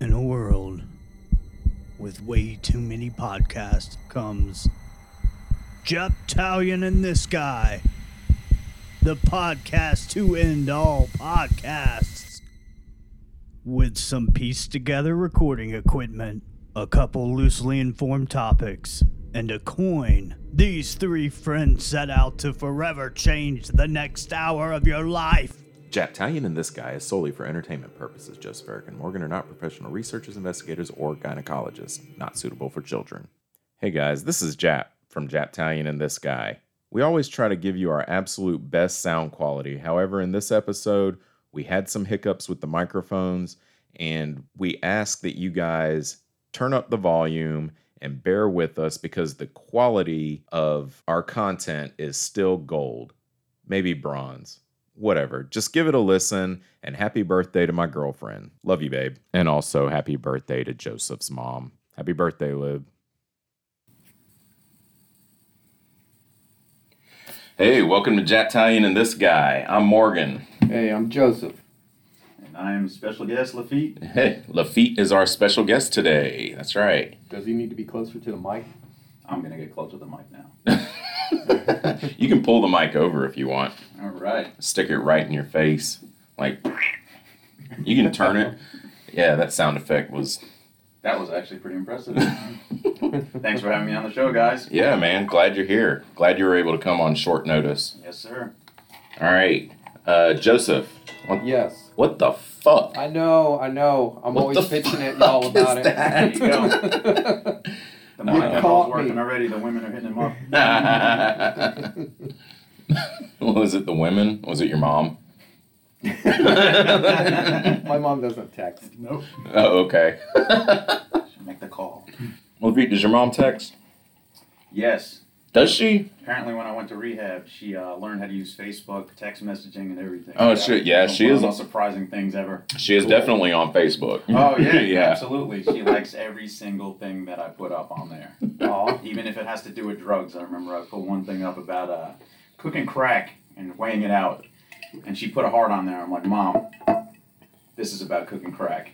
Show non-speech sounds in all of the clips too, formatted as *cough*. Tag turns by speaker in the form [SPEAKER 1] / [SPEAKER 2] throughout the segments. [SPEAKER 1] a world with way too many podcasts comes Jep Talion and this guy, the podcast to end all podcasts. With some pieced together recording equipment, a couple loosely informed topics, and a coin, these three friends set out to forever change the next hour of your life.
[SPEAKER 2] Japtalion and this guy is solely for entertainment purposes. Joseph Eric and Morgan are not professional researchers, investigators, or gynecologists. Not suitable for children. Hey guys, this is Jap from Japtalion and this guy. We always try to give you our absolute best sound quality. However, in this episode, we had some hiccups with the microphones, and we ask that you guys turn up the volume and bear with us because the quality of our content is still gold, maybe bronze whatever. Just give it a listen. And happy birthday to my girlfriend. Love you, babe. And also happy birthday to Joseph's mom. Happy birthday, Lib. Hey, welcome to Japtalion and this guy. I'm Morgan.
[SPEAKER 3] Hey, I'm Joseph.
[SPEAKER 4] And I'm special guest Lafitte.
[SPEAKER 2] Hey, Lafitte is our special guest today. That's right. *laughs*
[SPEAKER 3] Does he need to be closer to the mic?
[SPEAKER 4] I'm gonna get closer to the mic now.
[SPEAKER 2] You can pull the mic over if you want.
[SPEAKER 4] All right.
[SPEAKER 2] Stick it right in your face. Like you can turn it. Yeah, that sound effect was
[SPEAKER 4] That was actually pretty impressive. *laughs* Thanks for having me on the show, guys.
[SPEAKER 2] Yeah, man. Glad you're here. Glad you were able to come on short notice.
[SPEAKER 4] Yes, sir.
[SPEAKER 2] All right, uh, Joseph. What,
[SPEAKER 3] Yes.
[SPEAKER 2] what the fuck? *laughs*
[SPEAKER 3] I know, I know. I'm
[SPEAKER 2] What the
[SPEAKER 3] always pitching at y'all
[SPEAKER 2] fuck
[SPEAKER 3] about
[SPEAKER 2] is
[SPEAKER 3] it.
[SPEAKER 2] that?
[SPEAKER 4] There you The mic
[SPEAKER 3] caught
[SPEAKER 4] pedal's
[SPEAKER 3] me.
[SPEAKER 4] working already. The women are hitting him up.
[SPEAKER 2] *laughs*
[SPEAKER 4] *laughs*
[SPEAKER 2] was it the women? Was it your
[SPEAKER 4] *laughs*
[SPEAKER 2] mom?
[SPEAKER 3] *laughs* My mom doesn't text.
[SPEAKER 4] Nope.
[SPEAKER 2] Oh, okay.
[SPEAKER 4] Should make the call.
[SPEAKER 2] Well, Pete, does your mom text?
[SPEAKER 4] Yes.
[SPEAKER 2] Does she?
[SPEAKER 4] Apparently, when I went to rehab, she uh, learned how to use Facebook, text messaging, and everything.
[SPEAKER 2] Oh, shit, yeah,
[SPEAKER 4] One
[SPEAKER 2] she
[SPEAKER 4] of
[SPEAKER 2] is-
[SPEAKER 4] the most surprising things ever.
[SPEAKER 2] She is definitely on Facebook.
[SPEAKER 4] Oh yeah,
[SPEAKER 2] *laughs* yeah.
[SPEAKER 4] absolutely. She likes every single thing that I put up on there.
[SPEAKER 3] Aw.
[SPEAKER 4] even if it has to do with drugs. I remember I put one thing up about uh, cooking crack and weighing it out, and she put a heart on there. I'm like, Mom, this is about cooking crack.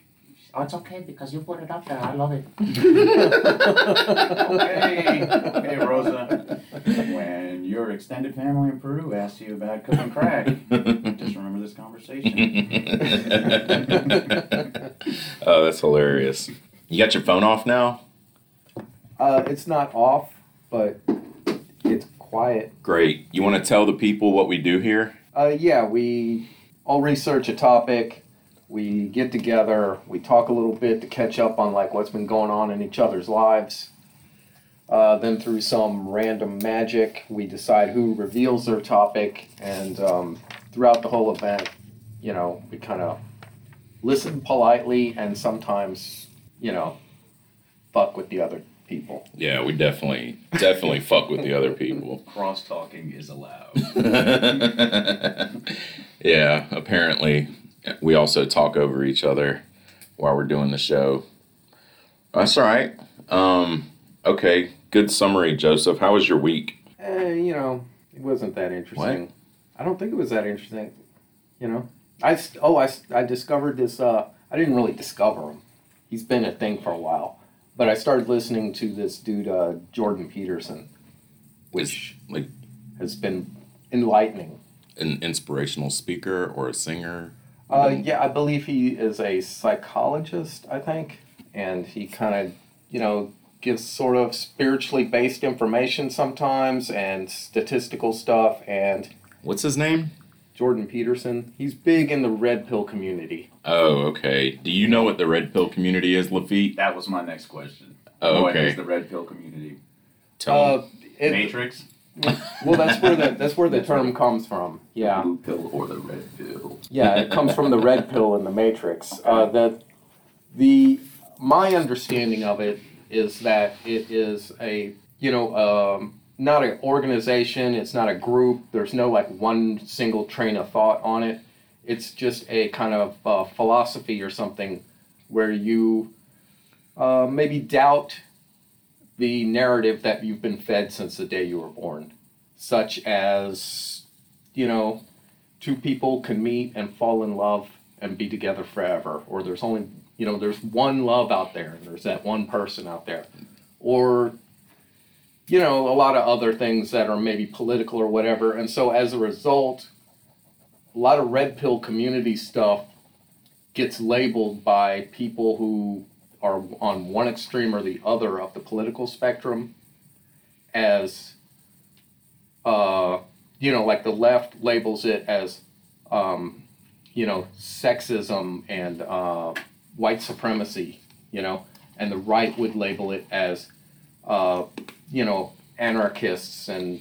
[SPEAKER 5] Oh, it's okay because you put it up there. I love it.
[SPEAKER 4] Okay, okay, Rosa. When your extended family in Peru asks you about cooking crack, just remember
[SPEAKER 2] *laughs*
[SPEAKER 4] this conversation.
[SPEAKER 2] *laughs* oh, that's hilarious. You got your phone off now?
[SPEAKER 3] Uh, it's not off, but it's quiet.
[SPEAKER 2] Great. You want to tell the people what we do here?
[SPEAKER 3] Uh, yeah, we all research a topic. We get together. We talk a little bit to catch up on like what's been going on in each other's lives. Uh, then through some random magic, we decide who reveals their topic, and um, throughout the whole event, you know, we kind of listen politely and sometimes, you know, fuck with the other people.
[SPEAKER 2] Yeah, we definitely, definitely fuck with the other
[SPEAKER 4] *laughs*
[SPEAKER 2] people.
[SPEAKER 4] Cross talking
[SPEAKER 2] *laughs*
[SPEAKER 4] is allowed.
[SPEAKER 2] yeah, apparently we also talk over each other while we're doing the show. That's all right. Um, okay, good summary, Joseph. How was your week?
[SPEAKER 3] Eh, you know, it wasn't that interesting. I don't think it was that interesting. You know, I s- oh I, s- I discovered this. Uh, I didn't really discover him. He's been a thing for a while, but I started listening to this dude uh, Jordan Peterson, which
[SPEAKER 2] Is, like
[SPEAKER 3] has been enlightening.
[SPEAKER 2] an inspirational speaker or a singer?
[SPEAKER 3] Uh, yeah, I believe he is a psychologist. I think, and he kind of you know gives sort of spiritually based information sometimes and statistical stuff and
[SPEAKER 2] What's his name?
[SPEAKER 3] Jordan Peterson. He's big in the red pill community.
[SPEAKER 2] Oh, okay. Do you know what the red pill community is, Lafitte?
[SPEAKER 4] That was my next question.
[SPEAKER 2] Oh,
[SPEAKER 4] What
[SPEAKER 2] okay.
[SPEAKER 4] is the red pill community?
[SPEAKER 2] Tell
[SPEAKER 3] Uh,
[SPEAKER 2] him.
[SPEAKER 3] it-
[SPEAKER 4] Matrix?
[SPEAKER 3] well, that's where the *laughs* that's where the term comes from. Yeah,
[SPEAKER 4] Blue pill or the red pill?
[SPEAKER 3] yeah, it comes from the red pill in the Matrix. Uh, that the my understanding of it is that it is a you know um, not an organization. It's not a group. There's no like one single train of thought on it. It's just a kind of uh, philosophy or something where you uh, maybe doubt the narrative that you've been fed since the day you were born, such as you know two people can meet and fall in love and be together forever, or there's only you know there's one love out there and there's that one person out there or you know a lot of other things that are maybe political or whatever and so as a result a lot of red pill community stuff gets labeled by people who are on one extreme or the other of the political spectrum as uh, you know like the left labels it as um, you know sexism and uh, white supremacy you know and the right would label it as uh, you know anarchists and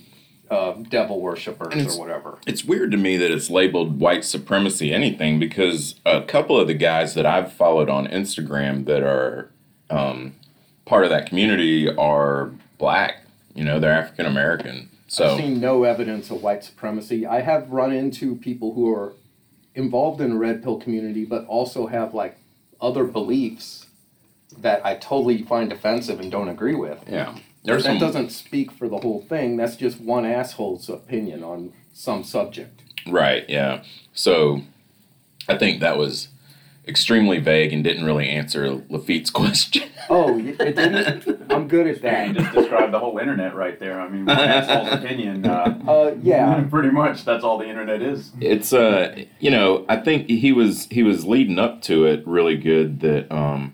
[SPEAKER 3] uh, devil
[SPEAKER 2] And
[SPEAKER 3] worshippers
[SPEAKER 2] it's-
[SPEAKER 3] or whatever
[SPEAKER 2] It's weird to me that it's labeled white supremacy anything because a couple of the guys that I've followed on Instagram that are um, part of that community are black. You know, they're African American.
[SPEAKER 3] I've
[SPEAKER 2] So
[SPEAKER 3] seen no evidence of white supremacy. I have run into people who are involved in the red pill community, but also have like other beliefs that I totally find offensive and don't agree with.
[SPEAKER 2] yeah, there's some.
[SPEAKER 3] that doesn't speak for the whole thing. That's just one asshole's opinion on some subject.
[SPEAKER 2] Right, yeah. So I think that was extremely vague and didn't really answer Lafitte's *laughs* question.
[SPEAKER 3] Oh, y- it didn't. I'm good at
[SPEAKER 4] Yeah, you
[SPEAKER 3] that.
[SPEAKER 4] just described the whole internet right there. I mean, one
[SPEAKER 2] *laughs*
[SPEAKER 4] asshole's opinion. Uh,
[SPEAKER 3] Uh, yeah.
[SPEAKER 4] *laughs* pretty much. That's all the internet is.
[SPEAKER 2] it's uh you know, I think he was he was leading up to it really good that um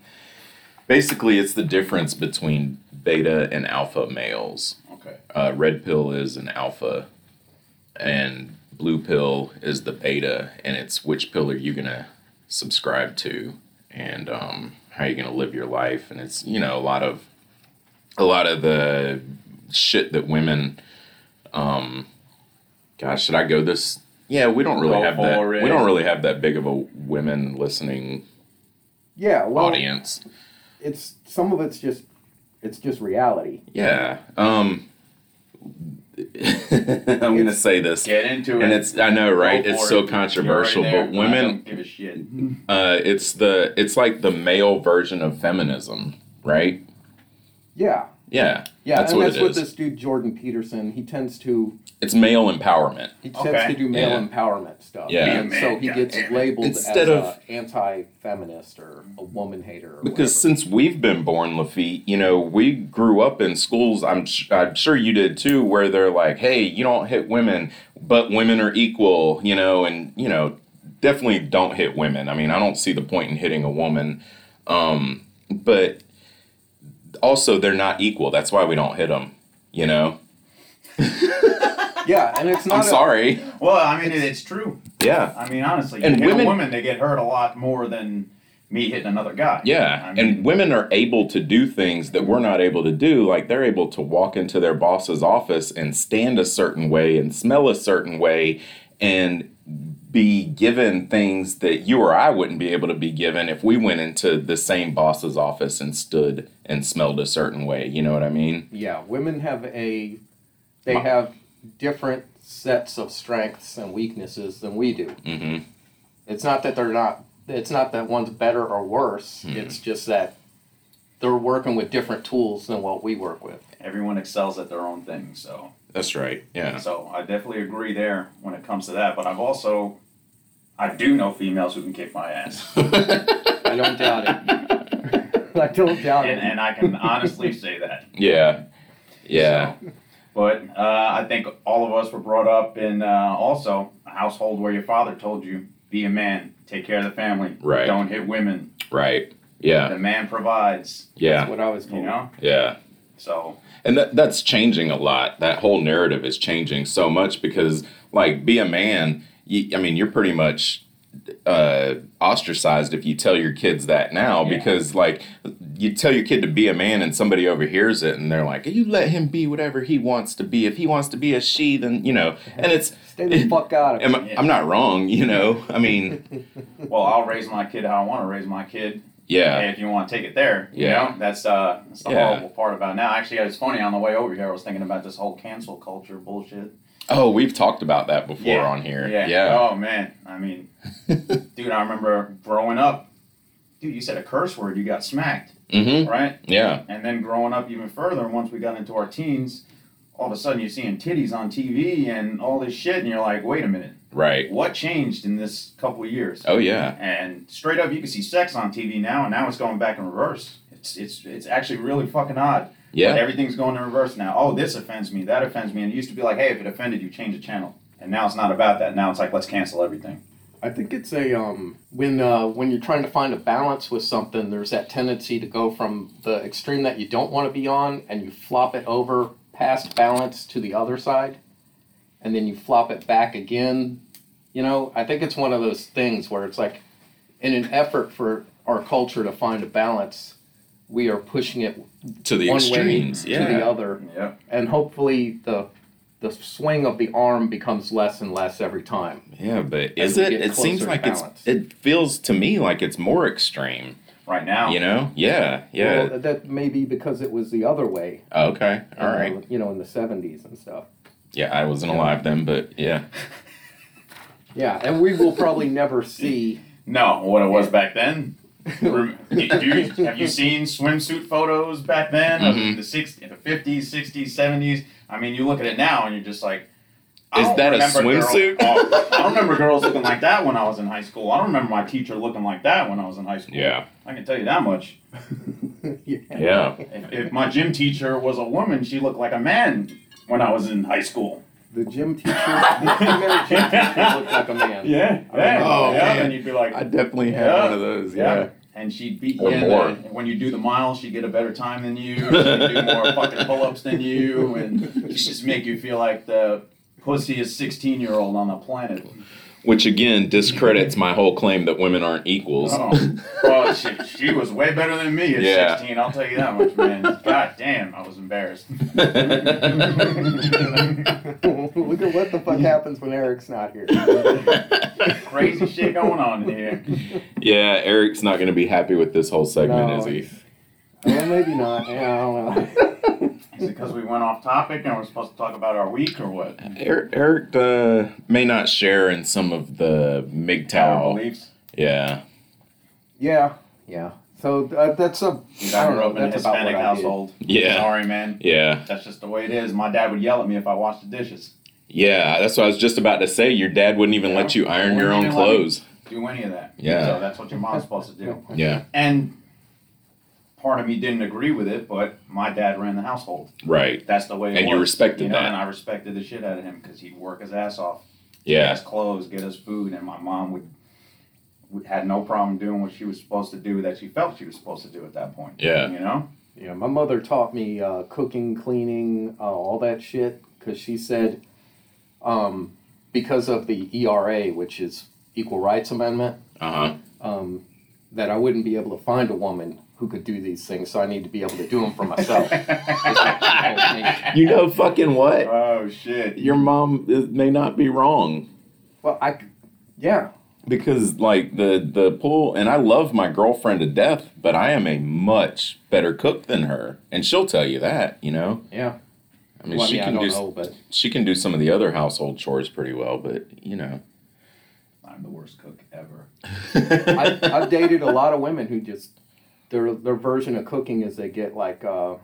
[SPEAKER 2] basically it's the difference between beta and alpha males.
[SPEAKER 4] Okay.
[SPEAKER 2] Uh, red pill is an alpha and blue pill is the beta and it's which pill are you gonna subscribe to and um, how you're gonna live your life and it's you know a lot of a lot of the shit that women um gosh should i go this yeah we don't really
[SPEAKER 4] Go
[SPEAKER 2] have that
[SPEAKER 4] for it.
[SPEAKER 2] we don't really have that big of a women listening
[SPEAKER 3] Yeah. Well,
[SPEAKER 2] audience
[SPEAKER 3] it's some of it's just it's just reality.
[SPEAKER 2] yeah um *laughs* i'm gonna say this
[SPEAKER 4] Get into it.
[SPEAKER 2] and it's i know right
[SPEAKER 4] Go
[SPEAKER 2] it's
[SPEAKER 4] for
[SPEAKER 2] so
[SPEAKER 4] it.
[SPEAKER 2] controversial
[SPEAKER 4] You're
[SPEAKER 2] but
[SPEAKER 4] right there. I
[SPEAKER 2] women
[SPEAKER 4] don't give a shit.
[SPEAKER 2] uh, it's the it's like the male version of feminism, right?
[SPEAKER 3] Yeah.
[SPEAKER 2] Yeah,
[SPEAKER 3] Yeah,
[SPEAKER 2] That's
[SPEAKER 3] and
[SPEAKER 2] what
[SPEAKER 3] that's
[SPEAKER 2] it
[SPEAKER 3] what
[SPEAKER 2] is.
[SPEAKER 3] this dude Jordan Peterson, he tends to
[SPEAKER 2] it's male empowerment.
[SPEAKER 3] He tends
[SPEAKER 4] Okay.
[SPEAKER 3] to do male
[SPEAKER 2] Yeah.
[SPEAKER 3] empowerment stuff.
[SPEAKER 2] Yeah. Be a
[SPEAKER 3] And
[SPEAKER 4] man,
[SPEAKER 3] so he
[SPEAKER 4] God
[SPEAKER 3] gets
[SPEAKER 4] damn it.
[SPEAKER 3] labeled
[SPEAKER 2] Instead
[SPEAKER 3] as
[SPEAKER 2] of-
[SPEAKER 3] a anti-feminist or a woman hater. Or
[SPEAKER 2] Because since we've been born, Lafitte, you know, we grew up in schools. I'm sh- I'm sure you did too, where they're like, "Hey, you don't hit women, but women are equal," you know, and you know, definitely don't hit women. I mean, I don't see the point in hitting a woman, um, but also they're not equal. That's why we don't hit them. You know,
[SPEAKER 3] whatever. yeah, and it's not.
[SPEAKER 2] I'm
[SPEAKER 3] a-
[SPEAKER 2] sorry.
[SPEAKER 4] *laughs* Well, I mean, it, it's true.
[SPEAKER 2] Yeah.
[SPEAKER 4] I mean, honestly,
[SPEAKER 2] And
[SPEAKER 4] you hit
[SPEAKER 2] women-
[SPEAKER 4] a woman, they get hurt a lot more than me hitting another guy.
[SPEAKER 2] Yeah,
[SPEAKER 4] I mean,
[SPEAKER 2] and women are able to do things that we're not able to do. Like they're able to walk into their boss's office and stand a certain way and smell a certain way and be given things that you or I wouldn't be able to be given if we went into the same boss's office and stood and smelled a certain way. You know what I mean?
[SPEAKER 3] yeah, women have a, they have different sets of strengths and weaknesses than we do.
[SPEAKER 2] hmm
[SPEAKER 3] It's not that they're not. It's not that one's better or worse.
[SPEAKER 4] Hmm.
[SPEAKER 3] It's just that they're working with different tools than what we work with.
[SPEAKER 4] everyone excels at their own thing. So,
[SPEAKER 2] That's right. Yeah.
[SPEAKER 4] so I definitely agree there when it comes to that. But I've also, I do know females who can kick my *laughs* ass,
[SPEAKER 3] I don't doubt it.
[SPEAKER 4] *laughs*
[SPEAKER 3] I don't doubt
[SPEAKER 4] and,
[SPEAKER 3] it.
[SPEAKER 4] and I can honestly say that.
[SPEAKER 2] *laughs* Yeah. Yeah.
[SPEAKER 4] So, but uh, I think all of us were brought up in uh, also a household where your father told you be a man, take care of the family,
[SPEAKER 2] Right.
[SPEAKER 4] don't hit women.
[SPEAKER 2] Right. Yeah.
[SPEAKER 4] The man provides,
[SPEAKER 3] That's
[SPEAKER 2] Yeah.
[SPEAKER 3] what I was told.
[SPEAKER 4] uh, you know.
[SPEAKER 2] Yeah.
[SPEAKER 4] So
[SPEAKER 2] And that that's changing a lot. That whole narrative is changing so much because, like, be a man. You, I mean, you're pretty much uh, ostracized if you tell your kids that now
[SPEAKER 4] Yeah.
[SPEAKER 2] because, like, you tell your kid to be a man and somebody overhears it and they're like, "You let him be whatever he wants to be. If he wants to be a she, then you know." And it's
[SPEAKER 3] Stay the fuck out of
[SPEAKER 4] *laughs*
[SPEAKER 3] it.
[SPEAKER 2] am I, I'm not wrong, you know. I mean,
[SPEAKER 3] *laughs*
[SPEAKER 4] well, I'll raise my kid how I want to raise my kid. Hey,
[SPEAKER 2] yeah,
[SPEAKER 4] if you want to take it there,
[SPEAKER 2] Yeah.
[SPEAKER 4] you know, that's uh, that's the
[SPEAKER 2] Yeah.
[SPEAKER 4] horrible part about now. Actually, it's funny. On the way over here, I was thinking about this whole cancel culture bullshit.
[SPEAKER 2] Oh, we've talked about that before on here.
[SPEAKER 4] Yeah.
[SPEAKER 2] Yeah.
[SPEAKER 4] Oh man,
[SPEAKER 2] *laughs*
[SPEAKER 4] I mean, dude, I remember growing up. Dude, you said a curse word, you got smacked,
[SPEAKER 2] Mm-hmm.
[SPEAKER 4] right?
[SPEAKER 2] Yeah.
[SPEAKER 4] And then growing up even further, once we got into our teens, all of a sudden you're seeing titties on TV and all this shit, and you're like, wait a minute,
[SPEAKER 2] Right.
[SPEAKER 4] What changed in this couple of years?
[SPEAKER 2] Oh yeah.
[SPEAKER 4] And straight up, you can see sex on TV now, and now it's going back in reverse. It's it's it's actually really fucking odd. But
[SPEAKER 2] Yeah.
[SPEAKER 4] everything's going in reverse now. Oh, this offends me. That offends me. And it used to be like, hey, if it offended you, change the channel. And now it's not about that. Now it's like, let's cancel everything.
[SPEAKER 3] I think it's a um, when uh, when you're trying to find a balance with something, there's that tendency to go from the extreme that you don't want to be on, and you flop it over past balance to the other side, and then you flop it back again. You know, I think it's one of those things where it's like, in an effort for our culture to find a balance, we are pushing it
[SPEAKER 2] To the
[SPEAKER 3] one
[SPEAKER 2] extremes.
[SPEAKER 3] way
[SPEAKER 2] yeah.
[SPEAKER 3] to the other
[SPEAKER 4] Yep.
[SPEAKER 3] and hopefully the the swing of the arm becomes less and less every time.
[SPEAKER 2] Yeah, but
[SPEAKER 3] As
[SPEAKER 2] is
[SPEAKER 3] we
[SPEAKER 2] it?
[SPEAKER 3] get
[SPEAKER 2] It seems
[SPEAKER 3] closer to
[SPEAKER 2] like it's.
[SPEAKER 3] balance.
[SPEAKER 2] It feels to me like it's more extreme.
[SPEAKER 4] Right now.
[SPEAKER 2] You know? Yeah. Yeah.
[SPEAKER 3] Well, that may be because it was the other way.
[SPEAKER 2] okay. All
[SPEAKER 3] uh,
[SPEAKER 2] right.
[SPEAKER 3] You know, in the seventies and stuff.
[SPEAKER 2] Yeah, I wasn't alive then, but yeah.
[SPEAKER 3] Yeah, and we will probably never see. *laughs*
[SPEAKER 4] No, what it was back then. Rem- Did you- have you seen swimsuit photos back then
[SPEAKER 2] Mhm.
[SPEAKER 4] of the 60, the 50s, 60s, 70s? I mean, you look at it now and you're just like, I
[SPEAKER 2] Is
[SPEAKER 4] don't
[SPEAKER 2] that a
[SPEAKER 4] remember girls-
[SPEAKER 2] swimsuit?
[SPEAKER 4] oh, I don't remember girls looking like that when I was in high school. I don't remember my teacher looking like that when I was in high school.
[SPEAKER 2] Yeah.
[SPEAKER 4] I can tell you that much.
[SPEAKER 2] Yeah.
[SPEAKER 4] If, if my gym teacher was a woman, she looked like a man when I was in high school.
[SPEAKER 3] *laughs* The gym teacher, *laughs* the primary gym teacher looked like a man.
[SPEAKER 4] Yeah. Yeah.
[SPEAKER 2] Oh,
[SPEAKER 4] yeah.
[SPEAKER 2] man.
[SPEAKER 4] And you'd be like,
[SPEAKER 2] I definitely had
[SPEAKER 4] Yeah.
[SPEAKER 2] one of those.
[SPEAKER 4] Yeah.
[SPEAKER 2] Yeah.
[SPEAKER 4] And she'd beat you.
[SPEAKER 2] Or
[SPEAKER 4] And
[SPEAKER 2] more.
[SPEAKER 4] then when you do the miles, she'd get a better time
[SPEAKER 2] *laughs*
[SPEAKER 4] than you. She'd do more fucking pull ups than you. And she'd just make you feel like the pussiest 16 year old on the planet.
[SPEAKER 2] Which again discredits my whole claim that women aren't equals.
[SPEAKER 4] Oh, well, she, she was way better than me at
[SPEAKER 2] Yeah.
[SPEAKER 4] 16. I'll tell you that much, man. God damn, I
[SPEAKER 2] *laughs*
[SPEAKER 4] was embarrassed.
[SPEAKER 3] *laughs* Look at what the fuck happens when Eric's not here. *laughs*
[SPEAKER 4] Crazy shit going on here.
[SPEAKER 2] *laughs* yeah, Eric's not going to be happy with this whole segment,
[SPEAKER 3] No,
[SPEAKER 2] is he?
[SPEAKER 3] he's- Well, maybe not. Yeah, I don't know. *laughs*
[SPEAKER 4] Is it because we went off topic and we're supposed to talk about our week or what?
[SPEAKER 2] Eric, Er, Eric uh, may not share in some of the
[SPEAKER 3] Oh,
[SPEAKER 4] Our
[SPEAKER 2] MGTOW.
[SPEAKER 4] beliefs.
[SPEAKER 2] Yeah.
[SPEAKER 3] Yeah, yeah. So uh, that's a. I don't
[SPEAKER 4] I grew
[SPEAKER 3] know.
[SPEAKER 4] up in a
[SPEAKER 3] That's about what
[SPEAKER 4] Hispanic
[SPEAKER 3] I did.
[SPEAKER 4] household.
[SPEAKER 2] Yeah.
[SPEAKER 4] Sorry, man.
[SPEAKER 2] Yeah.
[SPEAKER 4] That's just the way it is. My dad would yell at me if I washed the dishes.
[SPEAKER 2] Yeah. That's what I was just about to say. Your dad wouldn't even let you iron your own clothes.
[SPEAKER 4] Do any of that.
[SPEAKER 2] Yeah.
[SPEAKER 4] So that's what your mom's supposed
[SPEAKER 3] *laughs*
[SPEAKER 4] to do.
[SPEAKER 2] Yeah.
[SPEAKER 4] And part of me didn't agree with it, but my dad ran the household.
[SPEAKER 2] Right.
[SPEAKER 4] That's the way it
[SPEAKER 2] And you
[SPEAKER 4] was,
[SPEAKER 2] respected
[SPEAKER 4] you know,
[SPEAKER 2] that.
[SPEAKER 4] And I respected the shit out of him because he'd work his ass off, get
[SPEAKER 2] Yeah.
[SPEAKER 4] us clothes, get us food, and my mom would, would had no problem doing what she was supposed to do that she felt she was supposed to do at that point.
[SPEAKER 2] Yeah.
[SPEAKER 4] You know?
[SPEAKER 3] Yeah, my mother taught me uh, cooking, cleaning, uh, all that shit, because she said, um, because of the ERA, which is Equal Rights Amendment,
[SPEAKER 2] Uh huh.
[SPEAKER 3] um, that I wouldn't be able to find a woman who could do these things, so I need to be able to do them for *laughs* myself. That's what she told me.
[SPEAKER 2] You know fucking what?
[SPEAKER 4] Oh shit.
[SPEAKER 2] Your mom is, may not be wrong.
[SPEAKER 3] well, I, c- yeah,
[SPEAKER 2] because like the the pool and i love my girlfriend to death but i am a much better cook than her and she'll tell you that you know
[SPEAKER 3] yeah.
[SPEAKER 2] i mean
[SPEAKER 3] Well, I
[SPEAKER 2] she
[SPEAKER 3] mean, I
[SPEAKER 2] can
[SPEAKER 3] don't
[SPEAKER 2] do
[SPEAKER 3] know, but
[SPEAKER 2] she can do some of the other household chores pretty well but you know
[SPEAKER 4] I'm the worst cook ever.
[SPEAKER 3] *laughs* I, I've dated a lot of women who just their their version of cooking is they get like uh,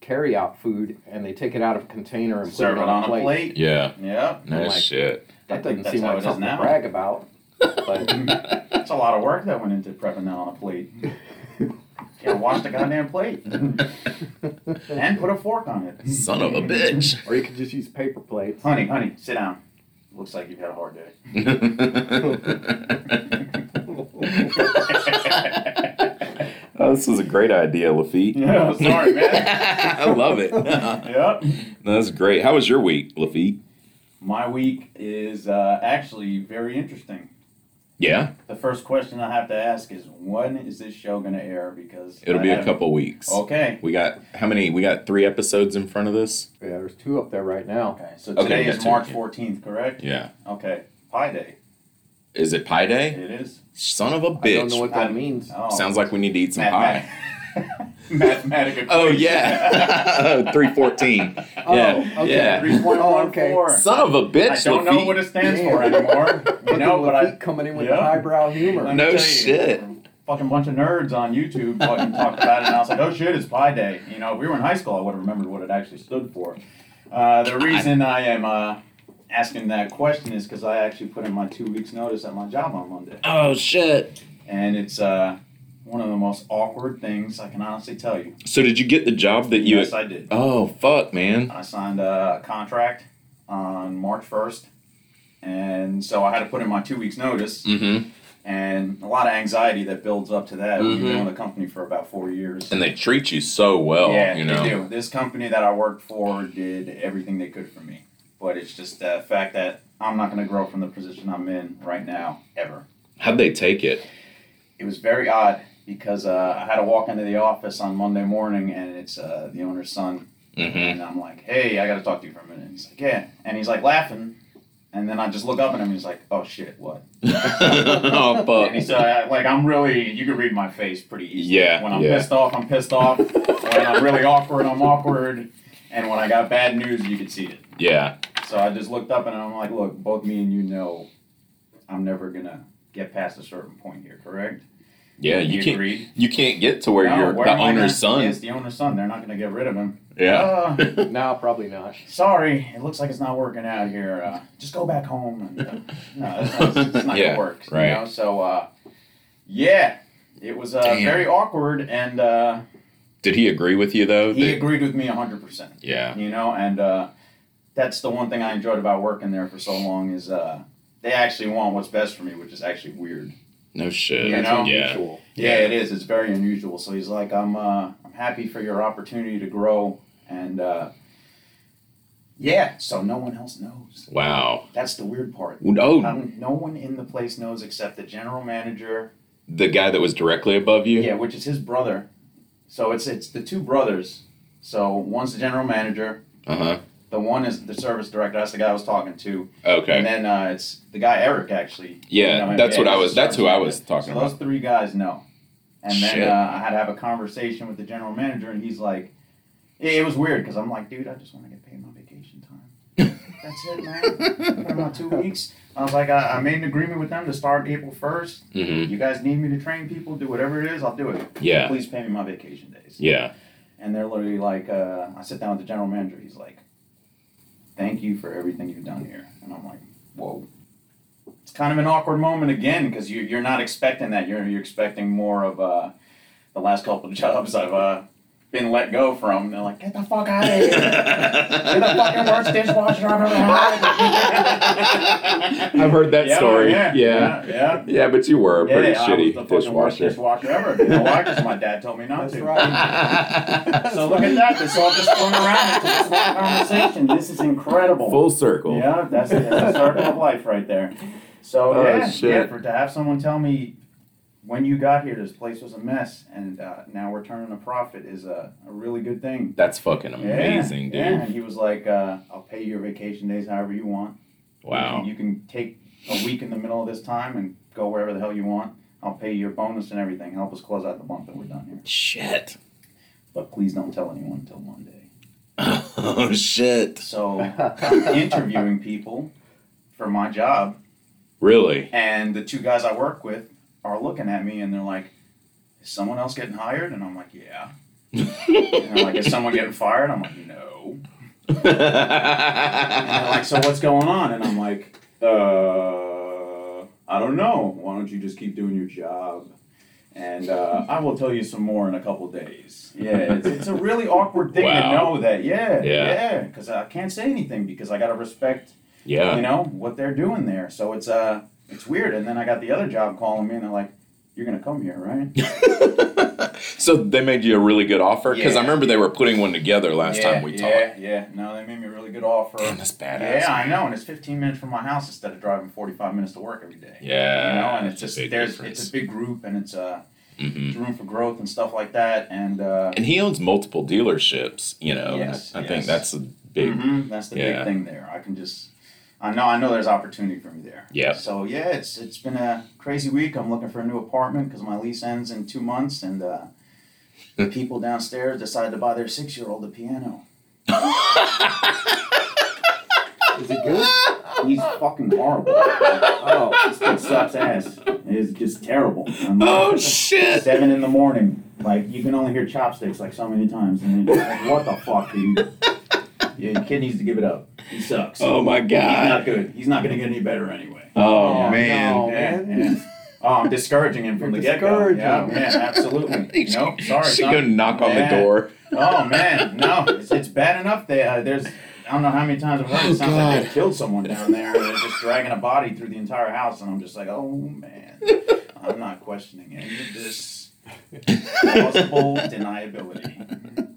[SPEAKER 3] carry out food and they take it out of a container and
[SPEAKER 4] Serve
[SPEAKER 3] put it on a plate.
[SPEAKER 2] yeah
[SPEAKER 4] Yeah.
[SPEAKER 2] no
[SPEAKER 3] I'm like-
[SPEAKER 2] shit
[SPEAKER 3] That
[SPEAKER 4] I think
[SPEAKER 3] doesn't
[SPEAKER 4] that's
[SPEAKER 3] seem
[SPEAKER 4] how it
[SPEAKER 3] like
[SPEAKER 4] is
[SPEAKER 3] something to
[SPEAKER 4] now.
[SPEAKER 3] brag about. But
[SPEAKER 4] *laughs* That's a lot of work that went into prepping that on a plate. Can't wash the goddamn plate. and put a fork on it.
[SPEAKER 2] son of a bitch
[SPEAKER 3] or you could just use paper plates.
[SPEAKER 4] Honey, honey, sit down. Looks like you've had a hard day. *laughs*
[SPEAKER 2] oh, this is a great idea
[SPEAKER 4] *laughs*
[SPEAKER 2] lafitte
[SPEAKER 4] Yeah, sorry, man.
[SPEAKER 2] i love *laughs* it
[SPEAKER 4] yep.
[SPEAKER 2] that's great how was your week lafitte
[SPEAKER 4] My week is uh, actually very interesting.
[SPEAKER 2] yeah
[SPEAKER 4] The first question I have to ask is when is this show going to air? Because
[SPEAKER 2] it'll
[SPEAKER 4] I
[SPEAKER 2] be a
[SPEAKER 4] haven't-
[SPEAKER 2] couple weeks Uh,
[SPEAKER 4] Okay.
[SPEAKER 2] oh, we got how many we got three episodes in front of this
[SPEAKER 3] Yeah, there's two up there right now.
[SPEAKER 4] Okay. So
[SPEAKER 2] Okay,
[SPEAKER 4] today
[SPEAKER 2] yeah,
[SPEAKER 4] is
[SPEAKER 2] two,
[SPEAKER 4] March
[SPEAKER 2] yeah.
[SPEAKER 4] 14th, correct?
[SPEAKER 2] yeah
[SPEAKER 4] Okay. Pi Day.
[SPEAKER 2] is it pie day
[SPEAKER 4] It is.
[SPEAKER 2] Son of a bitch.
[SPEAKER 3] I don't know what that
[SPEAKER 4] I-
[SPEAKER 3] means.
[SPEAKER 4] Oh.
[SPEAKER 2] Sounds like we need to eat some pie.
[SPEAKER 4] *laughs* Mathematical.
[SPEAKER 2] Oh
[SPEAKER 4] *laughs*
[SPEAKER 2] yeah, *laughs* three fourteen. Yeah,
[SPEAKER 3] okay.
[SPEAKER 2] yeah.
[SPEAKER 3] Oh, okay.
[SPEAKER 4] 3.14.
[SPEAKER 2] Son of a bitch.
[SPEAKER 4] I don't know
[SPEAKER 2] Lafitte.
[SPEAKER 4] what it stands
[SPEAKER 3] Yeah. *laughs*
[SPEAKER 4] for anymore. You
[SPEAKER 3] Look
[SPEAKER 4] know,
[SPEAKER 3] at
[SPEAKER 4] but I
[SPEAKER 3] Lafitte coming in with
[SPEAKER 4] yeah.
[SPEAKER 3] the highbrow
[SPEAKER 4] let
[SPEAKER 3] humor.
[SPEAKER 4] me
[SPEAKER 2] No
[SPEAKER 4] tell you,
[SPEAKER 2] shit.
[SPEAKER 4] Fucking bunch of nerds on YouTube fucking talked about it, and I was like, "Oh shit, it's Pi Day."
[SPEAKER 2] *laughs*
[SPEAKER 4] You know, if we were in high school, I would have remembered what it actually stood for. Uh, the reason I am uh, asking that question is because I actually put in my two weeks' notice at my job on Monday.
[SPEAKER 2] Oh shit!
[SPEAKER 4] And it's uh, one of the most awkward things I can honestly tell you.
[SPEAKER 2] So did you get the job that you?
[SPEAKER 4] Yes, I did.
[SPEAKER 2] Oh fuck, man!
[SPEAKER 4] I signed a contract on March 1st. And so I had to put in my two weeks' notice
[SPEAKER 2] Mm-hmm.
[SPEAKER 4] and a lot of anxiety that builds up to that. We've
[SPEAKER 2] Mhm.
[SPEAKER 4] been with the company for about four years.
[SPEAKER 2] And they treat you so well.
[SPEAKER 4] yeah,
[SPEAKER 2] Oh, you know.
[SPEAKER 4] they do. This company that I worked for did everything they could for me. But it's just the fact that I'm not going to grow from the position I'm in right now, ever.
[SPEAKER 2] How'd they take it?
[SPEAKER 4] It was very odd because uh, I had to walk into the office on Monday morning and it's uh, the owner's son
[SPEAKER 2] Mm-hmm. *laughs*
[SPEAKER 4] And I'm like, hey, I got to talk to you for a minute. And he's like, yeah. And he's like laughing. And then I just look up at him and he's like, oh shit, what? *laughs*
[SPEAKER 2] oh
[SPEAKER 4] And he's
[SPEAKER 2] fuck!
[SPEAKER 4] uh, like, I'm really, you can read my face pretty easily.
[SPEAKER 2] Yeah,
[SPEAKER 4] When I'm
[SPEAKER 2] yeah.
[SPEAKER 4] pissed off, I'm pissed off. when I'm really awkward, I'm awkward. And when I got bad news, you could see it.
[SPEAKER 2] Yeah.
[SPEAKER 4] So I just looked up and I'm like, look, both me and you know I'm never going to get past a certain point here, correct?
[SPEAKER 2] Yeah.
[SPEAKER 4] And he
[SPEAKER 2] You can't.
[SPEAKER 4] agreed.
[SPEAKER 2] You can't get to where
[SPEAKER 4] No,
[SPEAKER 2] you're
[SPEAKER 4] where
[SPEAKER 2] the
[SPEAKER 4] am I gonna-
[SPEAKER 2] owner's
[SPEAKER 4] Yes,
[SPEAKER 2] son.
[SPEAKER 4] the owner's son. They're not going to get rid of him.
[SPEAKER 2] Yeah.
[SPEAKER 4] Uh,
[SPEAKER 5] No, probably not.
[SPEAKER 4] sorry, it looks like it's not working out here. Uh, just go back home. And, uh, no, it's not, it's
[SPEAKER 2] *laughs*
[SPEAKER 4] not
[SPEAKER 2] Yeah,
[SPEAKER 4] gonna work.
[SPEAKER 2] right.
[SPEAKER 4] You know? So, uh, yeah, it was uh,
[SPEAKER 2] Damn.
[SPEAKER 4] very awkward, and uh,
[SPEAKER 2] *laughs* Did he agree with you though?
[SPEAKER 4] he
[SPEAKER 2] That-
[SPEAKER 4] agreed with me hundred percent.
[SPEAKER 2] yeah.
[SPEAKER 4] You know, and uh, that's the one thing I enjoyed about working there for so long is uh, they actually want what's best for me, which is actually weird.
[SPEAKER 2] No shit.
[SPEAKER 4] You know?
[SPEAKER 2] Yeah.
[SPEAKER 3] *laughs*
[SPEAKER 5] Usual.
[SPEAKER 4] Yeah, it is. It's very unusual. So he's like, I'm, uh, I'm happy for your opportunity to grow, and uh, yeah. So no one else knows.
[SPEAKER 2] Wow.
[SPEAKER 4] That's the weird part.
[SPEAKER 2] Oh,
[SPEAKER 4] Um, no one in the place knows except the general manager.
[SPEAKER 2] the guy that was directly above you.
[SPEAKER 4] Yeah, which is his brother. So it's it's the two brothers. So one's the general manager.
[SPEAKER 2] Uh huh.
[SPEAKER 4] The one is the service director. That's the guy I was talking to. And
[SPEAKER 2] Okay.
[SPEAKER 4] then uh, it's the guy Eric actually.
[SPEAKER 2] Yeah,
[SPEAKER 4] No,
[SPEAKER 2] that's what I
[SPEAKER 4] he's
[SPEAKER 2] was-
[SPEAKER 4] the
[SPEAKER 2] that's who I
[SPEAKER 4] service
[SPEAKER 2] was
[SPEAKER 4] director.
[SPEAKER 2] talking
[SPEAKER 4] so Those three guys know. And then
[SPEAKER 2] Shit.
[SPEAKER 4] uh, I had to have a conversation with the general manager, and he's like, it, it was weird because I'm like, dude, I just want to get paid my vacation
[SPEAKER 2] *laughs*
[SPEAKER 4] time. that's it, man. Put in my two weeks. I was like, I, I made an agreement with them to start April first.
[SPEAKER 2] hmm
[SPEAKER 4] You guys need me to train people, do whatever it is, I'll do it.
[SPEAKER 2] Yeah.
[SPEAKER 4] Please pay me my vacation days. *laughs*
[SPEAKER 2] Yeah.
[SPEAKER 4] And they're literally like, uh, I sit down with the general manager. He's like, thank you for everything you've done here. And I'm like, whoa. It's kind of an awkward moment again because you, you're not expecting that. You're, you're expecting more of uh, the last couple of *laughs* jobs I've uh, been let go from. They're like, get the fuck out of here. you're the fucking worst dishwasher I've ever had.
[SPEAKER 2] I've heard that
[SPEAKER 4] Yeah, oh,
[SPEAKER 2] story.
[SPEAKER 4] Yeah.
[SPEAKER 2] yeah.
[SPEAKER 4] Yeah. yeah.
[SPEAKER 2] Yeah, but you were a
[SPEAKER 4] Yeah,
[SPEAKER 2] pretty
[SPEAKER 4] I was
[SPEAKER 2] shitty
[SPEAKER 4] the fucking worst
[SPEAKER 2] dishwasher.
[SPEAKER 4] dishwasher ever. You know why? 'Cause my dad told me not
[SPEAKER 5] That's
[SPEAKER 4] to.
[SPEAKER 2] *laughs*
[SPEAKER 5] right.
[SPEAKER 4] So look at that. This all just swung around into this one conversation. This is incredible.
[SPEAKER 2] Full circle.
[SPEAKER 4] Yeah, that's, that's the circle of life right there. So
[SPEAKER 2] Oh,
[SPEAKER 4] yeah,
[SPEAKER 2] shit.
[SPEAKER 4] yeah, for, to have someone tell me when you got here, this place was a mess, and uh, now we're turning a profit is a, a really good thing.
[SPEAKER 2] That's fucking
[SPEAKER 4] Yeah,
[SPEAKER 2] amazing, dude.
[SPEAKER 4] yeah. And he was like, uh, "I'll pay your vacation days however you want.
[SPEAKER 2] Wow.
[SPEAKER 4] You can, you can take a week in the middle of this time and go wherever the hell you want. I'll pay your bonus and everything. Help us close out the month that we're done here.
[SPEAKER 2] Shit. *laughs*
[SPEAKER 4] But please don't tell anyone until Monday."
[SPEAKER 2] Oh shit.
[SPEAKER 4] So
[SPEAKER 3] *laughs*
[SPEAKER 4] I'm interviewing people for my job,
[SPEAKER 2] Really? *laughs*
[SPEAKER 4] and the two guys I work with are looking at me and they're like, "Is someone else getting hired?" And I'm like, "Yeah." and they're like, "Is someone getting fired?" I'm like, "No." And they're like, "So what's going on?" And I'm like, "Uh, I don't know. Why don't you just keep doing your job?" And uh, I will tell you some more in a couple days. Yeah, it's, it's a really awkward thing
[SPEAKER 2] Wow.
[SPEAKER 4] to know that. Yeah,
[SPEAKER 2] Yeah.
[SPEAKER 4] yeah, because I can't say anything because I got to respect you
[SPEAKER 2] yeah.
[SPEAKER 4] know what they're doing there. So it's uh it's weird. And then I got the other job calling me, and they're like, "You're gonna come here, right?"
[SPEAKER 2] so they made you a really good offer because
[SPEAKER 4] Yeah.
[SPEAKER 2] I remember they were putting one together *laughs* last
[SPEAKER 4] yeah,
[SPEAKER 2] time we
[SPEAKER 4] yeah,
[SPEAKER 2] talked.
[SPEAKER 4] yeah. No, they made me a really good offer.
[SPEAKER 2] Damn, that's badass.
[SPEAKER 4] yeah, I know, and it's 15 minutes from my house instead of driving 45 minutes to work every day.
[SPEAKER 2] Yeah.
[SPEAKER 4] you know, and it's
[SPEAKER 2] that's
[SPEAKER 4] just
[SPEAKER 2] a big
[SPEAKER 4] there's
[SPEAKER 2] difference.
[SPEAKER 4] it's a big group, and it's uh
[SPEAKER 2] Mhm.
[SPEAKER 4] it's room for growth and stuff like that. And uh,
[SPEAKER 2] And he owns multiple dealerships. You know,
[SPEAKER 4] Yes,
[SPEAKER 2] I think
[SPEAKER 4] yes.
[SPEAKER 2] that's a big.
[SPEAKER 4] mhm, that's the
[SPEAKER 2] yeah.
[SPEAKER 4] big thing there. I can just. I know, I know. There's opportunity for me there.
[SPEAKER 2] Yep.
[SPEAKER 4] So yeah, it's it's been a crazy week. I'm looking for a new apartment because my lease ends in two months, and uh, the people downstairs decided to buy their six year old a piano.
[SPEAKER 5] Is it good?
[SPEAKER 4] He's fucking horrible.
[SPEAKER 5] Oh,
[SPEAKER 4] This kid sucks ass. It's just terrible. I'm like,
[SPEAKER 2] Oh shit.
[SPEAKER 4] Seven in the morning, like you can only hear chopsticks like so many times, and then you're like, what the fuck, dude? Yeah, your kid needs to give it up. He sucks.
[SPEAKER 2] Oh my
[SPEAKER 4] He's
[SPEAKER 2] god.
[SPEAKER 4] not good. He's not going to get any better anyway.
[SPEAKER 2] Oh
[SPEAKER 4] Yeah.
[SPEAKER 2] man.
[SPEAKER 5] No. Oh,
[SPEAKER 4] yeah,
[SPEAKER 5] man.
[SPEAKER 4] yeah. Oh, I'm discouraging him from
[SPEAKER 5] You're
[SPEAKER 4] the get go. Yeah,
[SPEAKER 5] discouraging.
[SPEAKER 4] yeah, absolutely.
[SPEAKER 2] *laughs* He's
[SPEAKER 4] No, sorry.
[SPEAKER 2] She
[SPEAKER 4] son.
[SPEAKER 2] go knock on
[SPEAKER 4] Yeah.
[SPEAKER 2] the door.
[SPEAKER 4] Oh man, no, it's, it's bad enough. They, uh, there's I don't know how many times I've heard it.
[SPEAKER 2] Oh,
[SPEAKER 4] it sounds like
[SPEAKER 2] God.
[SPEAKER 4] they killed someone down there. They're just dragging a body through the entire house, and I'm just like, oh man, I'm not questioning any of this
[SPEAKER 2] *laughs*
[SPEAKER 4] plausible deniability.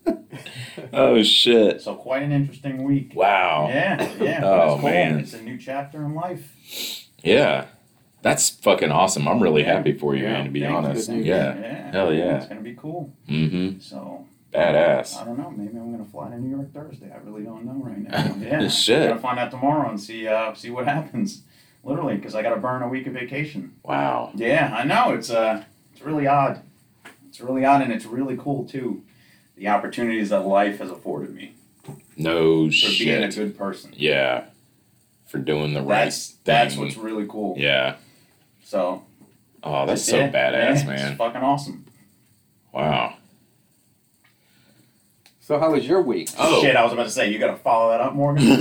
[SPEAKER 2] Oh shit.
[SPEAKER 4] So quite an interesting week.
[SPEAKER 2] Wow.
[SPEAKER 4] Yeah, yeah.
[SPEAKER 2] Oh,
[SPEAKER 4] that's cool.
[SPEAKER 2] man.
[SPEAKER 4] it's a new chapter in life.
[SPEAKER 2] Yeah. That's fucking awesome. I'm really happy for you,
[SPEAKER 4] Yeah,
[SPEAKER 2] man, to be
[SPEAKER 4] thanks,
[SPEAKER 2] honest.
[SPEAKER 5] good news.
[SPEAKER 2] Yeah.
[SPEAKER 4] yeah,
[SPEAKER 2] Hell yeah.
[SPEAKER 4] It's gonna be cool.
[SPEAKER 2] Mm-hmm.
[SPEAKER 4] So I
[SPEAKER 2] Badass.
[SPEAKER 4] don't know. Maybe I'm gonna fly to New York Thursday. I really don't know right
[SPEAKER 2] *laughs*
[SPEAKER 4] now. Yeah,
[SPEAKER 2] Shit.
[SPEAKER 4] I'm gonna find out tomorrow and see uh, see what happens. Literally, because I gotta burn a week of vacation.
[SPEAKER 2] Wow.
[SPEAKER 4] Yeah, I know. It's uh, it's really odd. It's really odd, and it's really cool too. The opportunities that life has afforded me
[SPEAKER 2] No
[SPEAKER 4] for being a
[SPEAKER 2] shit.
[SPEAKER 4] good person.
[SPEAKER 2] Yeah. For doing the right
[SPEAKER 4] That's that's
[SPEAKER 2] thing.
[SPEAKER 4] what's really cool.
[SPEAKER 2] Yeah.
[SPEAKER 4] So
[SPEAKER 2] Oh, that's so
[SPEAKER 4] yeah,
[SPEAKER 2] badass,
[SPEAKER 4] yeah, It's
[SPEAKER 2] man.
[SPEAKER 4] fucking awesome.
[SPEAKER 2] Wow.
[SPEAKER 5] So how was your week?
[SPEAKER 2] Oh.
[SPEAKER 4] Shit, I was about to say you gotta follow that
[SPEAKER 2] *laughs*
[SPEAKER 4] up, Morgan.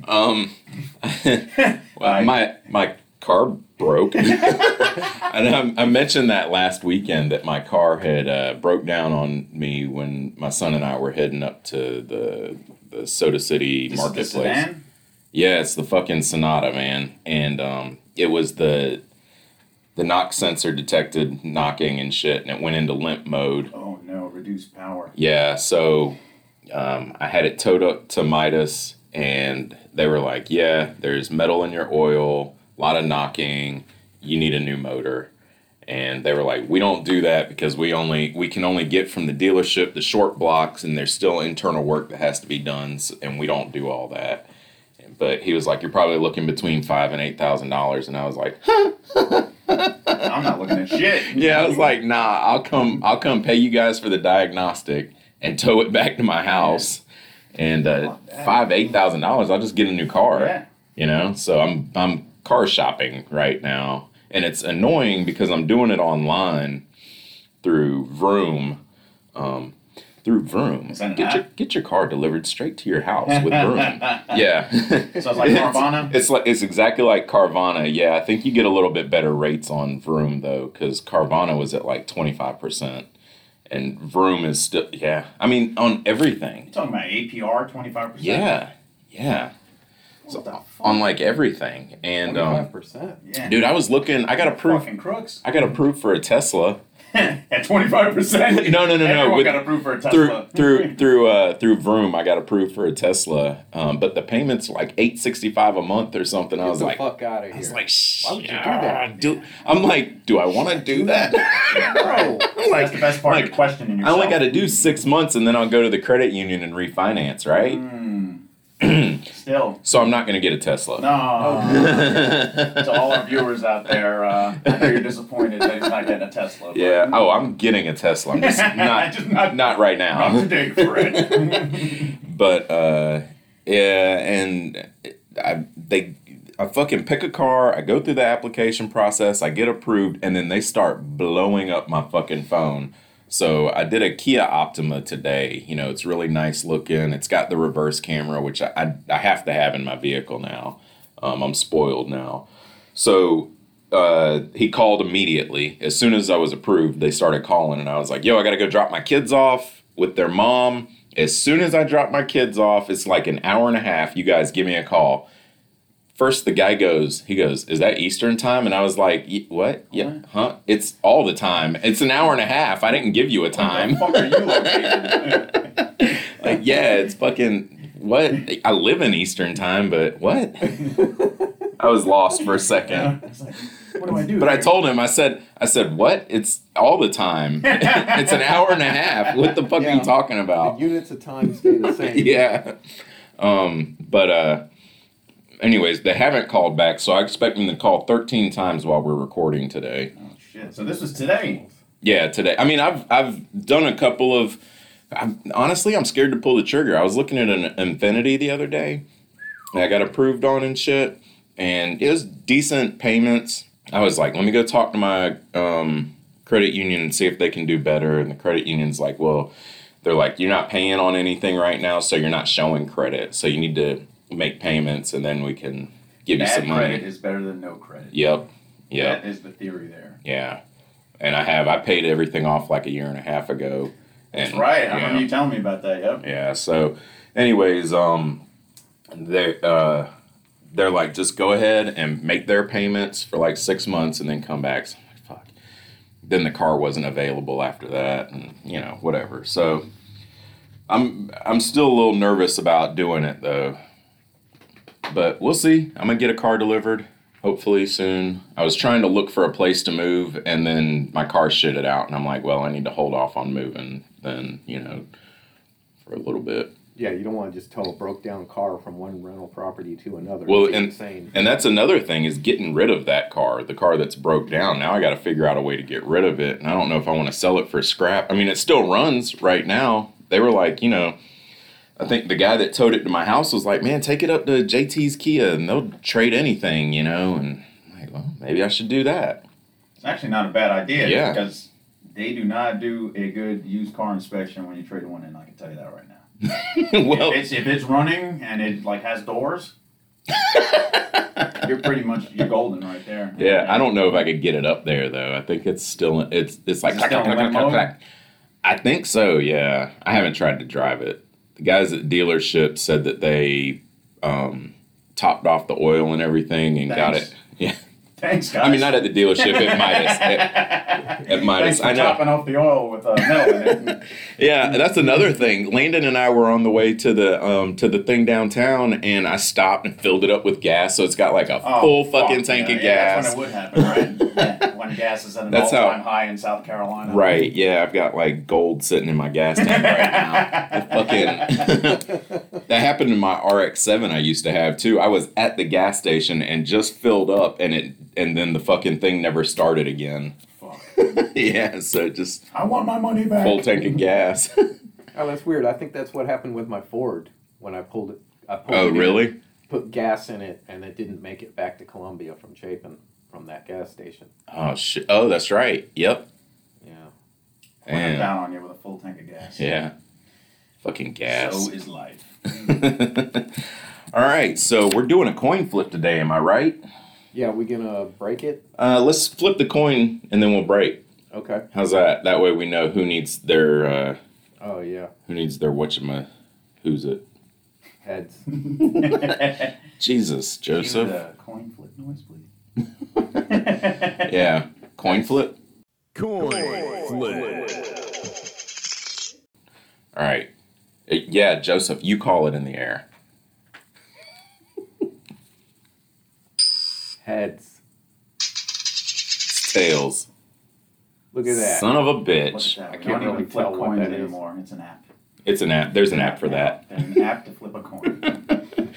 [SPEAKER 4] Fuck.
[SPEAKER 2] Um
[SPEAKER 4] *laughs* Bye.
[SPEAKER 2] Well, my my car broke,
[SPEAKER 4] *laughs*
[SPEAKER 2] and I, I mentioned that last weekend that my car had uh, broke down on me when my son and I were heading up to the the Soda City
[SPEAKER 4] This is the
[SPEAKER 2] marketplace.
[SPEAKER 4] sedan?
[SPEAKER 2] Yeah, it's the fucking Sonata, man. And um, it was the the knock sensor detected knocking and shit, and it went into limp mode.
[SPEAKER 4] Oh no, reduced power.
[SPEAKER 2] Yeah, so um, I had it towed up to Midas, and they were like, "Yeah, there's metal in your oil, a lot of knocking. You need a new motor." And they were like, "We don't do that because we only we can only get from the dealership the short blocks, and there's still internal work that has to be done, s- and we don't do all that." But he was like, "You're probably looking between five and eight thousand dollars," and I was like,
[SPEAKER 4] I'm not looking
[SPEAKER 2] *laughs*
[SPEAKER 4] at shit.
[SPEAKER 2] yeah, I was
[SPEAKER 4] *laughs*
[SPEAKER 2] like, nah, I'll come, I'll come pay you guys for the diagnostic and tow it back to my house, and uh, five eight thousand dollars, I'll just get a new car.
[SPEAKER 4] Yeah.
[SPEAKER 2] You know, so I'm I'm car shopping right now, and it's annoying because I'm doing it online through Vroom, um, through Vroom.
[SPEAKER 4] Is that an
[SPEAKER 2] Get your get your car delivered straight to your house
[SPEAKER 4] *laughs*
[SPEAKER 2] with Vroom. yeah. *laughs*
[SPEAKER 4] So it's like Carvana.
[SPEAKER 2] It's like it's exactly like Carvana. Yeah, I think you get a little bit better rates on Vroom though, because Carvana was at like twenty five percent, and Vroom is still yeah. I mean on everything.
[SPEAKER 4] You're talking about APR twenty five percent.
[SPEAKER 2] Yeah, yeah,
[SPEAKER 4] What the fuck?
[SPEAKER 2] on like everything. And um,
[SPEAKER 5] percent.
[SPEAKER 4] yeah.
[SPEAKER 2] dude, I was looking. I got approved.
[SPEAKER 4] Fucking crooks. *laughs*
[SPEAKER 2] I got approved for a Tesla
[SPEAKER 4] At twenty five percent.
[SPEAKER 2] No, no, no, no,
[SPEAKER 4] Everyone
[SPEAKER 2] with-
[SPEAKER 4] got approved for a
[SPEAKER 2] through
[SPEAKER 4] Tesla.
[SPEAKER 2] through through uh through Vroom. I got approved for a Tesla, um, but the payments like eight sixty five a month or something. I
[SPEAKER 5] Get
[SPEAKER 2] was
[SPEAKER 5] the
[SPEAKER 2] like,
[SPEAKER 5] fuck out of here.
[SPEAKER 2] I was like, Shh,
[SPEAKER 5] Why would you do that?
[SPEAKER 2] Do, I'm like, do I want to do that? *laughs*
[SPEAKER 4] *laughs* Bro, that's the best part.
[SPEAKER 2] like,
[SPEAKER 4] you're questioning
[SPEAKER 2] I
[SPEAKER 4] yourself.
[SPEAKER 2] only got to do six months, and then I'll go to the credit union and refinance, right?
[SPEAKER 4] Mm. Still.
[SPEAKER 2] So I'm not going to get a Tesla. *laughs*
[SPEAKER 4] No. to all our viewers out there, uh, I know you're disappointed that he's not getting a Tesla. but
[SPEAKER 2] yeah. Oh, I'm getting a Tesla. I'm
[SPEAKER 4] *laughs*
[SPEAKER 2] just not
[SPEAKER 4] Just
[SPEAKER 2] not,
[SPEAKER 4] not-
[SPEAKER 2] right
[SPEAKER 4] Not
[SPEAKER 2] now. *laughs*
[SPEAKER 4] today, Fred.
[SPEAKER 2] But uh, yeah, and I they I fucking pick a car. I go through the application process. I get approved, and then they start blowing up my fucking phone. So I did a Kia Optima today. You know, it's really nice looking. It's got the reverse camera, which I I, I have to have in my vehicle now. Um, I'm spoiled now. So uh, he called immediately. As soon as I was approved, they started calling, and I was like, "Yo, I gotta go drop my kids off with their mom." As soon as I drop my kids off, it's like an hour and a half. You guys give me a call. First, the guy goes, he goes, "Is that Eastern time?" And I was like, "Y- "What? Yeah, huh? It's all the time. It's an hour and a half. I didn't give you a
[SPEAKER 4] Where *laughs* the
[SPEAKER 2] time. *laughs*
[SPEAKER 4] fuck are you located?
[SPEAKER 2] like, yeah, it's fucking what? I live in Eastern time, but what? I was lost for a second."
[SPEAKER 4] *laughs* It's like, what do I do?
[SPEAKER 2] *laughs* But I
[SPEAKER 4] here?
[SPEAKER 2] told him, I said, I said, what? It's all the time. *laughs* it's an hour and a half. What the fuck are
[SPEAKER 5] Yeah.
[SPEAKER 2] you talking
[SPEAKER 5] The
[SPEAKER 2] about?
[SPEAKER 5] units of time
[SPEAKER 2] *laughs*
[SPEAKER 5] stay the same.
[SPEAKER 2] oh. Yeah. Um, but uh, anyways, they haven't called back, so I expect them to call 13 times while we're recording today.
[SPEAKER 4] Oh, shit. So this was today.
[SPEAKER 2] Yeah, today. I mean, I've I've done a couple of. I'm, honestly, I'm scared to pull the trigger. I was looking at an Infinity the other day. that I got approved on and shit, and it was decent payments. I was like, let me go talk to my um, credit union and see if they can do better. And the credit union's like, well, they're like, you're not paying on anything right now, so you're not showing credit. So you need to make payments, and then we can give you
[SPEAKER 4] Bad
[SPEAKER 2] some
[SPEAKER 4] credit
[SPEAKER 2] money.
[SPEAKER 4] is better than no credit.
[SPEAKER 2] Yep. Yep.
[SPEAKER 4] That is the theory there.
[SPEAKER 2] Yeah. And I have I paid everything off like a year and a half ago. And,
[SPEAKER 4] That's right. I
[SPEAKER 2] yeah.
[SPEAKER 4] remember you telling me about that. Yep.
[SPEAKER 2] Yeah. So, anyways, um, they uh, they're like, just go ahead and make their payments for like six months and then come back. So I'm like, fuck. Then the car wasn't available after that, and you know whatever. So, I'm I'm still a little nervous about doing it though. But we'll see. I'm gonna get a car delivered hopefully soon. I was trying to look for a place to move, and then my car shitted out, and I'm like, well, I need to hold off on moving. Then you know, for a little bit.
[SPEAKER 3] Yeah, you don't want to just tow a broke down car from one rental property to another.
[SPEAKER 2] Well,
[SPEAKER 3] It'd be
[SPEAKER 2] and-
[SPEAKER 3] insane.
[SPEAKER 2] And that's another thing is getting rid of that car, the car that's broke down. Now I got to figure out a way to get rid of it. And I don't know if I want to sell it for scrap. I mean, it still runs right now. They were like, you know, I think the guy that towed it to my house was like, man, take it up to JT's Kia and they'll trade anything, you know. And I'm like, well, maybe I should do that. *laughs*
[SPEAKER 4] It's actually not a bad idea.
[SPEAKER 2] Yeah.
[SPEAKER 4] Because they do not do a good used car inspection when you trade one in. I can tell you that right now.
[SPEAKER 2] well,
[SPEAKER 4] if it's if it's running and it like has doors, you're pretty much you're golden right there.
[SPEAKER 2] yeah, I don't know if I could get it up there though. I think it's still it's it's like
[SPEAKER 4] Is it still in limp mode?
[SPEAKER 2] I think so. Yeah, I haven't tried to drive it. The guys at dealership said that they um, topped off the oil and everything and got
[SPEAKER 4] Thanks.
[SPEAKER 2] it. *laughs* Yeah,
[SPEAKER 4] Thanks, guys.
[SPEAKER 2] I mean not at the dealership at Midas. At,
[SPEAKER 4] At,
[SPEAKER 2] at Midas,
[SPEAKER 4] Thanks for
[SPEAKER 2] I know.
[SPEAKER 4] chopping off the oil with uh, metal in it.
[SPEAKER 2] *laughs* Yeah, and that's another thing. Landon and I were on the way to the um, to the thing downtown, and I stopped and filled it up with gas, so it's got like a
[SPEAKER 4] Oh,
[SPEAKER 2] full
[SPEAKER 4] fuck,
[SPEAKER 2] fucking tank
[SPEAKER 4] yeah,
[SPEAKER 2] of
[SPEAKER 4] yeah,
[SPEAKER 2] gas.
[SPEAKER 4] That's when it would happen, right?
[SPEAKER 2] *laughs*
[SPEAKER 4] yeah, when gas is at an
[SPEAKER 2] That's how-
[SPEAKER 4] all-time high in South Carolina. *laughs*
[SPEAKER 2] Right. Yeah, I've got like gold sitting in my gas tank *laughs* right now. The fucking *laughs* that happened in my RX-7 I used to have too. I was at the gas station and just filled up, and it and then the fucking thing never started again. *laughs*
[SPEAKER 4] Fuck.
[SPEAKER 2] yeah. So just
[SPEAKER 4] I want my money back.
[SPEAKER 2] full tank of gas. *laughs*
[SPEAKER 3] Oh, that's weird. I think that's what happened with my Ford when I pulled it. I pulled
[SPEAKER 2] oh
[SPEAKER 3] it in,
[SPEAKER 2] really?
[SPEAKER 3] put gas in it, and it didn't make it back to Columbia from Chapin from that gas station.
[SPEAKER 2] Oh shit. Oh, that's right. Yep.
[SPEAKER 3] Yeah.
[SPEAKER 4] When I'm
[SPEAKER 2] Damn.
[SPEAKER 4] down on you with a full tank of gas.
[SPEAKER 2] Yeah. Fucking gas. *laughs*
[SPEAKER 4] So
[SPEAKER 3] *laughs*
[SPEAKER 4] is life.
[SPEAKER 2] All right, so we're doing a coin flip today, am I right?
[SPEAKER 3] Yeah, we gonna break it?
[SPEAKER 2] Uh, let's flip the coin and then we'll break.
[SPEAKER 3] Okay.
[SPEAKER 2] How's that? That way we know who needs their uh,
[SPEAKER 3] Oh yeah,
[SPEAKER 2] who needs their whatchama who's it?
[SPEAKER 3] heads.
[SPEAKER 2] Jesus,
[SPEAKER 4] Cue
[SPEAKER 2] Joseph.
[SPEAKER 4] the coin flip noise, please.
[SPEAKER 2] Yeah. Coin flip?
[SPEAKER 1] Coin flip.
[SPEAKER 2] All right. Uh, yeah, Joseph, you call it in the air.
[SPEAKER 3] Heads.
[SPEAKER 2] It's tails.
[SPEAKER 3] Look at that.
[SPEAKER 2] Son of a
[SPEAKER 4] Look at
[SPEAKER 2] bitch.
[SPEAKER 4] that.
[SPEAKER 3] I
[SPEAKER 4] We
[SPEAKER 3] can't
[SPEAKER 4] don't
[SPEAKER 3] really
[SPEAKER 4] even flip
[SPEAKER 3] tell what
[SPEAKER 4] coins
[SPEAKER 3] that is.
[SPEAKER 4] anymore. It's an app.
[SPEAKER 2] It's an app. There's an app for that.
[SPEAKER 4] There's an app to flip
[SPEAKER 2] *laughs*
[SPEAKER 4] a coin.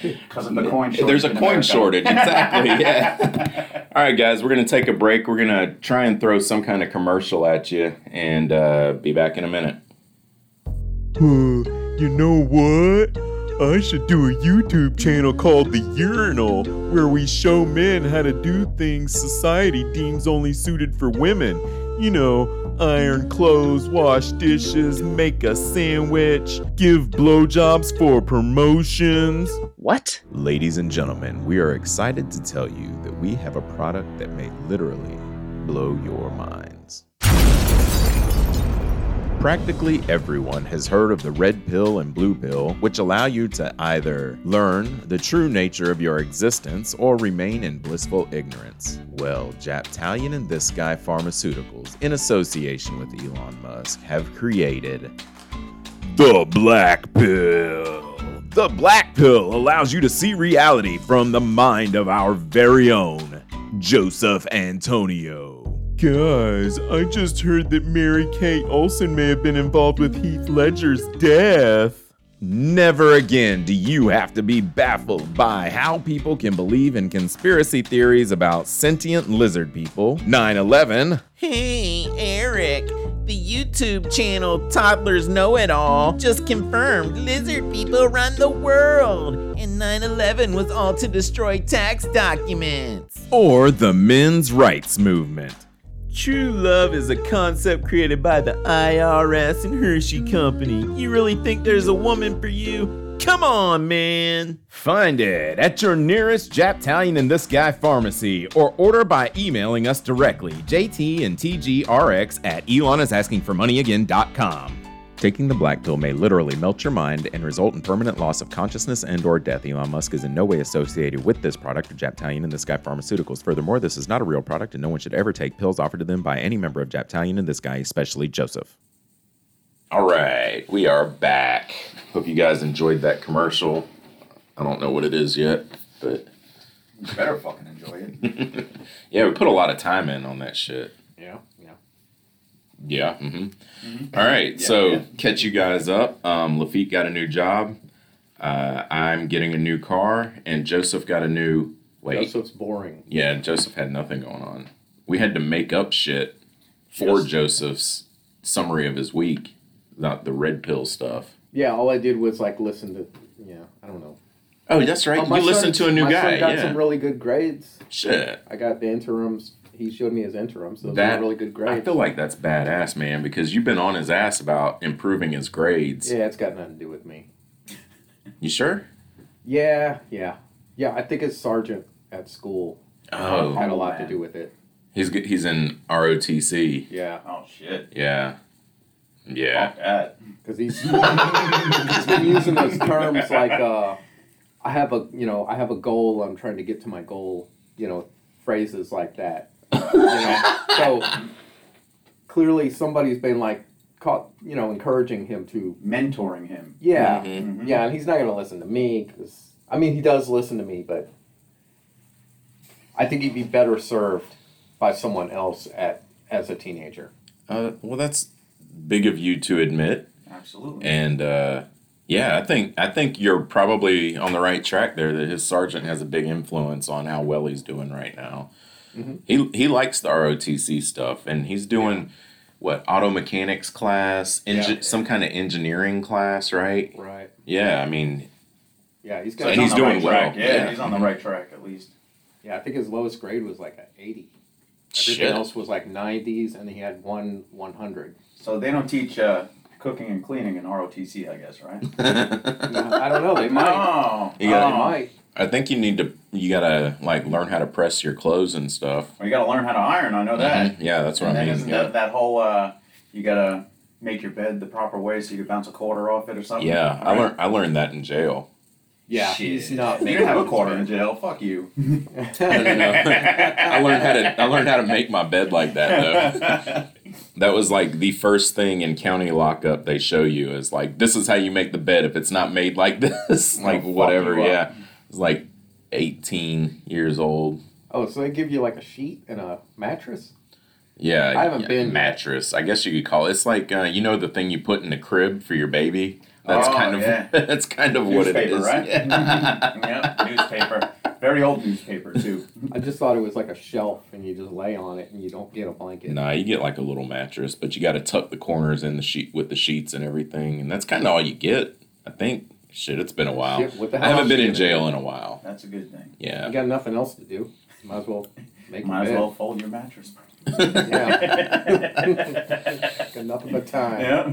[SPEAKER 4] Because of the coin shortage.
[SPEAKER 2] There's a
[SPEAKER 4] in
[SPEAKER 2] coin
[SPEAKER 4] America.
[SPEAKER 2] shortage, exactly. Yeah.
[SPEAKER 4] *laughs*
[SPEAKER 2] All right, guys, we're gonna take a break. We're gonna try and throw some kind of commercial at you, and uh, be back in a minute.
[SPEAKER 6] Uh, you know what? I should do a YouTube channel called The Urinal, where we show men how to do things society deems only suited for women. You know, iron clothes, wash dishes, make a sandwich, give blowjobs for promotions.
[SPEAKER 7] What? Ladies and gentlemen, we are excited to tell you that we have a product that may literally blow your minds. Practically everyone has heard of the red pill and blue pill, which allow you to either learn the true nature of your existence or remain in blissful ignorance. Well, Japtalion and This Guy Pharmaceuticals, in association with Elon Musk, have created the Black Pill. The Black Pill allows you to see reality from the mind of our very own Joseph Antonio.
[SPEAKER 6] Guys, I just heard that Mary Kate Olsen may have been involved with Heath Ledger's death.
[SPEAKER 7] Never again do you have to be baffled by how people can believe in conspiracy theories about sentient lizard people, 9 11,
[SPEAKER 8] Hey, Eric, the YouTube channel Toddlers Know It All just confirmed lizard people run the world, and 9 11 was all to destroy tax documents.
[SPEAKER 7] or the men's rights movement.
[SPEAKER 8] True love is a concept created by the IRS and Hershey Company. You really think there's a woman for you? Come on, man.
[SPEAKER 7] Find it at your nearest Japtalian and This Guy pharmacy or order by emailing us directly, JT and TGRX at ElonIsAskingForMoneyAgain.com. Taking the black pill may literally melt your mind and result in permanent loss of consciousness and or death. Elon Musk is in no way associated with this product or Japtalian and This Guy Pharmaceuticals. Furthermore, this is not a real product and no one should ever take pills offered to them by any member of Japtalian and This Guy, especially Joseph.
[SPEAKER 2] All right, we are back. Hope you guys enjoyed that commercial. I don't know what it is yet, but *laughs*
[SPEAKER 4] You better fucking enjoy it.
[SPEAKER 2] yeah, we put a lot of time in on that shit.
[SPEAKER 3] Yeah, yeah.
[SPEAKER 2] Yeah. Mm-hmm. All right. so
[SPEAKER 4] yeah.
[SPEAKER 2] catch you guys up. Um, Lafitte got a new job. Uh, I'm getting a new car, and Joseph got a new. Wait.
[SPEAKER 3] Joseph's boring.
[SPEAKER 2] Yeah, Joseph had nothing going on. We had to make up shit for
[SPEAKER 4] Just-
[SPEAKER 2] Joseph's summary of his week, not the red pill stuff.
[SPEAKER 3] Yeah, all I did was like listen to. Yeah, I don't know.
[SPEAKER 2] Oh, that's right.
[SPEAKER 3] Oh, my
[SPEAKER 2] you listened
[SPEAKER 3] son-
[SPEAKER 2] to a new
[SPEAKER 3] my
[SPEAKER 2] guy.
[SPEAKER 3] Son got
[SPEAKER 2] yeah.
[SPEAKER 3] some really good grades.
[SPEAKER 2] shit.
[SPEAKER 3] I got the interims. He showed me his interims. Those
[SPEAKER 2] That-
[SPEAKER 3] were really good
[SPEAKER 2] I
[SPEAKER 3] grades.
[SPEAKER 2] feel like that's badass, man, because you've been on his ass about improving his grades.
[SPEAKER 3] yeah, it's got nothing to do with me.
[SPEAKER 2] You sure?
[SPEAKER 3] Yeah, yeah, yeah. I think his sergeant at school
[SPEAKER 2] Oh,
[SPEAKER 3] had a lot to
[SPEAKER 4] man.
[SPEAKER 3] do with it.
[SPEAKER 2] he's g- he's in ROTC.
[SPEAKER 3] Yeah,
[SPEAKER 4] Oh shit.
[SPEAKER 2] Yeah. Yeah.
[SPEAKER 4] Fuck that.
[SPEAKER 3] because he's *laughs* he's been using those terms like uh, I have a you know I have a goal. I'm trying to get to my goal. You know, phrases like that. you know, so clearly somebody's been like caught. You know, encouraging him to
[SPEAKER 4] Mentoring him.
[SPEAKER 3] yeah.
[SPEAKER 2] Mhm.
[SPEAKER 4] Mhm.
[SPEAKER 3] Yeah, and he's not going to listen to me because I mean he does listen to me, but I think he'd be better served by someone else at as a teenager.
[SPEAKER 2] Uh, well, that's big of you to admit,
[SPEAKER 4] Absolutely.
[SPEAKER 2] and uh, yeah, I think I think you're probably on the right track there. That his sergeant has a big influence on how well he's doing right now.
[SPEAKER 4] Mm-hmm.
[SPEAKER 3] Mhm.
[SPEAKER 2] He he likes the ROTC stuff, and he's doing what auto mechanics class, engi-
[SPEAKER 3] Yeah.
[SPEAKER 2] some kind of engineering class, right?
[SPEAKER 3] Right.
[SPEAKER 2] Yeah, I
[SPEAKER 4] *laughs*
[SPEAKER 2] mean,
[SPEAKER 3] Yeah, he's
[SPEAKER 4] So
[SPEAKER 3] got.
[SPEAKER 2] and he's
[SPEAKER 4] on the
[SPEAKER 2] doing
[SPEAKER 4] right
[SPEAKER 2] well.
[SPEAKER 4] track. Yeah,
[SPEAKER 2] Yeah. Mm-hmm.
[SPEAKER 4] he's on the right track at least.
[SPEAKER 3] yeah, I think his lowest grade was like an eighty. Everything
[SPEAKER 2] shit.
[SPEAKER 3] else was like nineties, and he had one one hundred.
[SPEAKER 4] So they don't teach uh, cooking and cleaning in ROTC, I guess, right?
[SPEAKER 3] I don't know. They might.
[SPEAKER 4] *laughs* Oh,
[SPEAKER 2] You
[SPEAKER 3] They
[SPEAKER 2] got-
[SPEAKER 4] oh.
[SPEAKER 3] might.
[SPEAKER 2] I think you need to you gotta like learn how to press your clothes and stuff.
[SPEAKER 4] Well, you got to learn how to iron. I know that.
[SPEAKER 2] Mhm. Yeah, that's what
[SPEAKER 4] and
[SPEAKER 2] I
[SPEAKER 4] then
[SPEAKER 2] mean.
[SPEAKER 4] isn't
[SPEAKER 2] yeah.
[SPEAKER 4] that that whole uh, you got to make your bed the proper way so you can bounce a quarter off it or something?
[SPEAKER 2] Yeah, I
[SPEAKER 4] Right?
[SPEAKER 2] learned I learned that in jail.
[SPEAKER 3] Yeah,
[SPEAKER 4] Shit.
[SPEAKER 3] he's not.
[SPEAKER 4] You
[SPEAKER 3] making
[SPEAKER 4] didn't have a
[SPEAKER 3] it.
[SPEAKER 4] quarter in jail. Fuck
[SPEAKER 2] *laughs*
[SPEAKER 4] you. *laughs*
[SPEAKER 2] I learned how to I learned how to make my bed like
[SPEAKER 4] *laughs*
[SPEAKER 2] that though. that was like the first thing in county lockup they show you is like this is how you make the bed if it's not made like *laughs* this, like
[SPEAKER 4] fuck you
[SPEAKER 2] whatever.
[SPEAKER 4] up.
[SPEAKER 2] Yeah, it's like eighteen years old.
[SPEAKER 3] *laughs* oh, so they give you like a sheet and a mattress.
[SPEAKER 2] Yeah,
[SPEAKER 3] I haven't
[SPEAKER 2] yeah,
[SPEAKER 3] been-
[SPEAKER 2] mattress. I guess you could call it. it's like uh, you know the thing you put in the crib for your baby. That's
[SPEAKER 4] Oh,
[SPEAKER 2] kind of
[SPEAKER 4] yeah.
[SPEAKER 2] *laughs* that's kind of what it
[SPEAKER 4] Newspaper,
[SPEAKER 2] is.
[SPEAKER 4] right? *laughs*
[SPEAKER 2] Yeah.
[SPEAKER 4] yeah, newspaper. Very old newspaper too.
[SPEAKER 3] I just thought it was like a shelf, and you just lay on it, and you don't get a blanket.
[SPEAKER 2] Nah, you get like a little mattress, but you got to tuck the corners in the sheet with the sheets and everything, and that's kind of all you get, I think. Shit, it's been a while.
[SPEAKER 3] Shit, what the
[SPEAKER 2] I
[SPEAKER 3] hell
[SPEAKER 2] haven't
[SPEAKER 3] else
[SPEAKER 2] been
[SPEAKER 3] you
[SPEAKER 2] in
[SPEAKER 3] gonna
[SPEAKER 2] jail in a while.
[SPEAKER 4] That's a good thing.
[SPEAKER 3] You
[SPEAKER 2] Yeah,
[SPEAKER 3] got nothing else to do. Might as well make
[SPEAKER 4] Might
[SPEAKER 3] a
[SPEAKER 4] as
[SPEAKER 3] bed.
[SPEAKER 4] well fold your
[SPEAKER 3] *laughs*
[SPEAKER 4] mattress. *laughs*
[SPEAKER 3] Yeah. *laughs* Got nothing but time.
[SPEAKER 4] yeah.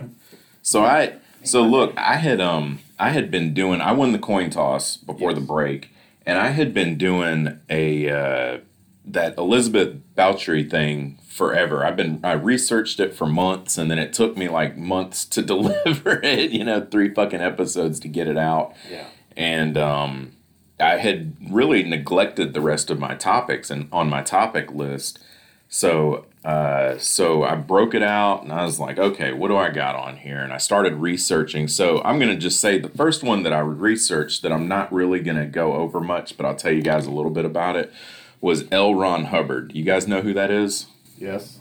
[SPEAKER 2] so I, so look, I had um, I had been doing. I won the coin toss before the break, and I had been doing a uh, that Elizabeth Bouchery thing forever. I've been I researched it for months, and then it took me like months to *laughs* deliver it. You know, three fucking episodes to get it out.
[SPEAKER 3] Yeah.
[SPEAKER 2] and um, I had really neglected the rest of my topics and on my topic list. So uh, so I broke it out and I was like, okay, what do I got on here? And I started researching. So I'm gonna just say the first one that I researched that I'm not really gonna go over much, but I'll tell you guys a little bit about it was L. Ron Hubbard. You guys know who that is?
[SPEAKER 3] Yes.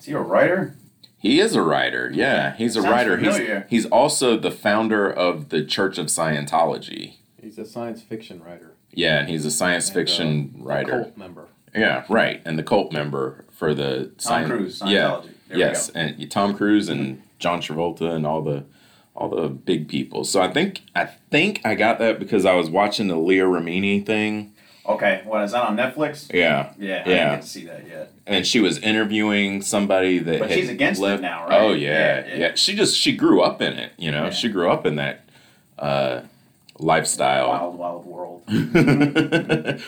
[SPEAKER 4] Is he a writer?
[SPEAKER 2] He is a writer. Yeah, he's a
[SPEAKER 4] Sounds
[SPEAKER 2] writer.
[SPEAKER 4] familiar.
[SPEAKER 2] He's he's also the founder of the Church of Scientology.
[SPEAKER 3] He's a science fiction writer,
[SPEAKER 2] Yeah, and he's a science
[SPEAKER 3] And, uh,
[SPEAKER 2] fiction writer.
[SPEAKER 3] cult member.
[SPEAKER 2] Yeah, right. And the cult member for the
[SPEAKER 4] Tom
[SPEAKER 2] scien-
[SPEAKER 4] Cruise, Scientology.
[SPEAKER 2] Yeah,
[SPEAKER 4] There
[SPEAKER 2] yes,
[SPEAKER 4] we
[SPEAKER 2] and Tom Cruise and John Travolta and all the all the big people. So I think I think I got that because I was watching the Leah Ramini thing
[SPEAKER 4] Okay, what is that on Netflix?
[SPEAKER 2] Yeah.
[SPEAKER 4] Yeah,
[SPEAKER 2] Yeah.
[SPEAKER 4] I didn't get to see that yet.
[SPEAKER 2] and she was interviewing somebody that
[SPEAKER 4] But
[SPEAKER 2] had
[SPEAKER 4] she's against it
[SPEAKER 2] left-
[SPEAKER 4] now, right?
[SPEAKER 2] oh yeah,
[SPEAKER 4] Yeah,
[SPEAKER 2] yeah
[SPEAKER 4] yeah.
[SPEAKER 2] she just she grew up in it you know
[SPEAKER 4] Yeah.
[SPEAKER 2] she grew up in that uh, lifestyle
[SPEAKER 4] Wild Wild World.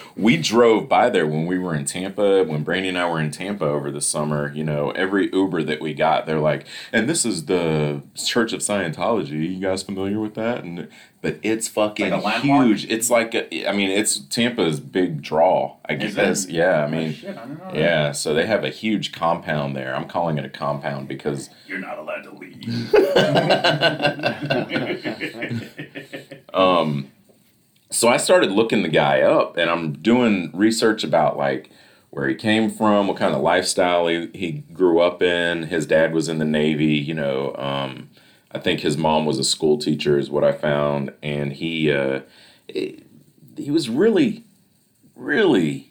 [SPEAKER 2] *laughs* we drove by there when we were in tampa when brandy and i were in tampa over the summer you know every uber that we got they're like and this is the church of scientology you guys familiar with that and but it's fucking
[SPEAKER 4] Like a landmark?
[SPEAKER 2] huge it's like a, i mean it's tampa's big draw i
[SPEAKER 4] Is it?
[SPEAKER 2] guess yeah i mean
[SPEAKER 4] Shit, I don't know.
[SPEAKER 2] yeah, so they have a huge compound there. I'm calling it a compound because
[SPEAKER 4] You're not allowed to leave. *laughs*
[SPEAKER 2] um so I started looking the guy up and I'm doing research about like where he came from, what kind of lifestyle he, he grew up in. His dad was in the Navy, you know, um I think his mom was a school teacher is what I found and he uh it- he was really really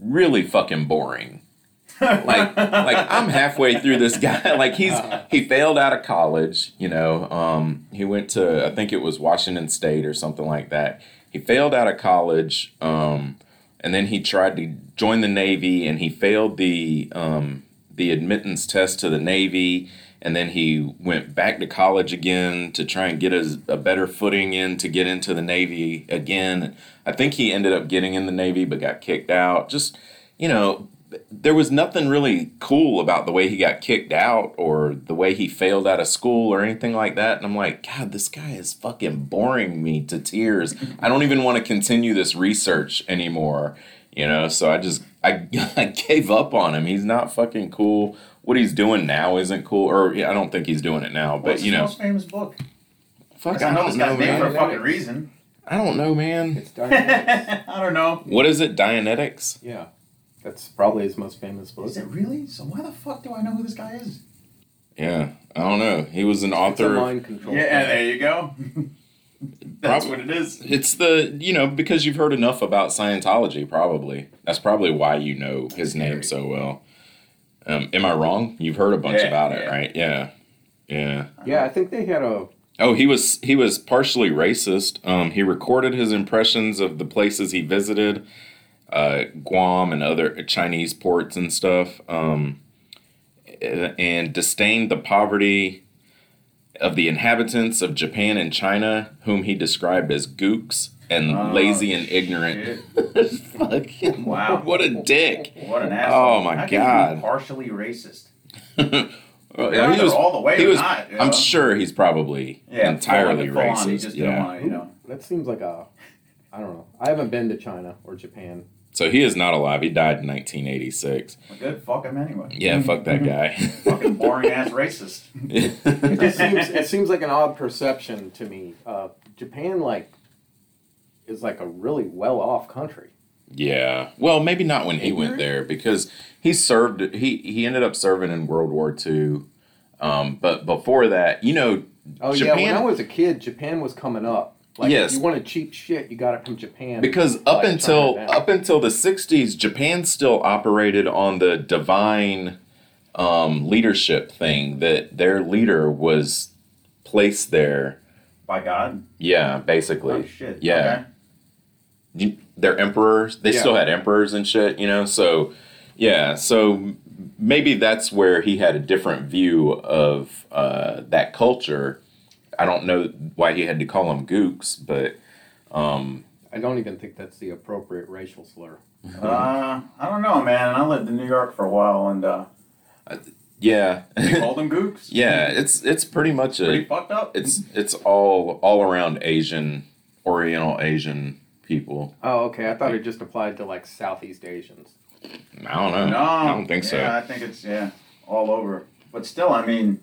[SPEAKER 2] really fucking boring. *laughs* like like I'm halfway through this guy. *laughs* Like he's he failed out of college, you know. Um, he went to I think it was Washington State or something like that. He failed out of college, um, and then he tried to join the Navy, and he failed the um, the admittance test to the Navy. And then he went back to college again to try and get his, a better footing in to get into the Navy again. I think he ended up getting in the Navy but got kicked out. Just, you know, there was nothing really cool about the way he got kicked out or the way he failed out of school or anything like that. And I'm like, God, this guy is fucking boring me to tears. I don't even want to continue this research anymore. You know, so I just I, *laughs* I gave up on him. He's not fucking cool. What he's doing now isn't cool, or yeah, I don't think he's doing it now. But
[SPEAKER 4] What's
[SPEAKER 2] you
[SPEAKER 4] his
[SPEAKER 2] know,
[SPEAKER 4] most famous book?
[SPEAKER 2] fuck,
[SPEAKER 4] I know it's got a name for a
[SPEAKER 2] man.
[SPEAKER 4] fucking reason.
[SPEAKER 2] I don't know, man.
[SPEAKER 3] It's dark.
[SPEAKER 4] I don't know.
[SPEAKER 2] What is it? Dianetics?
[SPEAKER 3] yeah, that's probably his most famous book.
[SPEAKER 4] Is it really? So why the fuck do I know who this guy is?
[SPEAKER 2] Yeah, I don't know. He was an
[SPEAKER 3] It's a
[SPEAKER 2] author.
[SPEAKER 3] mind control.
[SPEAKER 4] Yeah,
[SPEAKER 3] thing.
[SPEAKER 4] there you go. *laughs* That's what it is.
[SPEAKER 2] It's the you know because you've heard enough about Scientology. Probably that's probably why you know his name so well. Um, am I wrong? You've heard a bunch
[SPEAKER 4] Yeah,
[SPEAKER 2] about it,
[SPEAKER 4] yeah.
[SPEAKER 2] right? Yeah, yeah.
[SPEAKER 3] yeah, I think they had a
[SPEAKER 2] Oh, he was he was partially racist. Um, he recorded his impressions of the places he visited, uh, Guam and other Chinese ports and stuff, um, and disdained the poverty of the inhabitants of Japan and China, whom he described as gooks and
[SPEAKER 4] Oh,
[SPEAKER 2] lazy and ignorant. *laughs* Fucking
[SPEAKER 4] Wow.
[SPEAKER 2] *laughs* What a dick!
[SPEAKER 4] *laughs*
[SPEAKER 2] *laughs*
[SPEAKER 4] What an asshole.
[SPEAKER 2] Oh, my
[SPEAKER 4] How can you
[SPEAKER 2] God.
[SPEAKER 4] be partially racist.
[SPEAKER 2] Well,
[SPEAKER 4] You're either all the way
[SPEAKER 2] he
[SPEAKER 4] or
[SPEAKER 2] was-
[SPEAKER 4] not, you know?
[SPEAKER 2] I'm sure he's probably
[SPEAKER 4] Yeah,
[SPEAKER 2] entirely
[SPEAKER 4] full on,
[SPEAKER 2] racist.
[SPEAKER 4] full on, you just
[SPEAKER 2] yeah.
[SPEAKER 4] Don't wanna, you know.
[SPEAKER 3] That seems like a, I don't know. I haven't been to China or Japan.
[SPEAKER 2] So he is not alive. He died in 1986.
[SPEAKER 4] Well, good. Fuck him anyway.
[SPEAKER 2] Yeah, fuck that guy.
[SPEAKER 4] Fucking boring ass racist. Mm-hmm.
[SPEAKER 3] It just seems it seems like an odd perception to me. Uh, Japan like is like a really well off country.
[SPEAKER 2] *laughs* yeah. Well, maybe not when he went there because he served. He he ended up serving in World War II. Um, but before that, you know,
[SPEAKER 3] Oh yeah, when
[SPEAKER 2] Japan-
[SPEAKER 3] I was a kid, Japan was coming up. Like
[SPEAKER 2] Yes.
[SPEAKER 3] if you wanted cheap shit, you got it from Japan.
[SPEAKER 2] because up
[SPEAKER 3] Like
[SPEAKER 2] until
[SPEAKER 3] China now.
[SPEAKER 2] up until the 60s, Japan still operated on the divine um, leadership thing that their leader was placed there.
[SPEAKER 4] By God.
[SPEAKER 2] Yeah, basically.
[SPEAKER 4] Oh, shit.
[SPEAKER 2] Yeah.
[SPEAKER 4] Okay.
[SPEAKER 2] you- their emperors. They
[SPEAKER 3] Yeah.
[SPEAKER 2] still had emperors and shit, you know. So, yeah. So m- maybe that's where he had a different view of uh, that culture. I don't know why he had to call them gooks, but
[SPEAKER 3] I don't even think that's the appropriate racial slur.
[SPEAKER 4] Uh, I don't know, man. I lived in New York for a while, and uh,
[SPEAKER 2] *laughs* yeah, *laughs*
[SPEAKER 4] they called them gooks.
[SPEAKER 2] yeah. It's it's pretty much
[SPEAKER 4] pretty
[SPEAKER 2] a
[SPEAKER 4] fucked up.
[SPEAKER 2] it's it's all all around Asian, Oriental Asian people.
[SPEAKER 3] Oh, okay. I thought it just applied to like Southeast Asians.
[SPEAKER 2] I don't know.
[SPEAKER 4] no,
[SPEAKER 2] uh, I don't think
[SPEAKER 4] yeah,
[SPEAKER 2] so.
[SPEAKER 4] I think it's yeah, all over. But still, I mean,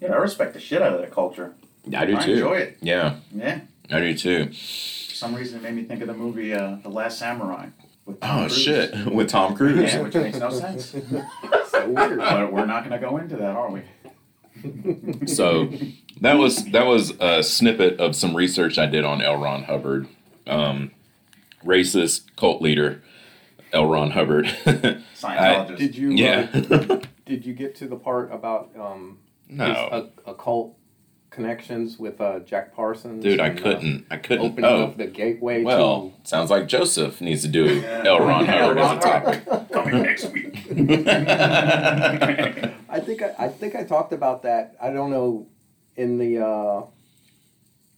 [SPEAKER 4] yeah, I respect the shit out of that culture.
[SPEAKER 2] I do
[SPEAKER 4] I
[SPEAKER 2] too.
[SPEAKER 4] enjoy it.
[SPEAKER 2] Yeah,
[SPEAKER 4] Yeah,
[SPEAKER 2] I do too.
[SPEAKER 4] for some reason it made me think of the movie uh, The Last Samurai. With Tom
[SPEAKER 2] Oh
[SPEAKER 4] Cruise.
[SPEAKER 2] shit, with Tom Cruise.
[SPEAKER 4] Yeah, which makes no sense.
[SPEAKER 3] So weird.
[SPEAKER 4] But we're not going to go into that, are we? *laughs*
[SPEAKER 2] So that was that was a snippet of some research I did on L. Ron Hubbard, um, racist cult leader L. Ron Hubbard. *laughs*
[SPEAKER 4] Scientologist.
[SPEAKER 3] did you uh,
[SPEAKER 2] yeah,
[SPEAKER 3] *laughs* did you get to the part about um his
[SPEAKER 2] no,
[SPEAKER 3] occ- occult connections with uh, Jack Parsons.
[SPEAKER 2] Dude, I
[SPEAKER 3] and, uh,
[SPEAKER 2] couldn't. I couldn't.
[SPEAKER 3] opening
[SPEAKER 2] Oh,
[SPEAKER 3] up the gateway
[SPEAKER 2] well, sounds like Joseph needs to do L.
[SPEAKER 3] *laughs*
[SPEAKER 2] Ron Hubbard as a topic. *laughs*
[SPEAKER 4] Coming next week.
[SPEAKER 3] to. I think I, I think I talked about that. I don't know in the uh,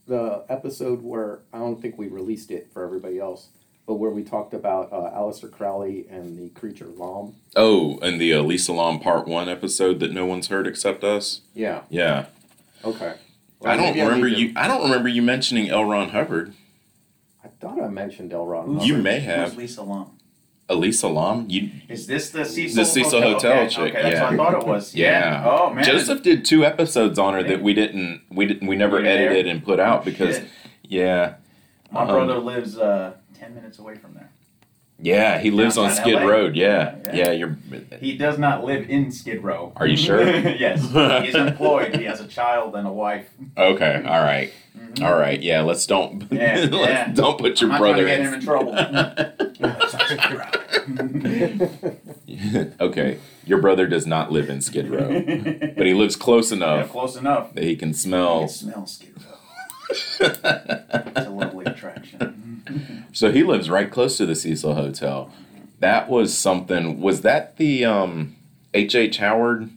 [SPEAKER 3] the episode where I don't think we released it for everybody else, but where we talked about uh, Aleister Crowley and the creature Lom.
[SPEAKER 2] Oh, and the uh, Lisa Lam Part 1 episode that no one's heard except us?
[SPEAKER 3] Yeah.
[SPEAKER 2] Yeah.
[SPEAKER 3] Okay.
[SPEAKER 2] I don't
[SPEAKER 3] maybe
[SPEAKER 2] remember
[SPEAKER 3] need to-
[SPEAKER 2] you. I don't remember you mentioning L. Ron Hubbard.
[SPEAKER 3] I thought I mentioned L. Ron.
[SPEAKER 4] Who's-
[SPEAKER 2] *laughs* You
[SPEAKER 3] Hubbard.
[SPEAKER 2] may
[SPEAKER 4] who's
[SPEAKER 2] have.
[SPEAKER 4] Lisa Lum.
[SPEAKER 2] Elisa Lam. You,
[SPEAKER 4] Is this the Cecil?
[SPEAKER 2] The Cecil Hotel
[SPEAKER 4] okay,
[SPEAKER 2] chick,
[SPEAKER 4] Okay, that's
[SPEAKER 2] yeah.
[SPEAKER 4] what I thought it was.
[SPEAKER 2] yeah.
[SPEAKER 4] Oh man.
[SPEAKER 2] Joseph did two episodes on her that we didn't. We didn't. We never
[SPEAKER 4] Were you there?
[SPEAKER 2] edited and put out
[SPEAKER 4] Oh,
[SPEAKER 2] because.
[SPEAKER 4] shit.
[SPEAKER 2] Yeah.
[SPEAKER 4] My
[SPEAKER 2] um,
[SPEAKER 4] brother lives uh, ten minutes away from there.
[SPEAKER 2] Yeah, he lives on
[SPEAKER 4] Downtown
[SPEAKER 2] Skid
[SPEAKER 4] LA?
[SPEAKER 2] Road. Yeah.
[SPEAKER 4] Yeah.
[SPEAKER 2] Yeah. You're.
[SPEAKER 4] He does not live in Skid Row.
[SPEAKER 2] Are you sure?
[SPEAKER 4] *laughs* yes. He's employed. He has a child and a wife.
[SPEAKER 2] Okay. All right.
[SPEAKER 4] Mhm.
[SPEAKER 2] All right. Yeah. Let's don't. *laughs*
[SPEAKER 4] Yeah,
[SPEAKER 2] let's
[SPEAKER 4] yeah.
[SPEAKER 2] Don't put your
[SPEAKER 4] I'm not
[SPEAKER 2] brother.
[SPEAKER 4] trying to get him in trouble.
[SPEAKER 2] *laughs*
[SPEAKER 4] *laughs*
[SPEAKER 2] okay. Your brother does not live in Skid Row, but he uh, oh. lives close
[SPEAKER 4] yeah,
[SPEAKER 2] enough
[SPEAKER 4] close enough.
[SPEAKER 2] that he can
[SPEAKER 4] You can
[SPEAKER 2] smell.
[SPEAKER 4] smell Skid Row. It's a lovely attraction.
[SPEAKER 2] So he lives right close to the Cecil Hotel. That was something. Was that the um H. H. Howard?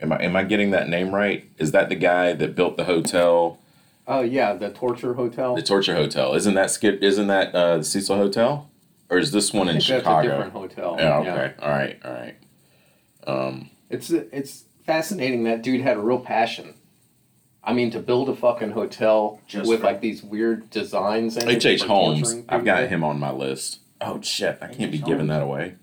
[SPEAKER 2] Am I am I getting that name right? Is that the guy that built the hotel,
[SPEAKER 3] Oh yeah, the torture hotel.
[SPEAKER 2] the torture hotel? Isn't that Skid? Isn't that uh, the Cecil Hotel, or is this one
[SPEAKER 3] I
[SPEAKER 2] in
[SPEAKER 3] think that's a different
[SPEAKER 2] Chicago?
[SPEAKER 3] hotel.
[SPEAKER 2] Yeah. Okay. All right. All right. Um.
[SPEAKER 3] It's it's fascinating that dude had a real passion. I mean, to build a fucking hotel
[SPEAKER 4] Just
[SPEAKER 3] with
[SPEAKER 4] for-
[SPEAKER 3] like these weird designs in it.
[SPEAKER 2] H.H. H.
[SPEAKER 3] for
[SPEAKER 2] Holmes.
[SPEAKER 3] torturing
[SPEAKER 2] I've got
[SPEAKER 3] people.
[SPEAKER 2] him on my list. Oh shit, I can't be
[SPEAKER 4] H.H.
[SPEAKER 2] giving that away.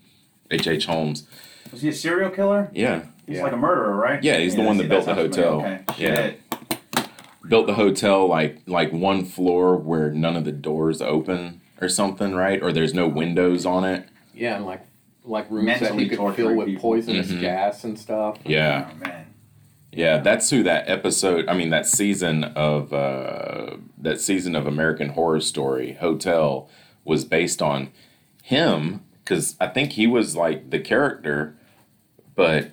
[SPEAKER 2] H.H. H. Holmes.
[SPEAKER 4] Was he a serial killer?
[SPEAKER 2] Yeah.
[SPEAKER 4] He's
[SPEAKER 3] Yeah.
[SPEAKER 4] like a murderer, right?
[SPEAKER 2] Yeah, he's the one that
[SPEAKER 4] see,
[SPEAKER 2] built the
[SPEAKER 4] sounds familiar.
[SPEAKER 2] hotel.
[SPEAKER 4] Okay.
[SPEAKER 2] Yeah.
[SPEAKER 4] Shit.
[SPEAKER 2] Built the hotel like like one floor where none of the doors open or something, right? Or there's no windows on it.
[SPEAKER 3] Yeah, and like like rooms that
[SPEAKER 4] Mentally
[SPEAKER 3] he could fill
[SPEAKER 4] torturing
[SPEAKER 3] with
[SPEAKER 4] people.
[SPEAKER 3] poisonous
[SPEAKER 2] Mhm.
[SPEAKER 3] gas and stuff.
[SPEAKER 2] Yeah.
[SPEAKER 4] Oh, man.
[SPEAKER 2] Yeah, that's who that episode, I mean, that season of, uh, that season of American Horror Story Hotel was based on him, because I think he was like the character, but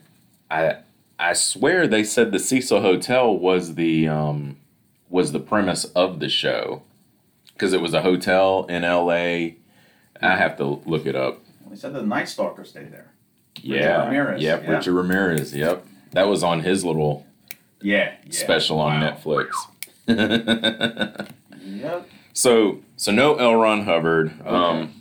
[SPEAKER 2] I, I swear they said the Cecil Hotel was the, um, was the premise of the show, because it was a hotel in LA.
[SPEAKER 4] Mm-hmm.
[SPEAKER 2] I have to look it up.
[SPEAKER 4] They said the Night Stalker stayed there.
[SPEAKER 2] Yeah.
[SPEAKER 4] Ramirez,
[SPEAKER 2] Yep.
[SPEAKER 4] yeah.
[SPEAKER 2] Richard Ramirez. Yep. That was on his little
[SPEAKER 4] Yeah. yeah.
[SPEAKER 2] special on
[SPEAKER 4] Wow.
[SPEAKER 2] Netflix.
[SPEAKER 4] Yep.
[SPEAKER 2] so so no L. Ron Hubbard. Um,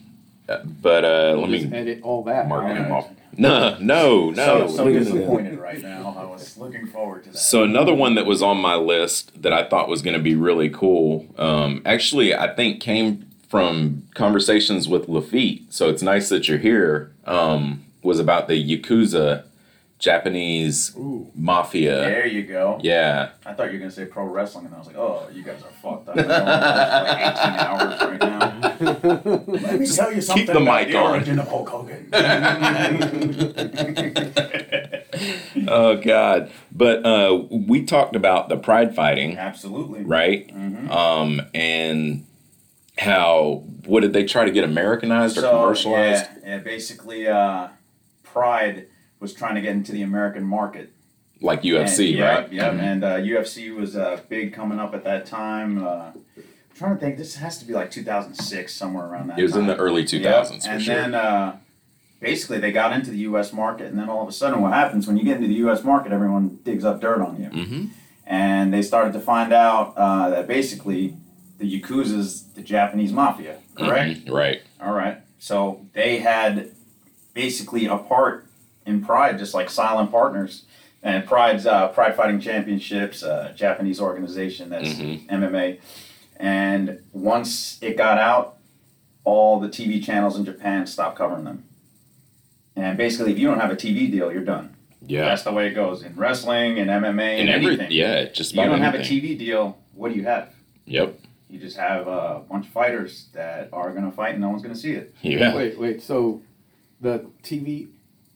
[SPEAKER 2] uh, but uh, let
[SPEAKER 3] Just
[SPEAKER 2] me
[SPEAKER 3] edit all that.
[SPEAKER 2] mark
[SPEAKER 3] out.
[SPEAKER 2] him off. No, no, no.
[SPEAKER 4] so, so disappointed right now. I was looking forward to that.
[SPEAKER 2] So another one that was on my list that I thought was going to be really cool, um, actually I think came from conversations with Lafitte. So it's nice that you're here. Um, was about the Yakuza, Japanese
[SPEAKER 3] Ooh.
[SPEAKER 2] mafia.
[SPEAKER 4] there you go.
[SPEAKER 2] Yeah,
[SPEAKER 4] I thought you were gonna say pro wrestling, and I was like, oh, you guys are fucked up. I've been on this for like 18 hours right now.
[SPEAKER 2] *laughs*
[SPEAKER 4] Let me tell you something
[SPEAKER 2] keep the
[SPEAKER 4] about
[SPEAKER 2] mic
[SPEAKER 4] the
[SPEAKER 2] on.
[SPEAKER 4] origin of Hulk Hogan.
[SPEAKER 2] Oh God! But uh, we talked about the pride fighting,
[SPEAKER 4] *laughs* Absolutely. Mm-hmm.
[SPEAKER 2] right? Um, and how what did they try to get Americanized or commercialized?
[SPEAKER 4] Yeah, yeah, basically, uh, Pride was trying to get into the American market.
[SPEAKER 2] Like UFC,
[SPEAKER 4] and,
[SPEAKER 2] right? Mm-hmm.
[SPEAKER 4] Yep, yep. And uh, UFC was uh, big coming up at that time. Uh, I'm trying to think. This has to be like 2006, somewhere around that.
[SPEAKER 2] It was in the
[SPEAKER 4] time.
[SPEAKER 2] early two thousands
[SPEAKER 4] uh, Yep,
[SPEAKER 2] for
[SPEAKER 4] And
[SPEAKER 2] sure.
[SPEAKER 4] then uh, basically they got into the U.S. market, and then all of a sudden, what happens when you get into the U.S. market? Everyone digs up dirt on you,
[SPEAKER 2] Mhm.
[SPEAKER 4] and they started to find out uh, that basically the yakuza's the Japanese mafia, correct?
[SPEAKER 2] Mhm, Right.
[SPEAKER 4] All right. So they had basically a part in Pride, just like silent partners. And Pride's uh, Pride Fighting Championships, uh, Japanese organization that's
[SPEAKER 2] Mhm.
[SPEAKER 4] MMA. And once it got out, all the TV channels in Japan stopped covering them. And basically, if you don't have a TV deal, you're done.
[SPEAKER 2] Yeah.
[SPEAKER 4] That's the way it goes in wrestling and MMA
[SPEAKER 2] And
[SPEAKER 4] and
[SPEAKER 2] every
[SPEAKER 4] everything.
[SPEAKER 2] yeah, just
[SPEAKER 4] you
[SPEAKER 2] about
[SPEAKER 4] don't have a
[SPEAKER 2] anything.
[SPEAKER 4] TV deal, what do you have?
[SPEAKER 2] Yep.
[SPEAKER 4] You just have a bunch of fighters that are going to fight and no one's going to see it.
[SPEAKER 2] Yeah.
[SPEAKER 3] Wait, wait. So the TV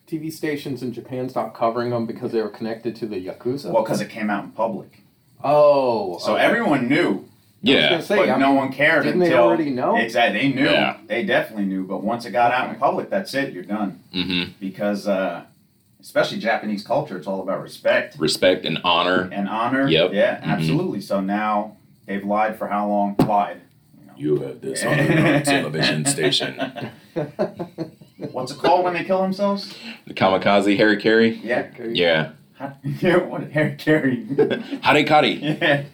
[SPEAKER 3] TV stations in Japan stopped covering them because they were connected to the yakuza.
[SPEAKER 4] Well, because it came out in public,
[SPEAKER 3] oh,
[SPEAKER 4] so
[SPEAKER 3] okay.
[SPEAKER 4] everyone knew,
[SPEAKER 3] I
[SPEAKER 2] Yeah.
[SPEAKER 3] was gonna
[SPEAKER 4] but
[SPEAKER 3] say, I
[SPEAKER 4] no
[SPEAKER 3] mean,
[SPEAKER 4] one cared
[SPEAKER 3] didn't they
[SPEAKER 4] until
[SPEAKER 3] already know?
[SPEAKER 4] Exactly, they knew.
[SPEAKER 2] Yeah.
[SPEAKER 4] They definitely knew, but once it got out in
[SPEAKER 3] Okay.
[SPEAKER 4] public, that's it. You're done
[SPEAKER 2] Mm-hmm.
[SPEAKER 4] because uh, especially Japanese culture, it's all about respect
[SPEAKER 2] Respect and honor.
[SPEAKER 4] and honor.
[SPEAKER 2] Yep.
[SPEAKER 4] Yeah,
[SPEAKER 2] Mhm.
[SPEAKER 4] absolutely. So now they've lied for how long? Lied.
[SPEAKER 2] You have dishonored
[SPEAKER 4] *laughs*
[SPEAKER 2] our television station.
[SPEAKER 4] What's it called when they kill themselves?
[SPEAKER 2] The kamikaze Harry Carey?
[SPEAKER 4] Yeah. *laughs*
[SPEAKER 3] *laughs*
[SPEAKER 2] Yeah.
[SPEAKER 4] How- Yeah, what Harry Carey. *laughs*
[SPEAKER 2] Hare Kari.
[SPEAKER 3] *laughs*
[SPEAKER 4] yeah.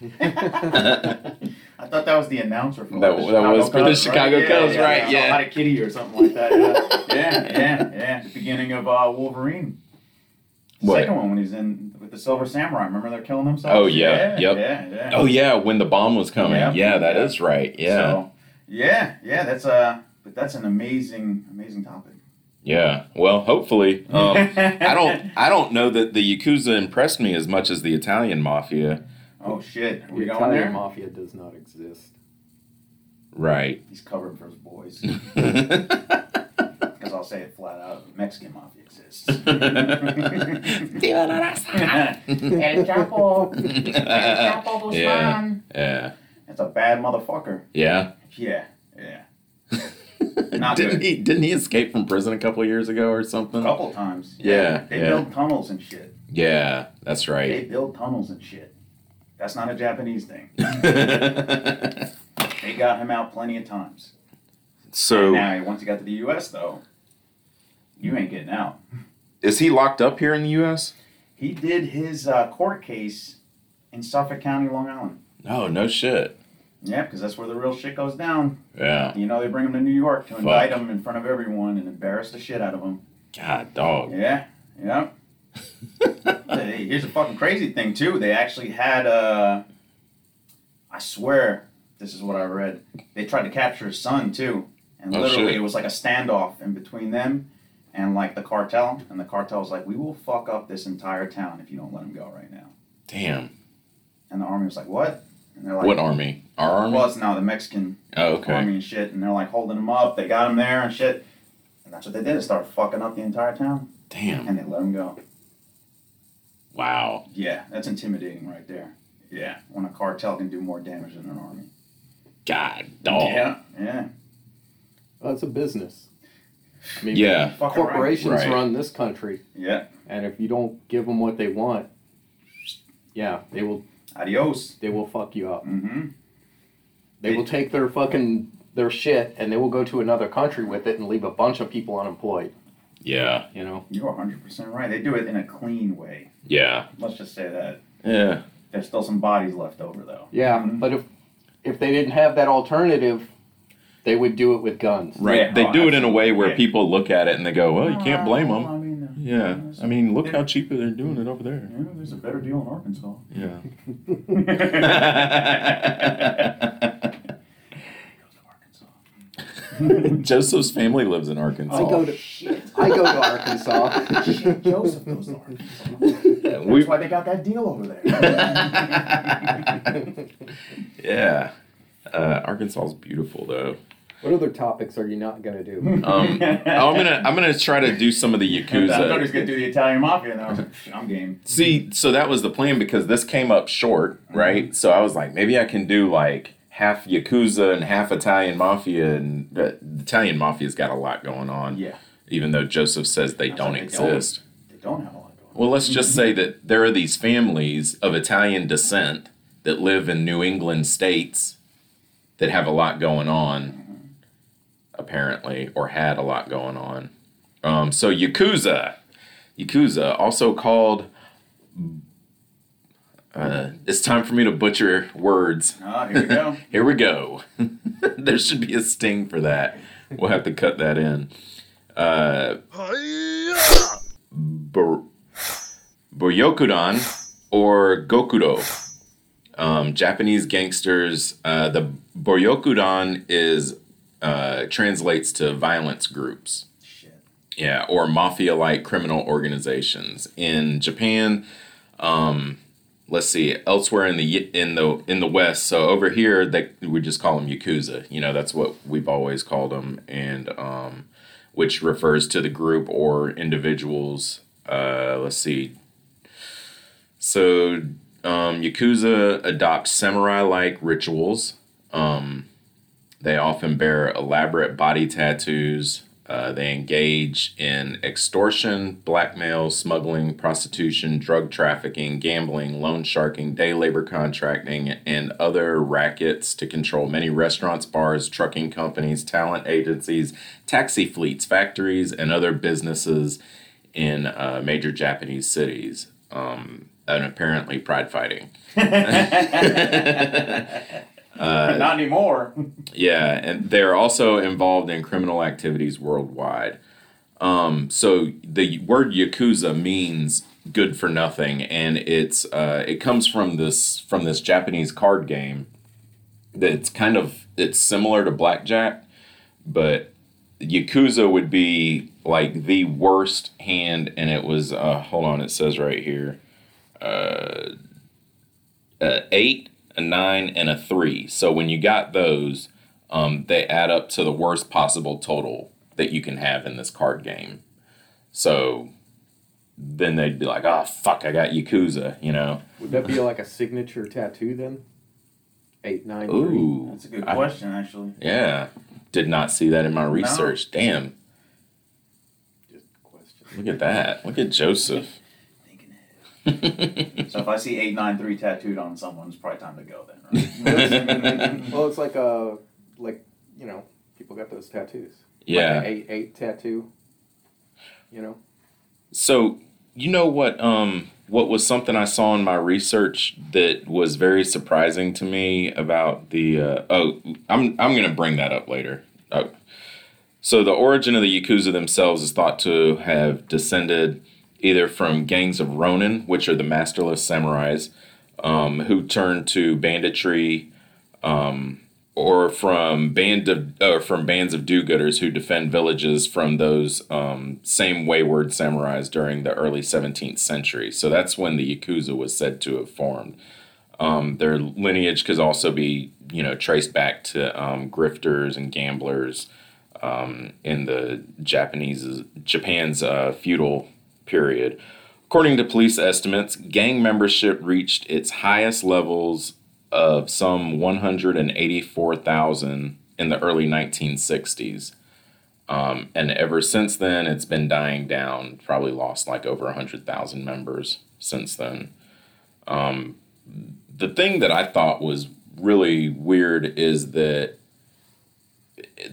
[SPEAKER 4] I thought that was the announcer for
[SPEAKER 2] That-
[SPEAKER 4] like, the
[SPEAKER 2] that
[SPEAKER 4] Chicago
[SPEAKER 2] was for the
[SPEAKER 4] Cubs,
[SPEAKER 2] Chicago
[SPEAKER 4] right?
[SPEAKER 2] Cubs,
[SPEAKER 4] yeah,
[SPEAKER 2] right,
[SPEAKER 4] Yeah,
[SPEAKER 2] yeah.
[SPEAKER 4] How to Kitty or something
[SPEAKER 2] *laughs*
[SPEAKER 4] like that. Yeah, yeah, yeah. yeah. The beginning of uh, Wolverine. The
[SPEAKER 2] What?
[SPEAKER 4] Second one when he's in with the Silver Samurai. Remember they're killing themselves?
[SPEAKER 2] Oh, yeah,
[SPEAKER 4] Yeah,
[SPEAKER 2] yep.
[SPEAKER 4] yeah, yeah.
[SPEAKER 2] *laughs* Oh yeah, when the bomb was coming.
[SPEAKER 4] Yeah.
[SPEAKER 2] Yeah, that is right. Yeah.
[SPEAKER 4] So, yeah, yeah. That's uh, but that's an amazing, amazing topic.
[SPEAKER 2] Yeah. Well,
[SPEAKER 4] *laughs*
[SPEAKER 2] hopefully. Um, I don't I don't know that the Yakuza impressed me as much as the Italian mafia.
[SPEAKER 4] Oh shit, are
[SPEAKER 3] The
[SPEAKER 4] we going
[SPEAKER 3] Italian
[SPEAKER 4] there?
[SPEAKER 3] mafia does not exist.
[SPEAKER 2] Right. *laughs*
[SPEAKER 4] *laughs* He's covering for his boys.
[SPEAKER 2] Theodore
[SPEAKER 4] Because I'll say it flat out, the Mexican mafia
[SPEAKER 2] *laughs*
[SPEAKER 4] exists. *laughs*
[SPEAKER 2] Asa.
[SPEAKER 9] El Chapo. El
[SPEAKER 2] yeah.
[SPEAKER 9] Chapo Guzman.
[SPEAKER 2] *laughs* Yeah. Yeah.
[SPEAKER 4] That's a bad motherfucker. Yeah, yeah. Not
[SPEAKER 2] didn't
[SPEAKER 4] good.
[SPEAKER 2] he didn't he escape from prison a couple years ago or
[SPEAKER 4] A
[SPEAKER 2] something?
[SPEAKER 4] couple times.
[SPEAKER 2] Yeah,
[SPEAKER 4] They
[SPEAKER 2] yeah.
[SPEAKER 4] build tunnels and shit.
[SPEAKER 2] Yeah, that's *laughs*
[SPEAKER 4] They
[SPEAKER 2] right.
[SPEAKER 4] build tunnels and shit. That's not a Japanese thing.
[SPEAKER 2] so
[SPEAKER 4] They got him out plenty of times. Now, once he got to the U.S., though, you ain't getting out.
[SPEAKER 2] is he locked up here in the US?
[SPEAKER 4] He did his uh, court case in Suffolk County, Long Island.
[SPEAKER 2] No, no shit.
[SPEAKER 4] Yeah, because that's where the real shit goes down.
[SPEAKER 2] Yeah.
[SPEAKER 4] You know, they bring him to New York to indict
[SPEAKER 2] Fuck.
[SPEAKER 4] him in front of everyone and embarrass the shit out of him.
[SPEAKER 2] God dog.
[SPEAKER 4] Yeah, yeah.
[SPEAKER 2] *laughs*
[SPEAKER 4] Hey, here's a fucking crazy thing too. They actually had uh I swear this is what I read. They tried to capture his son too. And
[SPEAKER 2] Oh,
[SPEAKER 4] literally
[SPEAKER 2] shit.
[SPEAKER 4] it was like a standoff in between them and like the cartel. And the cartel was like, We will fuck up this entire town if you don't let him go right now.
[SPEAKER 2] Damn.
[SPEAKER 4] And the army was like, What? And they're like
[SPEAKER 2] What army? Our army?
[SPEAKER 4] Well it's now the Mexican
[SPEAKER 2] oh, okay.
[SPEAKER 4] army and shit, and they're like holding him up, they got him there and shit. And that's what they did, they started fucking up the entire town
[SPEAKER 2] Damn.
[SPEAKER 4] and they let him go.
[SPEAKER 2] Wow.
[SPEAKER 4] Yeah, that's intimidating right there. Yeah, when a cartel can do more damage than an army.
[SPEAKER 2] God dog.
[SPEAKER 4] Yeah, yeah.
[SPEAKER 3] Well, it's a business. I mean,
[SPEAKER 2] Yeah.
[SPEAKER 4] Fucking right.
[SPEAKER 3] corporations
[SPEAKER 2] Right.
[SPEAKER 3] run this country,
[SPEAKER 4] Yeah.
[SPEAKER 3] and if you don't give them what they want, yeah, they will
[SPEAKER 4] Adios.
[SPEAKER 3] they will fuck you up.
[SPEAKER 4] Mm-hmm.
[SPEAKER 3] They will take their fucking their shit and they will go to another country with it and leave a bunch of people unemployed.
[SPEAKER 2] Yeah.
[SPEAKER 3] You know,
[SPEAKER 4] You're 100% right. They do it in a clean way.
[SPEAKER 2] Yeah.
[SPEAKER 4] Let's just say that.
[SPEAKER 2] Yeah.
[SPEAKER 4] There's still some bodies left over, though.
[SPEAKER 3] yeah.
[SPEAKER 4] Mhm.
[SPEAKER 3] But if if they didn't have that alternative, they would do it with guns.
[SPEAKER 2] Right.
[SPEAKER 4] Yeah.
[SPEAKER 2] They
[SPEAKER 4] Oh,
[SPEAKER 2] do it in a way where
[SPEAKER 4] absolutely.
[SPEAKER 2] people look at it and they go, well, you can't blame
[SPEAKER 4] Well,
[SPEAKER 2] them.
[SPEAKER 4] I mean, uh,
[SPEAKER 2] Yeah. I mean, look how cheap they're doing it over there.
[SPEAKER 4] yeah, there's a better deal in Arkansas.
[SPEAKER 2] *laughs* Yeah.
[SPEAKER 4] *laughs*
[SPEAKER 2] Joseph's family lives in Arkansas.
[SPEAKER 3] I go to I go to *laughs* Arkansas.
[SPEAKER 4] Shit, Joseph goes to Arkansas.
[SPEAKER 2] *laughs* we
[SPEAKER 4] That's why they got that deal over
[SPEAKER 2] *laughs*
[SPEAKER 4] there.
[SPEAKER 2] yeah. Uh, Arkansas is beautiful though.
[SPEAKER 3] what other topics are you not gonna do?
[SPEAKER 2] Um, oh, I'm gonna I'm gonna try to do some of the
[SPEAKER 4] *laughs* I thought he
[SPEAKER 2] yakuza.
[SPEAKER 4] was going to do the Italian Mafia, and I was like,
[SPEAKER 2] *laughs*
[SPEAKER 4] I'm game.
[SPEAKER 2] See, so that was the plan because this came up short, right? So I was like, maybe I can do like half yakuza and half Italian mafia, and uh, the Italian mafia's got a lot going on.
[SPEAKER 4] Yeah.
[SPEAKER 2] Even though Joseph says they
[SPEAKER 4] I was
[SPEAKER 2] don't
[SPEAKER 4] like, they don't.
[SPEAKER 2] exist.
[SPEAKER 4] They don't have a lot going on.
[SPEAKER 2] Well, let's just say that there are these families of Italian descent that live in New England states that have a lot going on, apparently, or had a lot going on. Um, so Yakuza, Yakuza, also called. Uh, it's time for me to butcher words.
[SPEAKER 4] Ah, here we
[SPEAKER 2] *laughs*
[SPEAKER 4] go.
[SPEAKER 2] Here we go. there should be a sting for that. We'll have to cut that in. Uh, Bur- Buryokudan or Gokudo. Um, Japanese gangsters. Uh, the Buryokudan is uh, translates to violence groups.
[SPEAKER 4] Shit.
[SPEAKER 2] Yeah, or mafia-like criminal organizations in Japan um, let's see elsewhere in the in the in the west so over here they we just call them yakuza you know that's what we've always called them and um which refers to the group or individuals uh let's see so um yakuza adopts samurai like rituals um they often bear elaborate body tattoos Uh, they engage in extortion, blackmail, smuggling, prostitution, drug trafficking, gambling, loan sharking, day labor contracting, and other rackets to control many restaurants, bars, trucking companies, talent agencies, taxi fleets, factories, and other businesses in uh, major Japanese cities. Um, and apparently, pride fighting. Uh,
[SPEAKER 4] Not anymore.
[SPEAKER 2] Yeah, and they're also involved in criminal activities worldwide. Um, so the word yakuza means good for nothing, and it's uh, it comes from this from this Japanese card game that's kind of it's similar to blackjack, but yakuza would be like the worst hand, and it was uh, hold on, it says right here uh, a eight, a nine, and a three. So when you got those, um, they add up to the worst possible total that you can have in this card game. So then they'd be like, oh, fuck, I got Yakuza, you know?
[SPEAKER 3] Would that be like a signature tattoo then? Eight nine three.
[SPEAKER 2] Ooh,
[SPEAKER 4] That's a good
[SPEAKER 2] I-
[SPEAKER 4] question, actually.
[SPEAKER 2] yeah. Did not see that in my research. Damn,
[SPEAKER 3] Just a question.
[SPEAKER 2] look at that. Look at Joseph. *laughs*
[SPEAKER 4] So if I see eight nine three tattooed on someone, it's probably time to go then. Right?
[SPEAKER 2] *laughs*
[SPEAKER 3] Well, it's like a like you know people got those tattoos. Like an
[SPEAKER 2] Yeah.
[SPEAKER 3] eight eight tattoo. You know.
[SPEAKER 2] So you know what? Um, what was something I saw in my research that was very surprising to me about the? Uh, oh, I'm I'm gonna bring that up later. Oh. So the origin of the yakuza themselves is thought to have descended either from gangs of ronin, which are the masterless samurais, um, who turned to banditry, or from band of or from bands of do-gooders who defend villages from those um, same wayward samurais during the early 17th century. So that's when the yakuza was said to have formed. Um, their lineage could also be you know traced back to um, grifters and gamblers um, in the Japanese Japan's uh, feudal period. According to police estimates, gang membership reached its highest levels of some 184,000 in the early 1960s. Um, and ever since then, it's been dying down, probably lost like over 100,000 members since then. Um, the thing that I thought was really weird is that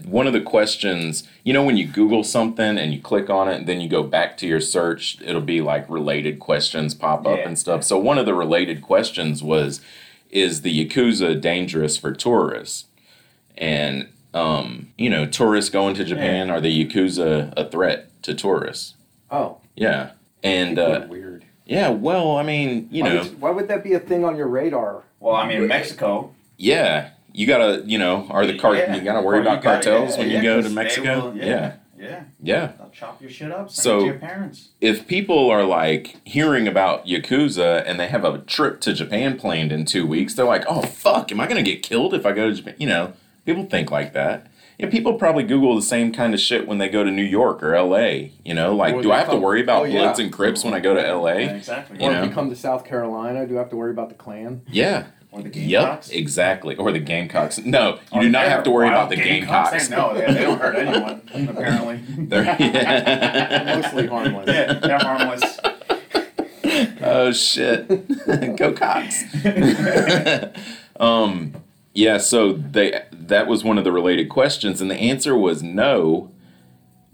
[SPEAKER 2] one of the questions, you know, when you Google something and you click on it, and then you go back to your search, it'll be like related questions pop up
[SPEAKER 4] Yeah.
[SPEAKER 2] and stuff. So one of the related questions was, is the Yakuza dangerous for tourists? And, um, you know, tourists going to Japan, are the Yakuza a threat to tourists?
[SPEAKER 3] Oh,
[SPEAKER 2] Yeah. And, uh,
[SPEAKER 3] weird.
[SPEAKER 2] yeah, well, I mean, you
[SPEAKER 3] Why
[SPEAKER 2] know,
[SPEAKER 3] would, why would that be a thing on your radar?
[SPEAKER 4] well, I mean, Mexico.
[SPEAKER 2] yeah, you gotta, you know, are the cart,
[SPEAKER 4] Yeah.
[SPEAKER 2] you gotta worry
[SPEAKER 4] Well, you
[SPEAKER 2] about
[SPEAKER 4] gotta-
[SPEAKER 2] cartels
[SPEAKER 4] yeah,
[SPEAKER 2] when
[SPEAKER 4] yeah,
[SPEAKER 2] you go
[SPEAKER 4] 'cause
[SPEAKER 2] to
[SPEAKER 4] they
[SPEAKER 2] Mexico?
[SPEAKER 4] will-
[SPEAKER 2] yeah.
[SPEAKER 4] Yeah.
[SPEAKER 2] Yeah.
[SPEAKER 4] They'll chop your shit up. Send
[SPEAKER 2] So-
[SPEAKER 4] it to your parents.
[SPEAKER 2] if people are like hearing about Yakuza and they have a trip to Japan planned in two weeks, they're like, oh, fuck, am I going to get killed if I go to Japan? You know, people think like that. You know, people probably Google the same kind of shit when they go to New York or LA. You know, like,
[SPEAKER 3] Or
[SPEAKER 2] do
[SPEAKER 3] they
[SPEAKER 2] I have to
[SPEAKER 3] come-
[SPEAKER 2] worry about
[SPEAKER 3] oh, yeah.
[SPEAKER 2] Bloods and Crips when I go to LA?
[SPEAKER 4] Yeah, exactly.
[SPEAKER 2] You
[SPEAKER 3] or
[SPEAKER 2] know?
[SPEAKER 3] if you come to South Carolina, do I have to worry about the Klan?
[SPEAKER 2] Yeah.
[SPEAKER 4] Or the
[SPEAKER 2] Yep,
[SPEAKER 4] Gamecocks.
[SPEAKER 2] exactly. Or the Gamecococks. No, you
[SPEAKER 4] Or
[SPEAKER 2] do not
[SPEAKER 4] Oh, they're
[SPEAKER 2] have to worry
[SPEAKER 4] wild
[SPEAKER 2] about the Gamecocks.
[SPEAKER 4] They- No, they, they don't hurt anyone, apparently.
[SPEAKER 2] *laughs* They're- *laughs*
[SPEAKER 3] Mostly harmless.
[SPEAKER 4] yeah, they're harmless.
[SPEAKER 2] oh shit *laughs* go cox *laughs* um yeah so they that was one of the related questions and the answer was no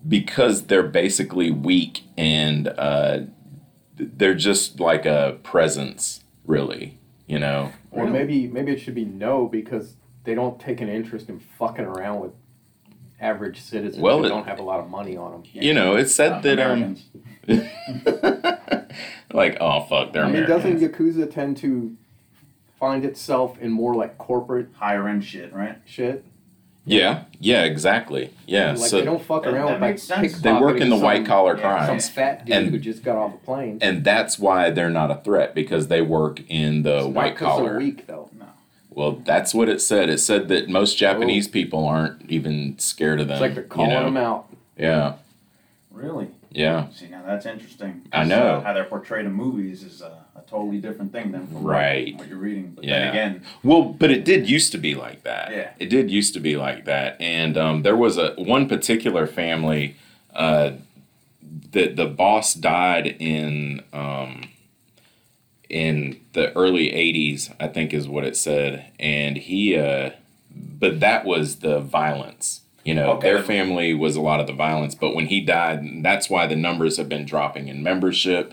[SPEAKER 2] because they're basically weak and uh they're just like a presence really you know
[SPEAKER 3] Or maybe maybe it should be no because they don't take an interest in fucking around with average citizens
[SPEAKER 2] Well,
[SPEAKER 3] who
[SPEAKER 2] it-
[SPEAKER 3] don't have a lot of money on them.
[SPEAKER 2] you know it's *laughs* said
[SPEAKER 4] Not
[SPEAKER 2] that um
[SPEAKER 4] Americans.
[SPEAKER 2] *laughs* like oh fuck they're
[SPEAKER 3] I mean,
[SPEAKER 2] American.
[SPEAKER 3] doesn't Yakuza tend to find itself in more like corporate
[SPEAKER 4] higher end shit, right?
[SPEAKER 3] shit?
[SPEAKER 2] yeah yeah exactly yeah
[SPEAKER 3] Like they
[SPEAKER 2] so
[SPEAKER 3] don't fuck
[SPEAKER 4] That-
[SPEAKER 3] around
[SPEAKER 4] that
[SPEAKER 3] with like
[SPEAKER 4] makes sense.
[SPEAKER 2] they work in the
[SPEAKER 3] pickpocketing
[SPEAKER 2] white
[SPEAKER 3] some-
[SPEAKER 2] collar
[SPEAKER 4] yeah,
[SPEAKER 2] crimes
[SPEAKER 3] Some fat dude
[SPEAKER 2] And-
[SPEAKER 3] who just got off a plane.
[SPEAKER 2] and that's why they're not a threat because they work in the
[SPEAKER 3] It's not
[SPEAKER 2] white
[SPEAKER 3] 'cause they're
[SPEAKER 2] collar.
[SPEAKER 3] Weak though.
[SPEAKER 2] Well, that's what it said. It said that most Japanese people aren't even scared of them.
[SPEAKER 3] Oh. It's like they're
[SPEAKER 2] you
[SPEAKER 3] calling
[SPEAKER 2] know?
[SPEAKER 3] them out.
[SPEAKER 2] Yeah,
[SPEAKER 4] Really?
[SPEAKER 2] Yeah.
[SPEAKER 4] See, now that's interesting. uh,
[SPEAKER 2] I know.
[SPEAKER 4] How they're portrayed in movies is a, a totally different thing than from
[SPEAKER 2] Right.
[SPEAKER 4] what you're reading. But
[SPEAKER 2] Yeah.
[SPEAKER 4] then again,
[SPEAKER 2] Well, but it did used to be like that.
[SPEAKER 4] Yeah.
[SPEAKER 2] It did used to be like that, and um, there was a one particular family uh, that the boss died in um, in the early '80s, I think is what it said, and he. Uh, but that was the violence. You know,
[SPEAKER 4] Okay.
[SPEAKER 2] their family was a lot of the violence, but when he died, that's why the numbers have been dropping in membership.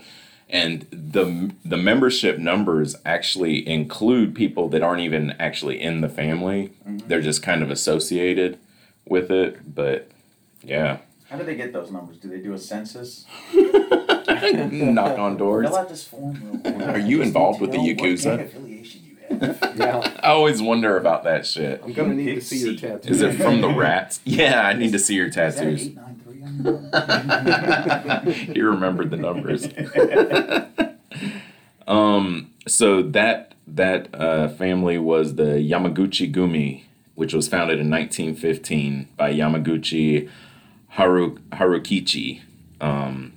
[SPEAKER 2] And the the membership numbers actually include people that aren't even actually in the family.
[SPEAKER 3] Mm-hmm.
[SPEAKER 2] They're just kind of associated with it, but
[SPEAKER 3] *laughs*
[SPEAKER 2] yeah.
[SPEAKER 4] how do they get those numbers? Do they do a census?
[SPEAKER 2] Knock on doors.
[SPEAKER 4] Fill out this form. real quick.
[SPEAKER 2] *laughs* Are you involved with the
[SPEAKER 4] What gang
[SPEAKER 2] Yakuza?
[SPEAKER 4] affiliation you have?
[SPEAKER 3] Yeah,
[SPEAKER 2] I always wonder about that shit.
[SPEAKER 3] I'm gonna need to see your
[SPEAKER 4] Is
[SPEAKER 3] tattoo.
[SPEAKER 2] Is it from
[SPEAKER 3] *laughs*
[SPEAKER 2] the rats? Yeah, I need to see your
[SPEAKER 4] Is that an
[SPEAKER 2] tattoos.
[SPEAKER 4] 893 on
[SPEAKER 2] *laughs*
[SPEAKER 4] there?
[SPEAKER 2] he remembered the numbers. *laughs* um, so that that uh, family was the Yamaguchi Gumi, which was founded in 1915 by Yamaguchi Haru, Harukichi, um,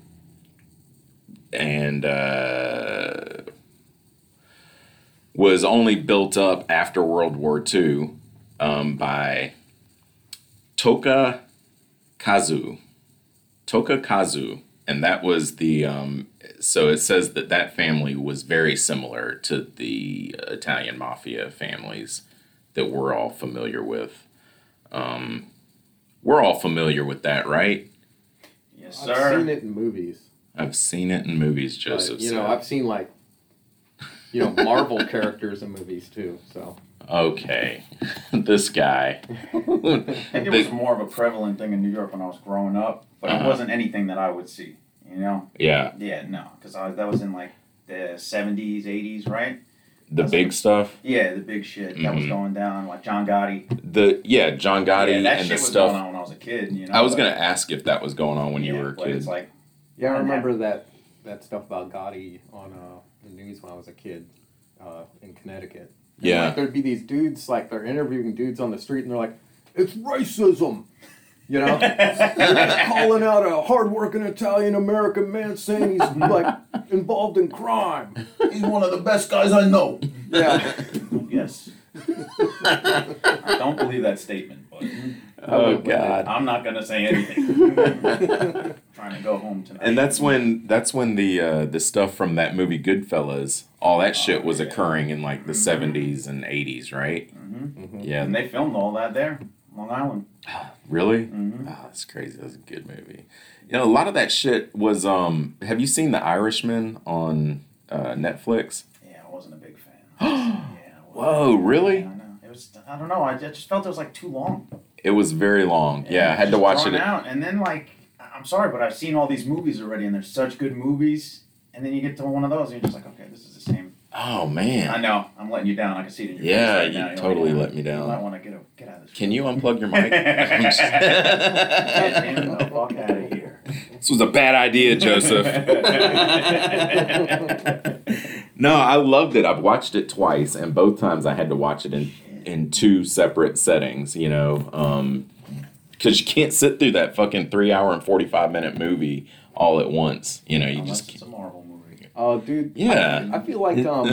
[SPEAKER 2] and uh, was only built up after World War II um, by Toka Kazu. Tokukazu, and that was the. Um, so it says that that family was very similar to the Italian mafia families that we're all familiar with. Um, we're all familiar with that, right?
[SPEAKER 4] yes,
[SPEAKER 3] I've
[SPEAKER 4] sir.
[SPEAKER 3] seen it in movies.
[SPEAKER 2] I've seen it in movies,
[SPEAKER 4] Uh,
[SPEAKER 3] but,
[SPEAKER 2] Joseph.
[SPEAKER 3] you know,
[SPEAKER 2] said.
[SPEAKER 3] I've seen like you know Marvel characters in movies too. So
[SPEAKER 2] okay, *laughs* this guy.
[SPEAKER 4] I think it was more of a prevalent thing in New York when I was growing up, but it
[SPEAKER 2] Uh-huh.
[SPEAKER 4] wasn't anything that I would see. You know?
[SPEAKER 2] *laughs* yeah,
[SPEAKER 4] Yeah, no, because that was in like the 70s, 80s, right?
[SPEAKER 2] the big stuff.
[SPEAKER 4] Yeah, the big shit that was
[SPEAKER 2] Mhm.
[SPEAKER 4] going down, like John Gotti.
[SPEAKER 2] The yeah, John
[SPEAKER 4] yeah,
[SPEAKER 2] Gotti
[SPEAKER 4] that
[SPEAKER 2] and
[SPEAKER 4] shit
[SPEAKER 2] the
[SPEAKER 4] was
[SPEAKER 2] stuff.
[SPEAKER 4] going on when I was a kid. You know,
[SPEAKER 2] I was
[SPEAKER 4] but-
[SPEAKER 2] gonna ask if that was going on when you
[SPEAKER 4] yeah,
[SPEAKER 2] were a
[SPEAKER 4] but
[SPEAKER 2] kid.
[SPEAKER 4] It's like
[SPEAKER 3] yeah, I
[SPEAKER 4] And that-
[SPEAKER 3] remember that that stuff about Gotti on uh, the news when I was a kid uh, in Connecticut. And,
[SPEAKER 2] Yeah.
[SPEAKER 3] like, there'd be these dudes like they're interviewing dudes on the street and they're like, "It's racism," you know, They're just calling out a hardworking Italian American man saying he's like involved in crime.
[SPEAKER 4] he's one of the best guys I know.
[SPEAKER 3] Yeah,
[SPEAKER 4] yes. I don't believe that statement, but
[SPEAKER 2] oh God.
[SPEAKER 4] I'm not gonna say anything. Trying to go home tonight.
[SPEAKER 2] And that's when that's when the uh, the stuff from that movie Goodfellas, all that shit was
[SPEAKER 4] Oh, yeah. Mm-hmm.
[SPEAKER 2] occurring in like the seventies and eighties, right?
[SPEAKER 4] Mhm.
[SPEAKER 2] Yeah,
[SPEAKER 4] And they filmed all that there, Long Island.
[SPEAKER 2] really.
[SPEAKER 4] Mhm.
[SPEAKER 2] Ah, that's crazy. That's a good movie. You know, a lot of that shit was. Um, have you seen The Irishman on uh,
[SPEAKER 4] *gasps*
[SPEAKER 2] Netflix?
[SPEAKER 4] Yeah, I wasn't a big fan. yeah, I wasn't.
[SPEAKER 2] Whoa, really?
[SPEAKER 4] Yeah, I know. It was. I don't know. I just felt it was like too long.
[SPEAKER 2] It was very long. Yeah, I had to
[SPEAKER 4] Just
[SPEAKER 2] watch
[SPEAKER 4] drawn
[SPEAKER 2] it.
[SPEAKER 4] out. And then like, I- I'm sorry, but I've seen all these movies already, and they're such good movies. And then you get to one of those, and you're just like, okay, this is the same.
[SPEAKER 2] Oh
[SPEAKER 4] I
[SPEAKER 2] man.
[SPEAKER 4] know. I'm letting you down. I can see it in your
[SPEAKER 2] Yeah,
[SPEAKER 4] face right
[SPEAKER 2] you
[SPEAKER 4] now. You're like,
[SPEAKER 2] totally
[SPEAKER 4] "Yeah,
[SPEAKER 2] let me
[SPEAKER 4] You
[SPEAKER 2] down."
[SPEAKER 4] might want to get a, get out of this.
[SPEAKER 2] Can you unplug your
[SPEAKER 4] *laughs*
[SPEAKER 2] mic?
[SPEAKER 4] Get him the fuck out of here.
[SPEAKER 2] This was a bad idea, Joseph. *laughs* no, I loved it. I've watched it twice, and both times I had to watch it in in two separate settings. You know, um, because you can't sit through that fucking three hour and forty five minute movie all at once. You know, you
[SPEAKER 4] Unless
[SPEAKER 2] just
[SPEAKER 4] it's
[SPEAKER 2] can't.
[SPEAKER 4] a Marvel movie.
[SPEAKER 3] oh, dude.
[SPEAKER 2] yeah.
[SPEAKER 3] I feel like um,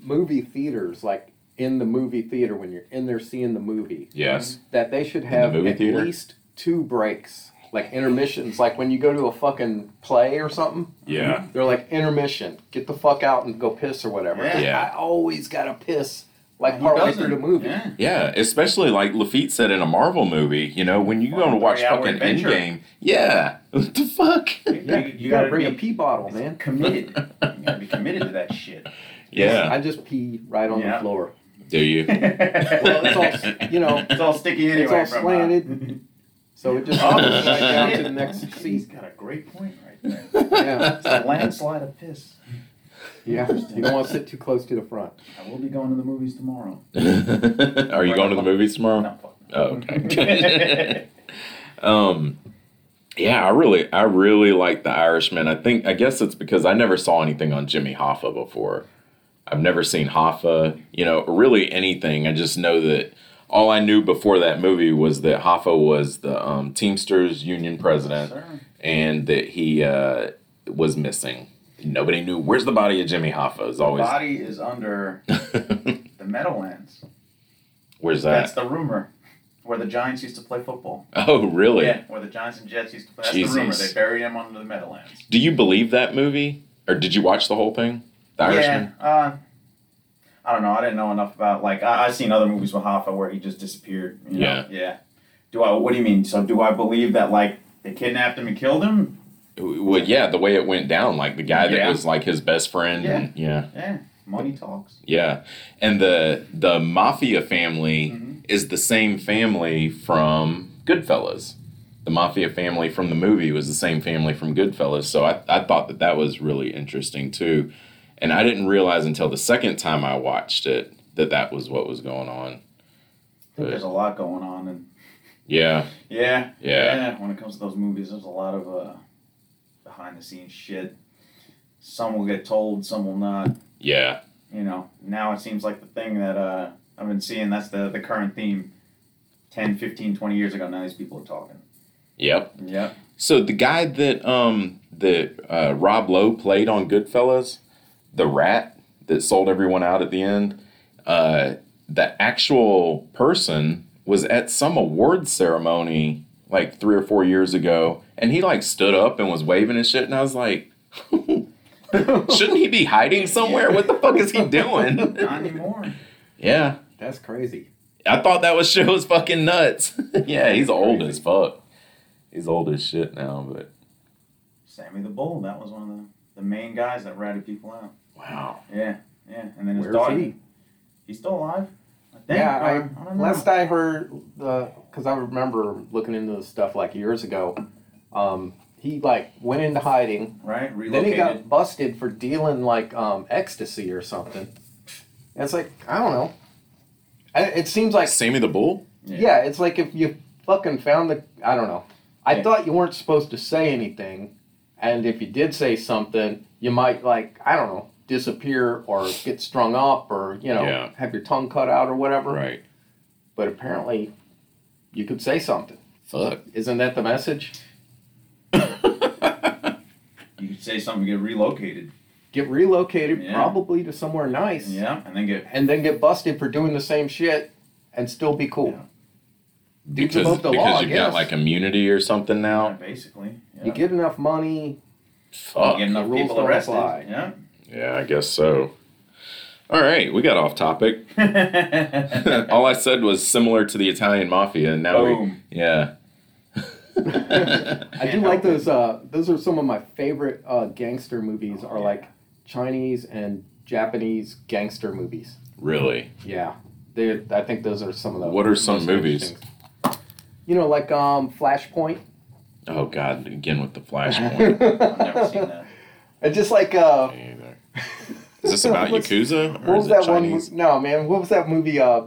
[SPEAKER 3] movie theaters, like in the movie theater when you're in there seeing the movie,
[SPEAKER 2] Yes.
[SPEAKER 3] that they should have
[SPEAKER 2] movie
[SPEAKER 3] at
[SPEAKER 2] theater?
[SPEAKER 3] least two breaks, like intermissions. Like when you go to a fucking play or something,
[SPEAKER 2] Yeah.
[SPEAKER 3] they're like intermission, get the fuck out and go piss or whatever.
[SPEAKER 4] Yeah.
[SPEAKER 2] Yeah.
[SPEAKER 3] I always gotta piss like
[SPEAKER 4] Who
[SPEAKER 3] partway
[SPEAKER 4] doesn't?
[SPEAKER 3] through the movie.
[SPEAKER 4] Yeah.
[SPEAKER 2] Yeah, especially like Lafitte said in a Marvel movie, you know, when you go to watch
[SPEAKER 4] Three-hour
[SPEAKER 2] fucking
[SPEAKER 4] adventure.
[SPEAKER 2] Endgame, yeah, *laughs* what the fuck?
[SPEAKER 4] You,
[SPEAKER 3] Yeah,
[SPEAKER 4] you-
[SPEAKER 3] you,
[SPEAKER 4] you
[SPEAKER 3] gotta,
[SPEAKER 4] gotta
[SPEAKER 3] bring a
[SPEAKER 4] be
[SPEAKER 3] pee bottle, man.
[SPEAKER 4] committed. You gotta be committed to
[SPEAKER 3] *laughs*
[SPEAKER 4] that shit.
[SPEAKER 2] Yeah,
[SPEAKER 3] I just pee right on
[SPEAKER 4] Yeah.
[SPEAKER 3] the floor.
[SPEAKER 2] do you?
[SPEAKER 3] Well, it's all
[SPEAKER 4] *laughs*
[SPEAKER 3] s- you know,
[SPEAKER 4] It's all sticky anyway.
[SPEAKER 3] It's all
[SPEAKER 4] from, uh,
[SPEAKER 3] slanted. so it
[SPEAKER 4] *laughs*
[SPEAKER 3] just
[SPEAKER 4] Oh,
[SPEAKER 3] hops right down to the next
[SPEAKER 4] He's
[SPEAKER 3] seat.
[SPEAKER 4] got a great point right there.
[SPEAKER 3] Yeah,
[SPEAKER 4] It's a landslide of piss.
[SPEAKER 3] yeah. You don't want to sit too close to the front.
[SPEAKER 4] I will be going to the movies tomorrow.
[SPEAKER 2] *laughs* Are you going to the movies tomorrow?
[SPEAKER 4] No, fuck no.
[SPEAKER 2] Oh, *laughs*
[SPEAKER 4] *laughs*
[SPEAKER 2] okay. *laughs* um, yeah, I really, I really like The Irishman. I think, I guess it's because I never saw anything on Jimmy Hoffa before. I've never seen Hoffa, you know, really anything. I just know that all I knew before that movie was that Hoffa was the um, Teamsters union president,
[SPEAKER 4] Sir.
[SPEAKER 2] and that he uh, was missing. Nobody knew where's the body of Jimmy Hoffa. Is always
[SPEAKER 4] Body is under
[SPEAKER 2] *laughs*
[SPEAKER 4] the Meadowlands.
[SPEAKER 2] where's
[SPEAKER 4] That's
[SPEAKER 2] that?
[SPEAKER 4] the rumor. Where the Giants used to play football.
[SPEAKER 2] oh, really?
[SPEAKER 4] Yeah, where the Giants and Jets used to play. That's the rumor.
[SPEAKER 2] Jesus.
[SPEAKER 4] They buried him under the Meadowlands.
[SPEAKER 2] Do you believe that movie, or did you watch the whole thing? The Irishman.
[SPEAKER 4] Yeah. Uh, I don't know. I didn't know enough about like I, I've seen other movies with Hoffa where he just disappeared. you know?
[SPEAKER 2] Yeah.
[SPEAKER 4] Yeah. Do I? What do you mean? So do I believe that like they kidnapped him and killed him?
[SPEAKER 2] Well, yeah, the way it went down, like the guy that
[SPEAKER 4] Yeah.
[SPEAKER 2] was like his best friend.
[SPEAKER 4] Yeah.
[SPEAKER 2] and- yeah.
[SPEAKER 4] Yeah. Money talks.
[SPEAKER 2] Yeah, and the the mafia family
[SPEAKER 4] Mm-hmm.
[SPEAKER 2] is the same family from Goodfellas. The mafia family from the movie was the same family from Goodfellas, so I, I thought that that was really interesting too, and I didn't realize until the second time I watched it that that was what was going on.
[SPEAKER 4] I think
[SPEAKER 2] Right.
[SPEAKER 4] there's a lot going on, and
[SPEAKER 2] Yeah,
[SPEAKER 4] yeah,
[SPEAKER 2] Yeah.
[SPEAKER 4] When it comes to those movies, there's a lot of uh, behind the scenes shit. Some will get told, some will not.
[SPEAKER 2] yeah,
[SPEAKER 4] you know, now it seems like the thing that uh, I've been seeing, that's the, the current theme 10, 15, 20 years ago. Now these people are talking.
[SPEAKER 2] yep.
[SPEAKER 4] Yeah.
[SPEAKER 2] So the guy that um that uh, Rob Lowe played on Goodfellas, the rat that sold everyone out at the end, uh, the actual person was at some award ceremony like three or four years ago, and he like stood up and was waving and shit, and I was like. *laughs* Shouldn't he be hiding somewhere? What the fuck is he doing? *laughs*
[SPEAKER 4] Not anymore.
[SPEAKER 2] yeah,
[SPEAKER 3] That's crazy.
[SPEAKER 2] I thought that was *laughs* shit was fucking nuts. *laughs* yeah, he's old as fuck. He's old as shit now, but
[SPEAKER 4] Sammy the Bull, that was one of the, the main guys that ratted people out.
[SPEAKER 2] wow.
[SPEAKER 4] Yeah. Yeah. And then his
[SPEAKER 3] Where's
[SPEAKER 4] daughter.
[SPEAKER 3] he?
[SPEAKER 4] He's still alive? I think,
[SPEAKER 3] Yeah,
[SPEAKER 4] or- I
[SPEAKER 3] I,
[SPEAKER 4] don't know.
[SPEAKER 3] last I heard, because I remember looking into this stuff like years ago. Um, he like went into hiding,
[SPEAKER 4] right?
[SPEAKER 3] then he
[SPEAKER 4] Relocated.
[SPEAKER 3] got busted for dealing like um, ecstasy or something. And it's like I don't know. I, it seems like
[SPEAKER 2] Sammy the Bull?
[SPEAKER 3] yeah. it's like if you fucking found the I don't know. I
[SPEAKER 4] Yeah.
[SPEAKER 3] thought you weren't supposed to say anything, and if you did say something, you might like I don't know disappear or get strung up or you know
[SPEAKER 2] Yeah.
[SPEAKER 3] have your tongue cut out or whatever.
[SPEAKER 2] Right.
[SPEAKER 3] but apparently you could say something. *laughs*
[SPEAKER 2] Fuck.
[SPEAKER 3] Isn't that the message?
[SPEAKER 4] You could say something, get relocated.
[SPEAKER 3] Get relocated
[SPEAKER 4] Yeah.
[SPEAKER 3] probably to somewhere nice
[SPEAKER 4] Yeah. And then get.
[SPEAKER 3] and then get busted for doing the same shit and still be cool.
[SPEAKER 4] Yeah.
[SPEAKER 3] You can
[SPEAKER 2] Because,
[SPEAKER 3] vote the
[SPEAKER 2] because
[SPEAKER 3] law, I
[SPEAKER 2] you've got
[SPEAKER 3] guess.
[SPEAKER 2] like immunity or something
[SPEAKER 4] Yeah,
[SPEAKER 2] now.
[SPEAKER 4] basically. Yeah.
[SPEAKER 3] You get enough money.
[SPEAKER 2] Fuck.
[SPEAKER 4] Get enough
[SPEAKER 3] rules
[SPEAKER 4] people
[SPEAKER 3] don't
[SPEAKER 4] arrested.
[SPEAKER 3] apply.
[SPEAKER 2] *laughs*
[SPEAKER 4] Yeah. *laughs*
[SPEAKER 2] Yeah, I guess so. All right, we got off topic. *laughs* All I said was similar to the Italian mafia, and now
[SPEAKER 4] Boom.
[SPEAKER 2] we
[SPEAKER 3] *laughs*
[SPEAKER 2] yeah.
[SPEAKER 3] I do like those. Uh, those are some of my favorite uh, gangster movies.
[SPEAKER 4] Oh,
[SPEAKER 3] are like Chinese and Japanese gangster movies.
[SPEAKER 2] really?
[SPEAKER 3] Yeah, they. I think those are some of the.
[SPEAKER 2] What are some
[SPEAKER 3] most
[SPEAKER 2] movies?
[SPEAKER 3] interesting- You know, like um, Flashpoint.
[SPEAKER 2] Oh God, again with the
[SPEAKER 3] *laughs*
[SPEAKER 2] flashpoint.
[SPEAKER 4] I've never seen that.
[SPEAKER 3] And just like uh,
[SPEAKER 2] Me either. *laughs* Is this about
[SPEAKER 3] *laughs* What's-
[SPEAKER 2] Yakuza or
[SPEAKER 3] What
[SPEAKER 2] is
[SPEAKER 3] was
[SPEAKER 2] it
[SPEAKER 3] that
[SPEAKER 2] Chinese?
[SPEAKER 3] one? No, man. What was that movie? Uh,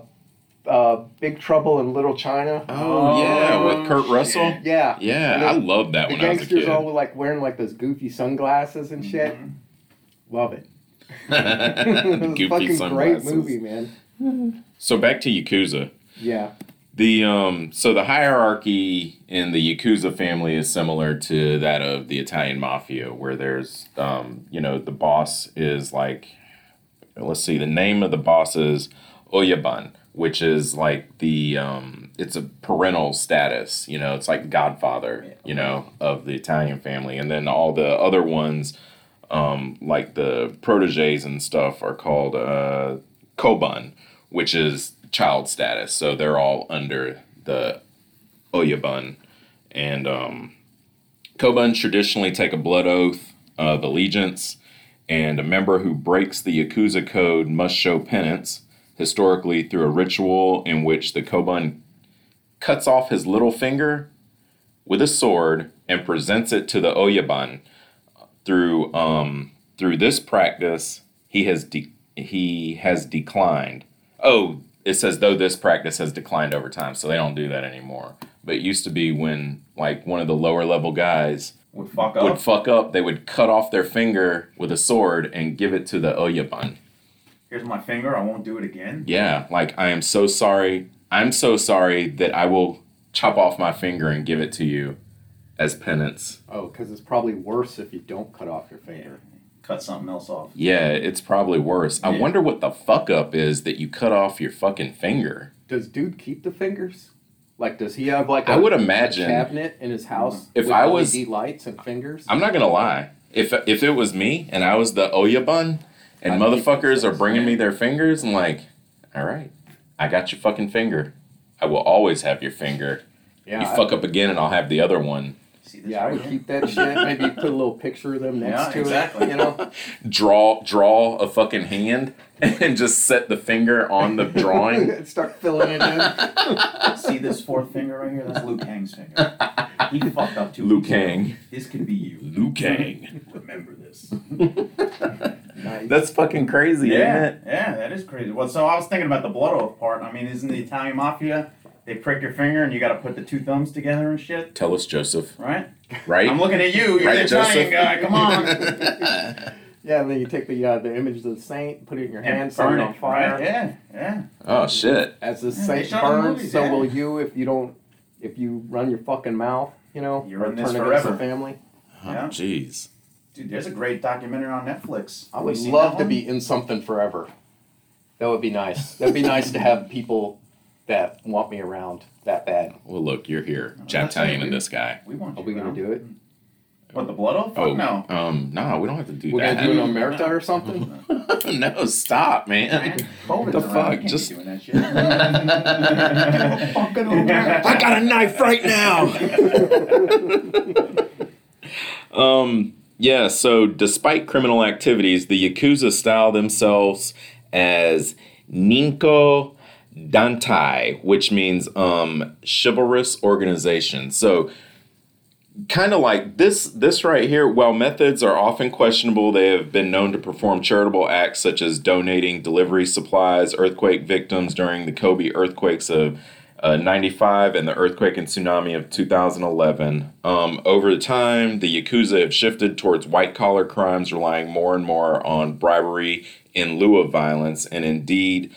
[SPEAKER 3] uh, Big Trouble in Little China.
[SPEAKER 2] Oh, yeah, with Kurt Russell.
[SPEAKER 3] Yeah.
[SPEAKER 2] Yeah,
[SPEAKER 3] The-
[SPEAKER 2] I loved that
[SPEAKER 3] The
[SPEAKER 2] when I was a
[SPEAKER 3] gangsters
[SPEAKER 2] kid. *laughs* Mm-hmm.
[SPEAKER 3] all were like wearing like those goofy sunglasses and shit.
[SPEAKER 4] Mm-hmm.
[SPEAKER 2] *laughs*
[SPEAKER 3] Love it. *laughs* it was a
[SPEAKER 2] Goofy
[SPEAKER 3] fucking
[SPEAKER 2] sunglasses.
[SPEAKER 3] great movie, man.
[SPEAKER 2] So back to Yakuza.
[SPEAKER 3] Yeah.
[SPEAKER 2] The um so the hierarchy in the Yakuza family is similar to that of the Italian mafia, where there's um, you know, the boss is like let's see, the name of the boss is Oyaban, which is like the um it's a parental status, you know, it's like godfather, you know, of the Italian family. And then all the other ones, um, like the proteges and stuff are called uh Koban, which is child status. So they're all under the Oyabun. And um, Koban traditionally take a blood oath of allegiance, and a member who breaks the Yakuza code must show penance, historically through a ritual in which the Koban cuts off his little finger with a sword and presents it to the Oyaban. Through um, through this practice, he has de- he has declined. Oh, it says though this practice has declined over time, so they don't do that anymore. But it used to be when like one of the lower level guys
[SPEAKER 4] Would fuck up.
[SPEAKER 2] would fuck up, they would cut off their finger with a sword and give it to the Oyaban.
[SPEAKER 4] Here's my finger. I won't do it again.
[SPEAKER 2] Yeah, like I am so sorry. I'm so sorry that I will chop off my finger and give it to you as penance.
[SPEAKER 3] Oh, because it's probably worse if you don't cut off your finger.
[SPEAKER 4] Cut something else off.
[SPEAKER 2] Yeah, it's probably worse. I
[SPEAKER 4] Yeah.
[SPEAKER 2] wonder what the fuck up is that you cut off your fucking finger.
[SPEAKER 3] Does dude keep the fingers? Like, does he have like a
[SPEAKER 2] I would imagine.
[SPEAKER 3] cabinet in his house
[SPEAKER 2] If
[SPEAKER 3] with
[SPEAKER 2] I
[SPEAKER 3] LED
[SPEAKER 2] was-
[SPEAKER 3] lights and fingers?
[SPEAKER 2] I'm not gonna lie. If if it was me and I was the Oya bun, and
[SPEAKER 3] I'd keep
[SPEAKER 2] motherfuckers
[SPEAKER 3] those
[SPEAKER 2] are bringing me their fingers, I'm like, all right, I got your fucking finger. I will always have your finger.
[SPEAKER 3] yeah,
[SPEAKER 2] you
[SPEAKER 3] I-
[SPEAKER 2] fuck up again, and I'll have the other one.
[SPEAKER 4] See this
[SPEAKER 3] yeah, I
[SPEAKER 4] right
[SPEAKER 3] would
[SPEAKER 4] here?
[SPEAKER 3] keep that shit. Maybe put a little picture of them next
[SPEAKER 4] Yeah,
[SPEAKER 3] to
[SPEAKER 4] exactly.
[SPEAKER 3] it. You know,
[SPEAKER 2] Draw draw a fucking hand *laughs* and just set the finger on the drawing.
[SPEAKER 3] *laughs* start filling it in.
[SPEAKER 4] *laughs* See this fourth finger right here? That's Liu Kang's finger.
[SPEAKER 2] *laughs*
[SPEAKER 4] He fucked up too.
[SPEAKER 2] Liu Kang.
[SPEAKER 4] This could be you.
[SPEAKER 2] Liu Kang.
[SPEAKER 4] Remember
[SPEAKER 2] *laughs*
[SPEAKER 4] this.
[SPEAKER 2] That's fucking crazy, isn't
[SPEAKER 4] Yeah,
[SPEAKER 2] it?
[SPEAKER 4] yeah, that is crazy. Well, so I was thinking about the blood oath part. I mean, isn't the Italian mafia? They prick your finger and you got to put the two thumbs together and shit,
[SPEAKER 2] Tell us, Joseph.
[SPEAKER 4] right?
[SPEAKER 2] Right?
[SPEAKER 4] I'm looking at you. You're
[SPEAKER 2] Right,
[SPEAKER 4] the
[SPEAKER 2] Joseph?
[SPEAKER 4] Italian guy. Come
[SPEAKER 2] *laughs*
[SPEAKER 4] on.
[SPEAKER 3] Yeah, and then you take the uh, the image of the saint, put it in your hand,
[SPEAKER 4] and
[SPEAKER 3] set
[SPEAKER 4] burn
[SPEAKER 3] it on
[SPEAKER 4] it,
[SPEAKER 3] fire.
[SPEAKER 4] right? Yeah, yeah.
[SPEAKER 2] oh shit.
[SPEAKER 3] As the
[SPEAKER 4] Yeah, they
[SPEAKER 3] saint
[SPEAKER 4] shot in
[SPEAKER 3] burns,
[SPEAKER 4] movies,
[SPEAKER 3] so
[SPEAKER 4] yeah.
[SPEAKER 3] will you if you don't if you run your fucking mouth. You know,
[SPEAKER 4] You're
[SPEAKER 3] or
[SPEAKER 4] in this
[SPEAKER 3] turn against the
[SPEAKER 4] forever.
[SPEAKER 3] family.
[SPEAKER 2] Oh,
[SPEAKER 4] Yeah.
[SPEAKER 2] Jeez.
[SPEAKER 4] Dude, there's a great documentary on Netflix.
[SPEAKER 3] I
[SPEAKER 4] You
[SPEAKER 3] would
[SPEAKER 4] seen
[SPEAKER 3] love
[SPEAKER 4] that
[SPEAKER 3] to
[SPEAKER 4] one?
[SPEAKER 3] be in something forever. That would be nice. That'd be nice to have people that want me around that bad.
[SPEAKER 2] Well, look, you're here.
[SPEAKER 4] No,
[SPEAKER 2] Jap
[SPEAKER 4] that's how
[SPEAKER 2] Italian
[SPEAKER 4] we
[SPEAKER 2] and
[SPEAKER 4] do.
[SPEAKER 2] this guy.
[SPEAKER 4] We want
[SPEAKER 3] Are
[SPEAKER 4] you
[SPEAKER 3] we gonna
[SPEAKER 4] around.
[SPEAKER 3] do it?
[SPEAKER 4] What the blood oath?
[SPEAKER 2] Oh
[SPEAKER 4] Fuck no.
[SPEAKER 2] Um, no, we don't have to do
[SPEAKER 3] We're
[SPEAKER 2] that. *laughs*
[SPEAKER 3] gonna do an omerta or
[SPEAKER 4] *laughs*
[SPEAKER 3] something.
[SPEAKER 2] no, stop, man.
[SPEAKER 4] What
[SPEAKER 2] the fuck? Just- *laughs*
[SPEAKER 4] doing that shit. fucking
[SPEAKER 2] I got a knife right
[SPEAKER 4] *laughs*
[SPEAKER 2] now. um, yeah, so despite criminal activities, the Yakuza style themselves as Ninko Dantai, which means um, chivalrous organization. So kind of like this this right here while methods are often questionable they have been known to perform charitable acts such as donating delivery supplies earthquake victims during the kobe earthquakes of uh, 95 and the earthquake and tsunami of 2011 um, over time the yakuza have shifted towards white collar crimes relying more and more on bribery in lieu of violence and indeed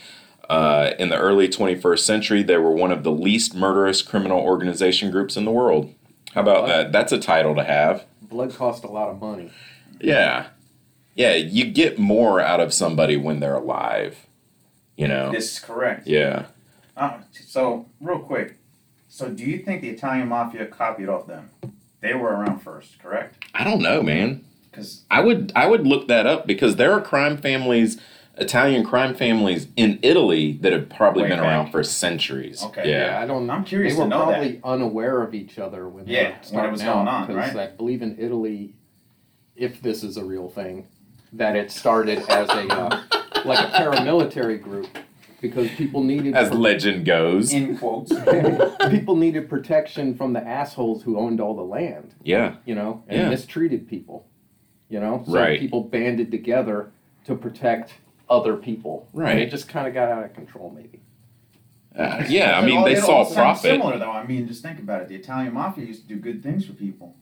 [SPEAKER 2] uh, in the early 21st century they were one of the least murderous criminal organization groups in the world how about that? That's a title to have.
[SPEAKER 3] Blood costs a lot of money.
[SPEAKER 2] Yeah. Yeah, you get more out of somebody when they're alive. You know?
[SPEAKER 4] This is correct.
[SPEAKER 2] Oh. Yeah.
[SPEAKER 4] Uh, so, real quick. So, do you think the Italian mafia copied off them? They were around first, correct?
[SPEAKER 2] I don't know, man.
[SPEAKER 4] Because
[SPEAKER 2] I would I would look that up because there are crime families, Italian crime families in Italy that have probably
[SPEAKER 4] Way
[SPEAKER 2] been
[SPEAKER 4] back.
[SPEAKER 2] around for centuries.
[SPEAKER 4] Okay.
[SPEAKER 2] Yeah.
[SPEAKER 3] I don't.
[SPEAKER 4] I'm curious
[SPEAKER 3] They were
[SPEAKER 4] to know that.
[SPEAKER 3] probably unaware of each other when they
[SPEAKER 4] Yeah, when
[SPEAKER 3] were
[SPEAKER 4] it
[SPEAKER 3] starting
[SPEAKER 4] was
[SPEAKER 3] out,
[SPEAKER 4] going on,
[SPEAKER 3] 'cause
[SPEAKER 4] right?
[SPEAKER 3] I believe in Italy, if this is a real thing, that it started as a uh, like a paramilitary group because people needed
[SPEAKER 2] As legend goes. *laughs*
[SPEAKER 4] in quotes.
[SPEAKER 3] people needed protection from the assholes who owned all the land,
[SPEAKER 4] *laughs*
[SPEAKER 2] Yeah.
[SPEAKER 3] you know, and
[SPEAKER 2] Yeah.
[SPEAKER 3] mistreated people, you know. So
[SPEAKER 2] Right.
[SPEAKER 3] people banded together to protect other people. And
[SPEAKER 2] Right.
[SPEAKER 3] it just kind of got out of control, maybe.
[SPEAKER 2] Uh, yeah, I
[SPEAKER 4] It
[SPEAKER 2] mean
[SPEAKER 4] all-
[SPEAKER 2] they
[SPEAKER 4] it
[SPEAKER 2] saw
[SPEAKER 4] all sounds
[SPEAKER 2] profit.
[SPEAKER 4] Similar though. I mean, just think about it. The Italian mafia used to do good things for people.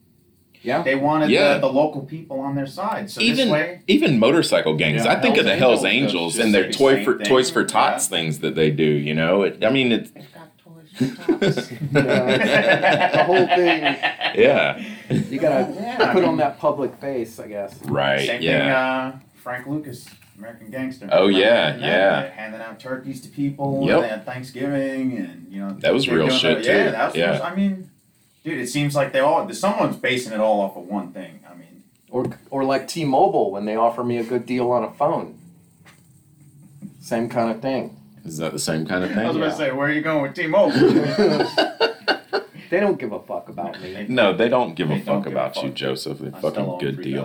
[SPEAKER 3] Yeah.
[SPEAKER 4] They wanted
[SPEAKER 2] Yeah.
[SPEAKER 4] the, the local people on their side. So
[SPEAKER 2] even
[SPEAKER 4] this way,
[SPEAKER 2] even motorcycle gangs.
[SPEAKER 4] Yeah.
[SPEAKER 2] I think of the
[SPEAKER 3] Hell's
[SPEAKER 2] Hell's
[SPEAKER 3] Angels,
[SPEAKER 2] Angels
[SPEAKER 4] just
[SPEAKER 2] and their
[SPEAKER 4] the
[SPEAKER 2] toy
[SPEAKER 4] same
[SPEAKER 2] for
[SPEAKER 4] thing.
[SPEAKER 2] toys for
[SPEAKER 4] Yeah.
[SPEAKER 2] tots things that they do. You know, it, I mean it's
[SPEAKER 9] They've got toys for tots.
[SPEAKER 4] *laughs*
[SPEAKER 3] Yeah. the whole thing.
[SPEAKER 2] yeah,
[SPEAKER 3] You gotta
[SPEAKER 4] Yeah, I
[SPEAKER 3] put
[SPEAKER 4] mean-
[SPEAKER 3] on that public face, I guess.
[SPEAKER 2] right,
[SPEAKER 4] same thing.
[SPEAKER 2] yeah,
[SPEAKER 4] Uh, Frank Lucas, American Gangster.
[SPEAKER 2] Oh,
[SPEAKER 4] Remember
[SPEAKER 2] yeah,
[SPEAKER 4] that?
[SPEAKER 2] yeah.
[SPEAKER 4] They're handing out turkeys to people.
[SPEAKER 2] Yep.
[SPEAKER 4] And they had Thanksgiving and you know
[SPEAKER 2] That was
[SPEAKER 4] they're
[SPEAKER 2] real
[SPEAKER 4] doing
[SPEAKER 2] shit,
[SPEAKER 4] that-
[SPEAKER 2] too.
[SPEAKER 4] Yeah, that was
[SPEAKER 2] Yeah.
[SPEAKER 4] real- I mean, dude, it seems like they all someone's basing it all off of one thing. I mean,
[SPEAKER 3] Or or like T-Mobile when they offer me a good deal on a phone. Same kind of thing.
[SPEAKER 4] uh,
[SPEAKER 2] is that the same kind of
[SPEAKER 4] I was
[SPEAKER 2] thing?
[SPEAKER 4] about
[SPEAKER 3] Yeah.
[SPEAKER 4] to say, where are you going with T-Mobile? *laughs*
[SPEAKER 3] They don't give a fuck about
[SPEAKER 2] *laughs*
[SPEAKER 3] me.
[SPEAKER 2] No, they don't give a
[SPEAKER 4] They don't
[SPEAKER 2] fuck
[SPEAKER 4] give a
[SPEAKER 2] about you,
[SPEAKER 4] fuck.
[SPEAKER 2] Joseph. They
[SPEAKER 4] I still
[SPEAKER 2] fucking
[SPEAKER 4] owe
[SPEAKER 2] good deal.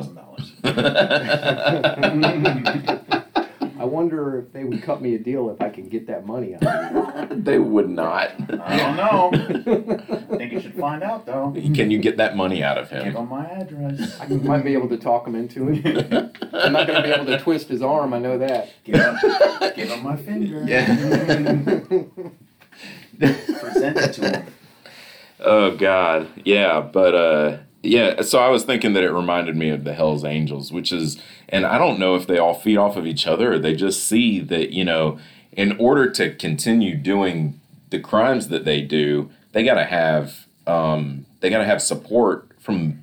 [SPEAKER 4] $3,000.
[SPEAKER 3] I wonder if they would cut me a deal if I can get that money out of
[SPEAKER 2] *laughs* they would not.
[SPEAKER 4] I don't know. I think you should find out though.
[SPEAKER 2] Can you get that money out of
[SPEAKER 4] Give
[SPEAKER 2] him?
[SPEAKER 4] them my
[SPEAKER 2] *laughs*
[SPEAKER 4] address.
[SPEAKER 3] you. Might be able to talk him into it. I'm not gonna be able to twist his arm, I know that.
[SPEAKER 4] Give them, give them my finger.
[SPEAKER 2] Yeah.
[SPEAKER 4] *laughs* Present it to them.
[SPEAKER 2] Oh God, yeah, but uh, yeah. So I was thinking that it reminded me of the Hell's Angels, which is, and I don't know if they all feed off of each other or they just see that you know, in order to continue doing the crimes that they do, they got to have um, they got to have support from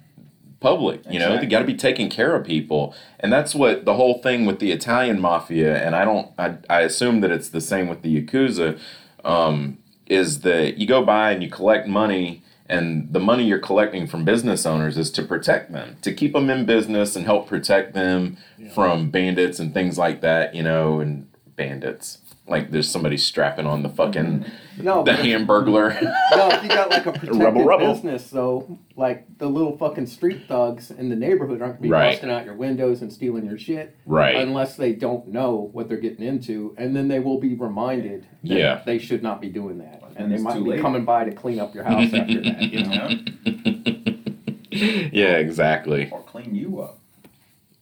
[SPEAKER 2] public you know they
[SPEAKER 4] Exactly.
[SPEAKER 2] got to be taking care of people and that's what the whole thing with the italian mafia and i don't i, I assume that it's the same with the yakuza um, is that you go by and you collect money and the money you're collecting from business owners is to protect them to keep them in business and help protect them from bandits and things like that you know and bandits like there's somebody strapping on the fucking
[SPEAKER 3] No,
[SPEAKER 2] the
[SPEAKER 3] but-
[SPEAKER 2] hamburglar *laughs*
[SPEAKER 3] no, if you got like a protected
[SPEAKER 2] Rubble, rubble.
[SPEAKER 3] business, though, like the little fucking street thugs in the neighborhood aren't gonna be
[SPEAKER 2] Right.
[SPEAKER 3] busting out your windows and stealing your shit,
[SPEAKER 2] Right.
[SPEAKER 3] Unless they don't know what they're getting into, and then they will be reminded that
[SPEAKER 2] Yeah.
[SPEAKER 3] they should not be doing that, and, they
[SPEAKER 4] it's
[SPEAKER 3] might
[SPEAKER 4] too
[SPEAKER 3] be
[SPEAKER 4] late.
[SPEAKER 3] coming by to clean up your house after that.
[SPEAKER 2] *laughs*
[SPEAKER 3] You know,
[SPEAKER 2] yeah exactly
[SPEAKER 4] or clean you up.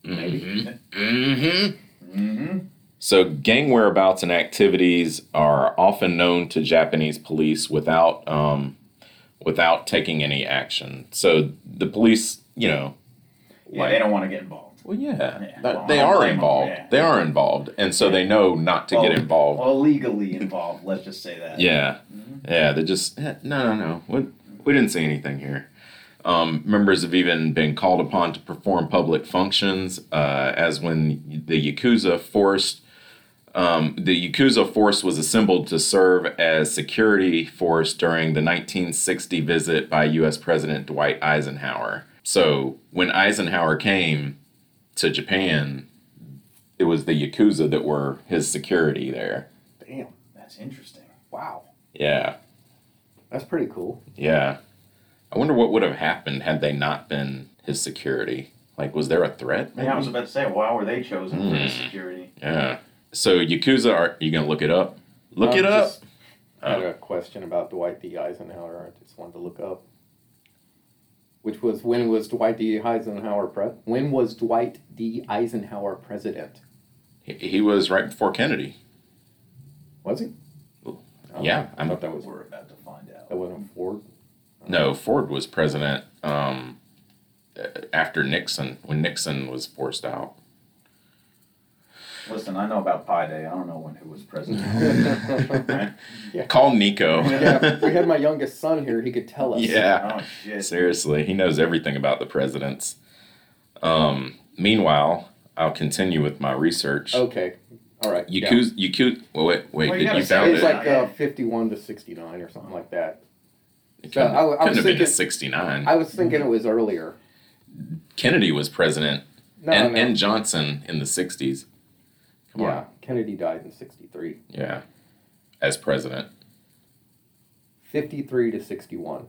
[SPEAKER 2] Mhm. Mhm.
[SPEAKER 4] Mm-hmm.
[SPEAKER 2] So, gang whereabouts and activities are often known to Japanese police without um, without taking any action. So the police, you know,
[SPEAKER 4] Yeah, they don't want to get involved.
[SPEAKER 2] well, yeah,
[SPEAKER 4] Yeah,
[SPEAKER 2] that-
[SPEAKER 4] well,
[SPEAKER 2] they
[SPEAKER 4] I don't
[SPEAKER 2] are
[SPEAKER 4] blame 'em,
[SPEAKER 2] involved.
[SPEAKER 4] yeah. Oh.
[SPEAKER 2] They are involved, and so they know not to get
[SPEAKER 4] Well,
[SPEAKER 2] involved.
[SPEAKER 4] Well, legally involved. let's just say that.
[SPEAKER 2] Yeah, yeah, they just eh, no, no, no. We, we didn't see anything here. Um, members have even been called upon to perform public functions, uh, as when the Yakuza forced um, the Yakuza force was assembled to serve as security force during the 1960 visit by U.S. President Dwight Eisenhower. So when Eisenhower came to Japan, it was the Yakuza that were his security there.
[SPEAKER 3] damn,
[SPEAKER 4] That's interesting.
[SPEAKER 3] wow,
[SPEAKER 2] Yeah.
[SPEAKER 3] that's pretty cool.
[SPEAKER 2] Yeah. I wonder what would have happened had they not been his security. Like, was there a threat?
[SPEAKER 4] Yeah, I was about to say, why were they chosen for the
[SPEAKER 2] Hmm.
[SPEAKER 4] security?
[SPEAKER 2] Yeah. So Yakuza, are you gonna look it up? Look
[SPEAKER 3] Um,
[SPEAKER 2] it up. Oh.
[SPEAKER 3] just Had a question about Dwight D. Eisenhower. I just wanted to look up, which was when was Dwight D. Eisenhower pre- when was Dwight D. Eisenhower president?
[SPEAKER 2] He, he was right before Kennedy.
[SPEAKER 3] Was he?
[SPEAKER 2] Ooh.
[SPEAKER 3] Oh,
[SPEAKER 2] Yeah,
[SPEAKER 3] I
[SPEAKER 2] I'm-
[SPEAKER 3] thought that was
[SPEAKER 4] We're about to find out.
[SPEAKER 3] that
[SPEAKER 2] Oh. *laughs*
[SPEAKER 3] wasn't Ford.
[SPEAKER 2] No, Ford was president um, uh, after Nixon when Nixon was forced out.
[SPEAKER 4] Listen, I know about Pi Day. I don't know when who
[SPEAKER 2] *laughs*
[SPEAKER 4] was president. Right?
[SPEAKER 2] Call Nico.
[SPEAKER 3] yeah, *laughs* if we had my youngest son here. He could tell us.
[SPEAKER 2] *laughs* yeah.
[SPEAKER 4] oh shit.
[SPEAKER 2] Seriously, he knows everything about the presidents. Um, meanwhile, I'll continue with my research.
[SPEAKER 3] Okay. All right. yeah.
[SPEAKER 2] Yakuza, Yakuza. Well, wait, wait.
[SPEAKER 4] Well, you
[SPEAKER 2] did
[SPEAKER 4] gotta
[SPEAKER 2] you
[SPEAKER 4] say
[SPEAKER 2] found
[SPEAKER 3] It's
[SPEAKER 2] it?
[SPEAKER 3] like uh, fifty-one to sixty-nine or something like that.
[SPEAKER 2] It
[SPEAKER 3] So,
[SPEAKER 2] couldn't,
[SPEAKER 3] I- I was
[SPEAKER 2] couldn't have been
[SPEAKER 3] thinking-
[SPEAKER 2] at 69.
[SPEAKER 3] I was thinking it was earlier.
[SPEAKER 2] Kennedy was president
[SPEAKER 3] No,
[SPEAKER 2] and,
[SPEAKER 3] no.
[SPEAKER 2] and Johnson in the 60s. Come
[SPEAKER 3] yeah,
[SPEAKER 2] on.
[SPEAKER 3] Kennedy died in sixty-three.
[SPEAKER 2] Yeah. As president.
[SPEAKER 3] Fifty-three to sixty-one.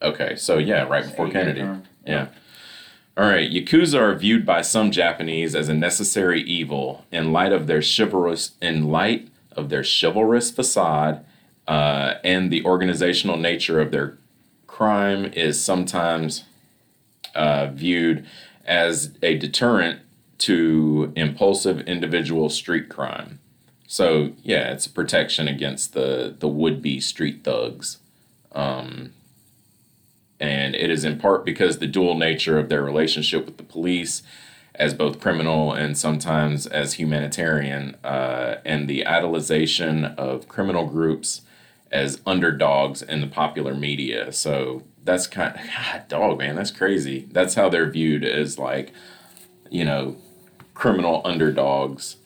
[SPEAKER 2] Okay, so yeah, right before
[SPEAKER 4] Eight-year
[SPEAKER 2] Kennedy.
[SPEAKER 4] term.
[SPEAKER 2] Yeah. All right, Yakuza are viewed by some Japanese as a necessary evil in light of their chivalrous in light of their chivalrous facade uh, and the organizational nature of their crime is sometimes uh, viewed as a deterrent to impulsive individual street crime. So yeah, it's protection against the the would be street thugs. Um, and it is in part because the dual nature of their relationship with the police as both criminal and sometimes as humanitarian uh, and the idolization of criminal groups as underdogs in the popular media so that's kind god dog man that's crazy that's how they're viewed as like you know criminal underdogs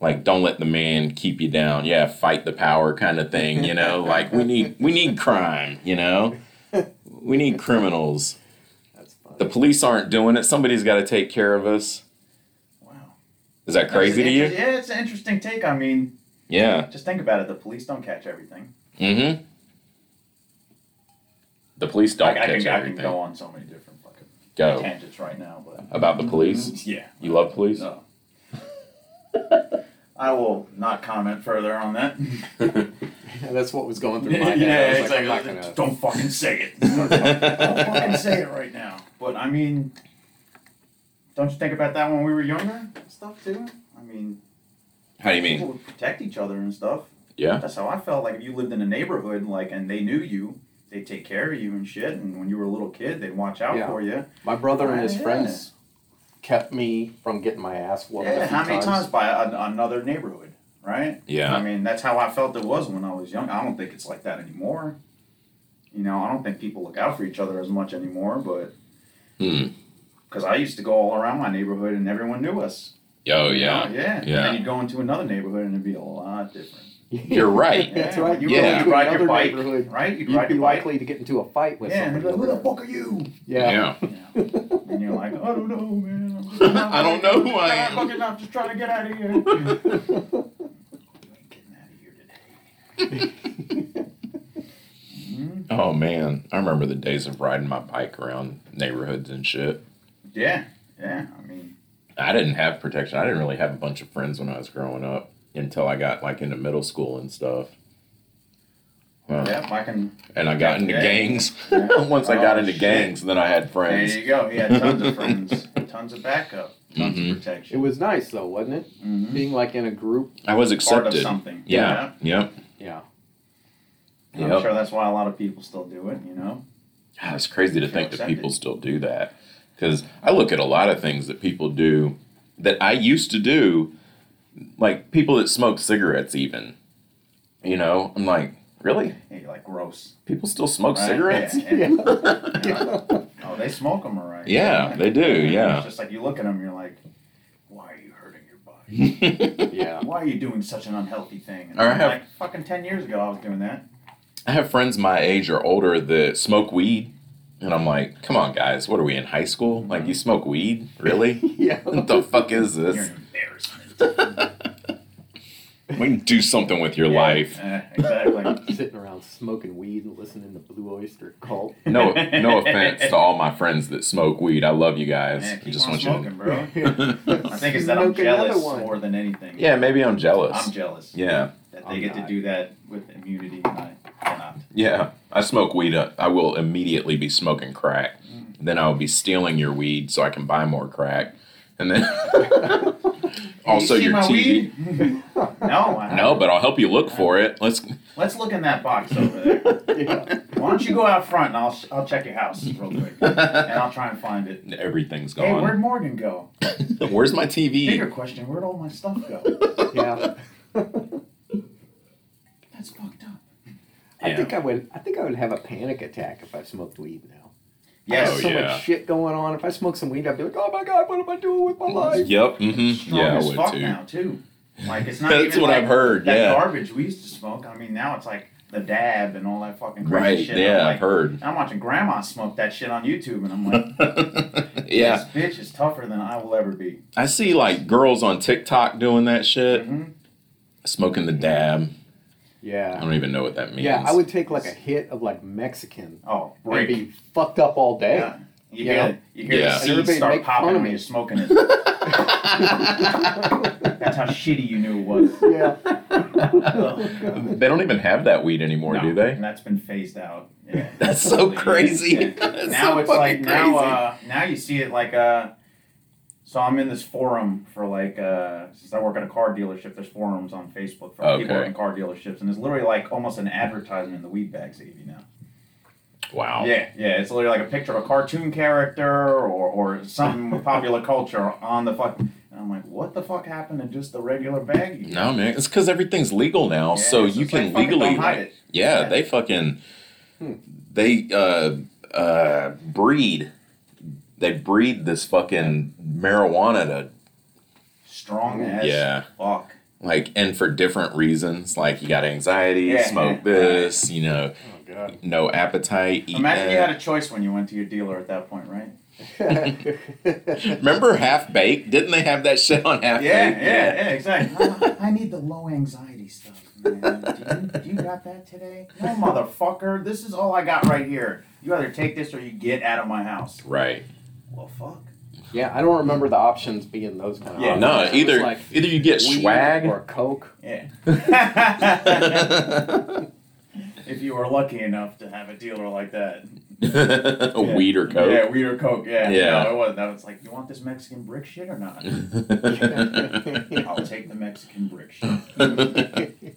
[SPEAKER 2] like don't let the man keep you down yeah fight the power kind of thing you know like we need we need crime you know we need criminals.
[SPEAKER 3] That's funny.
[SPEAKER 2] The police aren't doing it. Somebody's got to take care of us.
[SPEAKER 4] Wow.
[SPEAKER 2] Is that
[SPEAKER 4] That's an
[SPEAKER 2] crazy to
[SPEAKER 4] inter-
[SPEAKER 2] you?
[SPEAKER 4] Yeah, it's an interesting take. I mean,
[SPEAKER 2] Yeah.
[SPEAKER 4] just think about it. The police don't catch everything.
[SPEAKER 2] Mm-hmm. The police don't
[SPEAKER 4] Like, I,
[SPEAKER 2] catch
[SPEAKER 4] can, I can
[SPEAKER 2] everything.
[SPEAKER 4] go on so many different fucking
[SPEAKER 2] Go.
[SPEAKER 4] tangents right now, but *laughs*
[SPEAKER 2] About the police?
[SPEAKER 4] yeah.
[SPEAKER 2] You love police?
[SPEAKER 4] Mm-hmm.
[SPEAKER 2] *laughs*
[SPEAKER 4] No. I will not comment further on that.
[SPEAKER 3] Yeah, that's what was going through my
[SPEAKER 4] *laughs* yeah,
[SPEAKER 3] head. I was
[SPEAKER 4] it's
[SPEAKER 3] like,
[SPEAKER 4] like,
[SPEAKER 3] I'm not gonna.
[SPEAKER 4] *laughs* don't fucking say
[SPEAKER 3] *laughs*
[SPEAKER 4] it. don't fucking say it right now. But I mean, don't you think about that when we were younger and stuff too? I mean,
[SPEAKER 2] How do you
[SPEAKER 4] people
[SPEAKER 2] mean?
[SPEAKER 4] would protect each other and stuff.
[SPEAKER 2] Yeah.
[SPEAKER 4] That's how I felt. Like if you lived in a neighborhood, like and they knew you, they'd take care of you and shit. And when you were a little kid, they'd watch out
[SPEAKER 3] Yeah.
[SPEAKER 4] for you.
[SPEAKER 3] My brother and his
[SPEAKER 4] Yeah.
[SPEAKER 3] friends kept me from getting my ass whooped. a
[SPEAKER 4] yeah,
[SPEAKER 3] few
[SPEAKER 4] how many
[SPEAKER 3] *laughs*
[SPEAKER 4] times by an, another neighborhood, right? I
[SPEAKER 2] Yeah.
[SPEAKER 4] mean, that's how I felt it was when I was young. I don't think it's like that anymore. You know, I don't think people look out for each other as much anymore, but
[SPEAKER 2] Hmm.
[SPEAKER 4] because I used to go all around my neighborhood and everyone knew us.
[SPEAKER 2] Oh
[SPEAKER 4] you know?
[SPEAKER 2] yeah.
[SPEAKER 4] yeah. And
[SPEAKER 2] Yeah.
[SPEAKER 4] then you'd go into another neighborhood and it'd be a lot different.
[SPEAKER 2] You're
[SPEAKER 4] *laughs*
[SPEAKER 2] right.
[SPEAKER 3] *laughs* That's
[SPEAKER 4] Yeah,
[SPEAKER 3] right.
[SPEAKER 4] You
[SPEAKER 2] Yeah.
[SPEAKER 4] really
[SPEAKER 3] You'd
[SPEAKER 4] could ride your
[SPEAKER 3] another
[SPEAKER 4] bike,
[SPEAKER 3] neighborhood.
[SPEAKER 4] right? You'd,
[SPEAKER 3] You'd
[SPEAKER 4] ride
[SPEAKER 3] be
[SPEAKER 4] your bike.
[SPEAKER 3] likely to get into a fight with
[SPEAKER 4] Yeah, and they'd be
[SPEAKER 3] somebody.
[SPEAKER 4] like, who the fuck are you?
[SPEAKER 3] Yeah.
[SPEAKER 4] And you're like, I don't know, man. I'm just not-
[SPEAKER 2] I don't know who I
[SPEAKER 4] I'm
[SPEAKER 2] am."
[SPEAKER 4] fucking- I'm just trying to get out of here. You ain't getting
[SPEAKER 3] *laughs*
[SPEAKER 4] out of here today. Mhm.
[SPEAKER 2] Oh man, I remember the days of riding my bike around neighborhoods and shit.
[SPEAKER 4] Yeah, yeah. I mean,
[SPEAKER 2] I didn't have protection. I didn't really have a bunch of friends when I was growing up until I got like into middle school and stuff. Well,
[SPEAKER 4] yeah, if I can.
[SPEAKER 2] And I got
[SPEAKER 4] Yeah,
[SPEAKER 2] into
[SPEAKER 4] yeah.
[SPEAKER 2] gangs. *laughs*
[SPEAKER 4] Yeah.
[SPEAKER 2] Once I got
[SPEAKER 4] Oh,
[SPEAKER 2] into
[SPEAKER 4] shit.
[SPEAKER 2] gangs, then I had
[SPEAKER 4] There
[SPEAKER 2] friends.
[SPEAKER 4] you go. He had tons of
[SPEAKER 2] *laughs*
[SPEAKER 4] friends, tons of backup, tons
[SPEAKER 2] Mhm.
[SPEAKER 4] of protection.
[SPEAKER 3] *laughs* It was nice though, wasn't it?
[SPEAKER 4] Mhm.
[SPEAKER 3] Being like in a group.
[SPEAKER 2] I was
[SPEAKER 4] part of
[SPEAKER 2] accepted.
[SPEAKER 4] something.
[SPEAKER 2] Yeah. Yep.
[SPEAKER 3] Yeah.
[SPEAKER 4] you know?
[SPEAKER 2] Yep.
[SPEAKER 4] I'm sure that's why a lot of people still do it. You know.
[SPEAKER 2] God, it's crazy to
[SPEAKER 4] Feel
[SPEAKER 2] think that
[SPEAKER 4] accepted.
[SPEAKER 2] people still do that. Because I look at a lot of things that people do that I used to do, like people that smoke cigarettes, even. You know, I'm like, really?
[SPEAKER 4] Hey, like gross.
[SPEAKER 2] People still smoke
[SPEAKER 4] right?
[SPEAKER 2] Oh,
[SPEAKER 4] *laughs*
[SPEAKER 2] cigarettes?
[SPEAKER 4] Yeah, yeah.
[SPEAKER 2] *laughs*
[SPEAKER 4] *laughs* Oh, they smoke them, all right.
[SPEAKER 2] Yeah, they do, yeah.
[SPEAKER 4] It's just like you look at them, you're like, why are you hurting your
[SPEAKER 2] *laughs*
[SPEAKER 4] body?
[SPEAKER 3] Yeah.
[SPEAKER 4] *laughs* why are you doing such an unhealthy thing? And
[SPEAKER 2] Or
[SPEAKER 4] I'm
[SPEAKER 2] have-
[SPEAKER 4] like, fucking 10 years ago, I was doing that.
[SPEAKER 2] I have friends my age or older that smoke weed. And I'm like, come on, guys, what are we in high school?
[SPEAKER 4] Mm-hmm.
[SPEAKER 2] Like, you smoke weed? Really?
[SPEAKER 3] Yeah.
[SPEAKER 2] what the fuck is
[SPEAKER 4] You're
[SPEAKER 2] this?
[SPEAKER 4] an
[SPEAKER 2] *laughs*
[SPEAKER 4] embarrassment.
[SPEAKER 2] We can do something with your
[SPEAKER 4] Yeah,
[SPEAKER 2] life.
[SPEAKER 4] eh,
[SPEAKER 2] *laughs*
[SPEAKER 3] *laughs*
[SPEAKER 4] exactly.
[SPEAKER 3] Sitting around smoking weed and listening to Blue Oyster
[SPEAKER 4] *laughs*
[SPEAKER 3] Cult.
[SPEAKER 2] No, no offense to all my friends that smoke weed. I love you guys.
[SPEAKER 4] Man,
[SPEAKER 2] I
[SPEAKER 4] keep
[SPEAKER 2] just
[SPEAKER 4] on
[SPEAKER 2] want
[SPEAKER 4] smoking,
[SPEAKER 2] you. *laughs*
[SPEAKER 3] *laughs*
[SPEAKER 4] bro.
[SPEAKER 2] To...
[SPEAKER 4] I think it's that I'm
[SPEAKER 3] Smoke another
[SPEAKER 4] jealous
[SPEAKER 3] one.
[SPEAKER 4] more than anything.
[SPEAKER 2] yeah, maybe I'm jealous.
[SPEAKER 4] I'm jealous.
[SPEAKER 2] Yeah, Oh,
[SPEAKER 4] That they
[SPEAKER 3] I'm
[SPEAKER 4] get
[SPEAKER 3] not.
[SPEAKER 4] to do that with immunity and I cannot.
[SPEAKER 2] yeah. I smoke weed. uh, I will immediately be smoking crack.
[SPEAKER 4] Mm.
[SPEAKER 2] Then I will be stealing your weed so I can buy more crack. And
[SPEAKER 4] *laughs*
[SPEAKER 2] then also
[SPEAKER 4] You see
[SPEAKER 2] your
[SPEAKER 4] my
[SPEAKER 2] TV.
[SPEAKER 4] weed? *laughs* no, I
[SPEAKER 2] No, but I'll help you look for it. Let's.
[SPEAKER 4] Let's look in that box over there.
[SPEAKER 2] *laughs*
[SPEAKER 3] yeah.
[SPEAKER 4] Why don't you go out front and I'll, I'll check your house
[SPEAKER 2] *laughs*
[SPEAKER 4] real quick and I'll try and find it.
[SPEAKER 2] Everything's
[SPEAKER 4] Hey,
[SPEAKER 2] gone.
[SPEAKER 4] where'd Morgan go?
[SPEAKER 2] *laughs* Where's my TV?
[SPEAKER 4] Bigger question, where'd all my stuff
[SPEAKER 2] *laughs*
[SPEAKER 4] go?
[SPEAKER 3] Yeah.
[SPEAKER 4] That's fucked up.
[SPEAKER 3] I
[SPEAKER 2] Yeah.
[SPEAKER 3] think I would I think I would have a panic attack if I smoked weed now.
[SPEAKER 4] Yes.
[SPEAKER 2] Oh,
[SPEAKER 3] so
[SPEAKER 2] yeah.
[SPEAKER 3] much shit going on. If I smoked some weed, I'd be like, oh my god, what am I doing with my life?
[SPEAKER 2] Yep. hmm
[SPEAKER 4] Strong
[SPEAKER 2] Yeah, I
[SPEAKER 4] as
[SPEAKER 2] would
[SPEAKER 4] fuck
[SPEAKER 2] too.
[SPEAKER 4] now too. Like it's not
[SPEAKER 2] That's
[SPEAKER 4] even
[SPEAKER 2] what
[SPEAKER 4] like
[SPEAKER 2] I've heard,
[SPEAKER 4] That
[SPEAKER 2] yeah.
[SPEAKER 4] garbage we used to smoke. I mean now it's like the dab and all that fucking crazy
[SPEAKER 2] Right.
[SPEAKER 4] shit.
[SPEAKER 2] Yeah,
[SPEAKER 4] I'm
[SPEAKER 2] I've
[SPEAKER 4] like,
[SPEAKER 2] heard.
[SPEAKER 4] I'm watching grandma smoke that shit on YouTube and I'm like,
[SPEAKER 2] *laughs* yeah,
[SPEAKER 4] this bitch is tougher than I will ever be.
[SPEAKER 2] I see like girls on TikTok doing that shit,
[SPEAKER 4] Mhm.
[SPEAKER 2] smoking the dab. I
[SPEAKER 3] Yeah.
[SPEAKER 2] don't even know what that means.
[SPEAKER 3] Yeah, I would take like a hit of like Mexican
[SPEAKER 4] Oh,
[SPEAKER 3] and
[SPEAKER 4] break.
[SPEAKER 3] be fucked up all day.
[SPEAKER 4] Yeah. You
[SPEAKER 3] Yeah.
[SPEAKER 4] hear, you hear
[SPEAKER 2] Yeah.
[SPEAKER 4] the seeds
[SPEAKER 3] Everybody
[SPEAKER 4] start
[SPEAKER 3] make fun of
[SPEAKER 4] popping when
[SPEAKER 3] me.
[SPEAKER 4] you're
[SPEAKER 3] *laughs*
[SPEAKER 4] smoking it. That's how shitty you knew it was. *laughs*
[SPEAKER 3] Yeah.
[SPEAKER 2] They don't even have that weed anymore,
[SPEAKER 4] No,
[SPEAKER 2] do they?
[SPEAKER 4] And that's been phased out. Yeah.
[SPEAKER 2] *laughs* That's so crazy.
[SPEAKER 4] Yeah.
[SPEAKER 2] *laughs* That's
[SPEAKER 4] now
[SPEAKER 2] so
[SPEAKER 4] it's like
[SPEAKER 2] fucking
[SPEAKER 4] now
[SPEAKER 2] crazy.
[SPEAKER 4] uh, now you see it like uh so I'm in this forum for like uh since I work at a car dealership, there's forums on Facebook for people
[SPEAKER 2] Okay.
[SPEAKER 4] in car dealerships and it's literally like almost an advertisement in the weed bags they give you now.
[SPEAKER 2] Wow.
[SPEAKER 4] Yeah, yeah. It's literally like a picture of a cartoon character or, or
[SPEAKER 2] *laughs*
[SPEAKER 4] something with popular culture on the fuck and I'm like, what the fuck happened to just the regular bag you
[SPEAKER 2] No man, it's because everything's legal now,
[SPEAKER 4] Yeah,
[SPEAKER 2] so
[SPEAKER 4] so
[SPEAKER 2] you
[SPEAKER 4] it's
[SPEAKER 2] can
[SPEAKER 4] like fucking
[SPEAKER 2] legally
[SPEAKER 4] don't hide
[SPEAKER 2] like,
[SPEAKER 4] it.
[SPEAKER 2] yeah,
[SPEAKER 4] Yeah. Hmm.
[SPEAKER 2] they fucking they uh uh breed they breed this fucking marijuana to
[SPEAKER 4] strong as
[SPEAKER 2] Yeah.
[SPEAKER 4] fuck.
[SPEAKER 2] like and for different reasons like you got anxiety
[SPEAKER 4] Yeah.
[SPEAKER 2] smoke this you know
[SPEAKER 4] Oh,
[SPEAKER 2] no appetite eat
[SPEAKER 4] Imagine you
[SPEAKER 2] that.
[SPEAKER 4] had a choice when you went to your dealer at that point, right?
[SPEAKER 2] remember half baked didn't they have that shit on half
[SPEAKER 4] Yeah,
[SPEAKER 2] baked
[SPEAKER 4] yeah, yeah, exactly. I, I need the low anxiety stuff, man. Do you, do you got that today? No, motherfucker. This is all I got right here. You either take this or you get out of my house.
[SPEAKER 2] right
[SPEAKER 4] Well, fuck.
[SPEAKER 3] *laughs* yeah, I don't remember the options being those kind of
[SPEAKER 4] Yeah,
[SPEAKER 3] options.
[SPEAKER 2] no
[SPEAKER 3] It was
[SPEAKER 2] either
[SPEAKER 3] like
[SPEAKER 2] either you get
[SPEAKER 3] weed
[SPEAKER 2] swag *laughs*
[SPEAKER 3] or Coke.
[SPEAKER 4] Yeah. if you were lucky enough to have a dealer like that.
[SPEAKER 2] weed or coke
[SPEAKER 4] Yeah, weed or coke. Yeah.
[SPEAKER 2] Yeah.
[SPEAKER 4] No, it wasn't. I was like, you want this Mexican brick shit
[SPEAKER 2] *laughs*
[SPEAKER 4] or not? I'll take the Mexican
[SPEAKER 2] *laughs*
[SPEAKER 4] brick shit.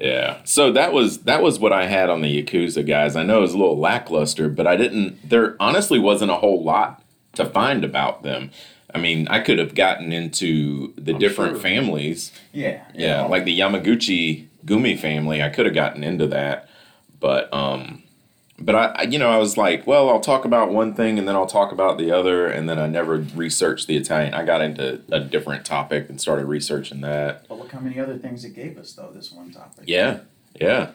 [SPEAKER 2] Yeah. So that was that was what I had on the Yakuza guys. I know it was a little lackluster, but I didn't there honestly wasn't a whole lot to find about them. I mean, I could have gotten into the different families.
[SPEAKER 4] Yeah.
[SPEAKER 2] Yeah, like the Yamaguchi Gumi family. I could have gotten into that, but um but I, I- you know, I was like, well, I'll talk about one thing and then I'll talk about the other, and then I never researched the Italian. I got into a different topic and started researching that.
[SPEAKER 4] But look how many other things it gave us, though, this one topic.
[SPEAKER 2] Yeah, yeah,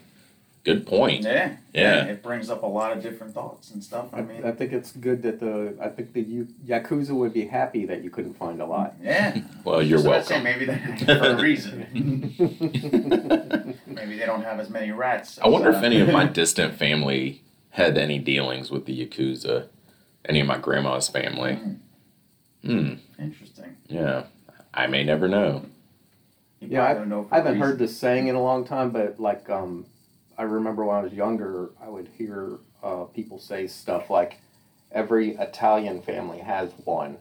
[SPEAKER 2] good point.
[SPEAKER 4] Yeah.
[SPEAKER 2] Yeah.
[SPEAKER 4] It brings up a lot of different thoughts and stuff. I
[SPEAKER 3] I,
[SPEAKER 4] mean,
[SPEAKER 3] I think it's good that the I think the U- yakuza would be happy that you couldn't find a lot. *laughs*
[SPEAKER 4] yeah.
[SPEAKER 2] Well, you're
[SPEAKER 4] so I'd say
[SPEAKER 2] welcome.
[SPEAKER 4] maybe that *laughs* for a reason. maybe they don't have as many rats.
[SPEAKER 2] *laughs* I wonder
[SPEAKER 4] as,
[SPEAKER 2] if
[SPEAKER 4] uh,
[SPEAKER 2] any of my distant family had any dealings with the yakuza, any of my grandma's family. Hmm.
[SPEAKER 4] Interesting.
[SPEAKER 2] Yeah, I may never know.
[SPEAKER 4] You
[SPEAKER 3] Yeah,
[SPEAKER 4] probably don't know for
[SPEAKER 3] I haven't
[SPEAKER 4] reason.
[SPEAKER 3] heard this saying in a long time, but like um, I remember when I was younger, I would hear uh, people say stuff like, "Every Italian family has one,"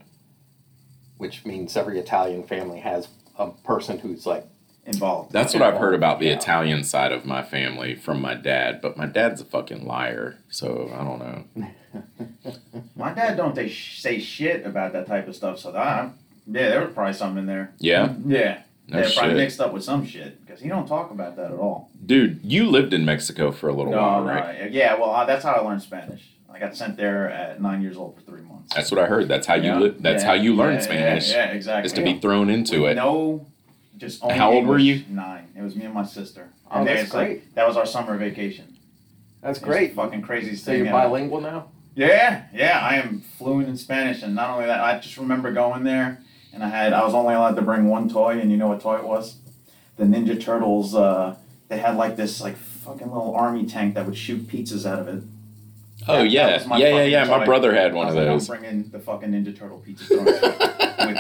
[SPEAKER 3] which means every Italian family has a person who's like,
[SPEAKER 4] involved.
[SPEAKER 2] That's what I've heard about the
[SPEAKER 3] Yeah.
[SPEAKER 2] Italian side of my family from my dad, but my dad's a fucking liar, so I don't know.
[SPEAKER 4] My dad don't they sh- say shit about that type of stuff. So that I, yeah, there was probably some in there.
[SPEAKER 2] Yeah,
[SPEAKER 4] Yeah,
[SPEAKER 2] no
[SPEAKER 4] they're probably
[SPEAKER 2] shit,
[SPEAKER 4] mixed up with some shit because he don't talk about that at all.
[SPEAKER 2] dude. You lived in Mexico for a little while, right?
[SPEAKER 4] yeah. Well, uh, that's how I learned Spanish. I got sent there at nine years old for three months.
[SPEAKER 2] That's what I heard. That's how you
[SPEAKER 4] Yeah.
[SPEAKER 2] li- That's
[SPEAKER 4] Yeah,
[SPEAKER 2] how you learn
[SPEAKER 4] yeah,
[SPEAKER 2] Spanish.
[SPEAKER 4] Yeah, yeah, exactly.
[SPEAKER 2] Is to be thrown into it.
[SPEAKER 4] No, just only
[SPEAKER 2] How old were
[SPEAKER 4] English, Nine. It was me and my sister.
[SPEAKER 3] Oh,
[SPEAKER 4] And
[SPEAKER 3] that's
[SPEAKER 4] it's like- that was our summer vacation.
[SPEAKER 3] "That's
[SPEAKER 4] It's
[SPEAKER 3] great."
[SPEAKER 4] the fucking craziest
[SPEAKER 3] So
[SPEAKER 4] thing.
[SPEAKER 3] you're
[SPEAKER 4] ever.
[SPEAKER 3] bilingual now.
[SPEAKER 4] Yeah, yeah, I am fluent in Spanish, and not only that, I just remember going there, and I had I was only allowed to bring one toy, and you know what toy it was? The Ninja Turtles. Uh, they had like this like fucking little army tank that would shoot pizzas out of it.
[SPEAKER 2] Oh
[SPEAKER 4] That- that
[SPEAKER 2] yeah,
[SPEAKER 4] was my
[SPEAKER 2] yeah, yeah,
[SPEAKER 4] fucking
[SPEAKER 2] yeah. My
[SPEAKER 4] toy.
[SPEAKER 2] brother had
[SPEAKER 4] I
[SPEAKER 2] one of
[SPEAKER 4] was like,
[SPEAKER 2] those.
[SPEAKER 4] I'm bringing the fucking Ninja Turtle pizza thrower
[SPEAKER 2] *laughs*
[SPEAKER 4] with me.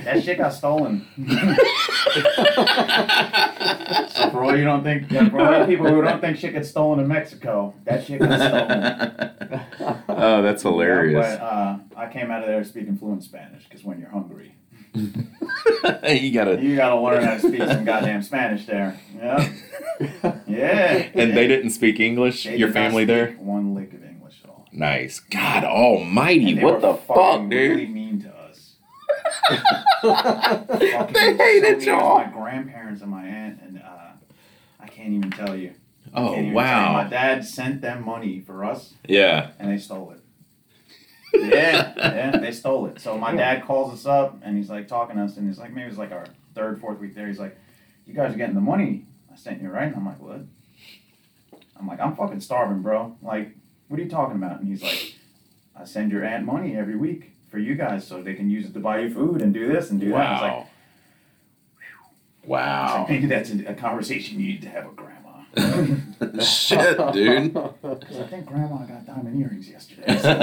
[SPEAKER 4] That shit got stolen. so for all you don't think, yeah, for all you people who don't think shit gets stolen in Mexico, that shit got
[SPEAKER 2] *laughs*
[SPEAKER 4] stolen.
[SPEAKER 2] oh, that's hilarious.
[SPEAKER 4] Yeah, but uh, I came out of there speaking fluent Spanish because when you're hungry,
[SPEAKER 2] *laughs* you gotta.
[SPEAKER 4] uh, you gotta learn how to speak some goddamn Spanish there. Yeah,
[SPEAKER 2] *laughs*
[SPEAKER 4] yeah.
[SPEAKER 2] And they didn't speak English.
[SPEAKER 4] They
[SPEAKER 2] Your
[SPEAKER 4] did not
[SPEAKER 2] family
[SPEAKER 4] speak
[SPEAKER 2] there.
[SPEAKER 4] One lick of English at all.
[SPEAKER 2] Nice. God
[SPEAKER 4] And
[SPEAKER 2] Almighty,
[SPEAKER 4] they were
[SPEAKER 2] what the fuck,
[SPEAKER 4] fucking Really
[SPEAKER 2] dude?
[SPEAKER 4] mean to us. Fucking
[SPEAKER 2] *laughs* They hated
[SPEAKER 4] so mean.
[SPEAKER 2] y'all.
[SPEAKER 4] My grandparents and my aunt and uh, I can't even tell you. I can't
[SPEAKER 2] Oh
[SPEAKER 4] even tell you. My
[SPEAKER 2] wow.
[SPEAKER 4] dad sent them money for us.
[SPEAKER 2] Yeah.
[SPEAKER 4] and they stole it. yeah, yeah, they stole it. So my dad calls us up and he's like talking to us, and he's like, maybe it's like our third, fourth week there. He's like, "You guys are getting the money I sent you, right?" And I'm like, "What?" I'm like, "I'm fucking starving, bro. Like, what are you talking about?" And he's like, "I send your aunt money every week for you guys, so they can use it to buy you food and do this and do that." I was like,
[SPEAKER 2] Wow.
[SPEAKER 4] I was like,
[SPEAKER 2] Wow.
[SPEAKER 4] maybe that's a, a conversation you need to have with grandma. *laughs*
[SPEAKER 2] Shit, *laughs* dude.
[SPEAKER 4] Because I think grandma got diamond earrings yesterday. *laughs* so-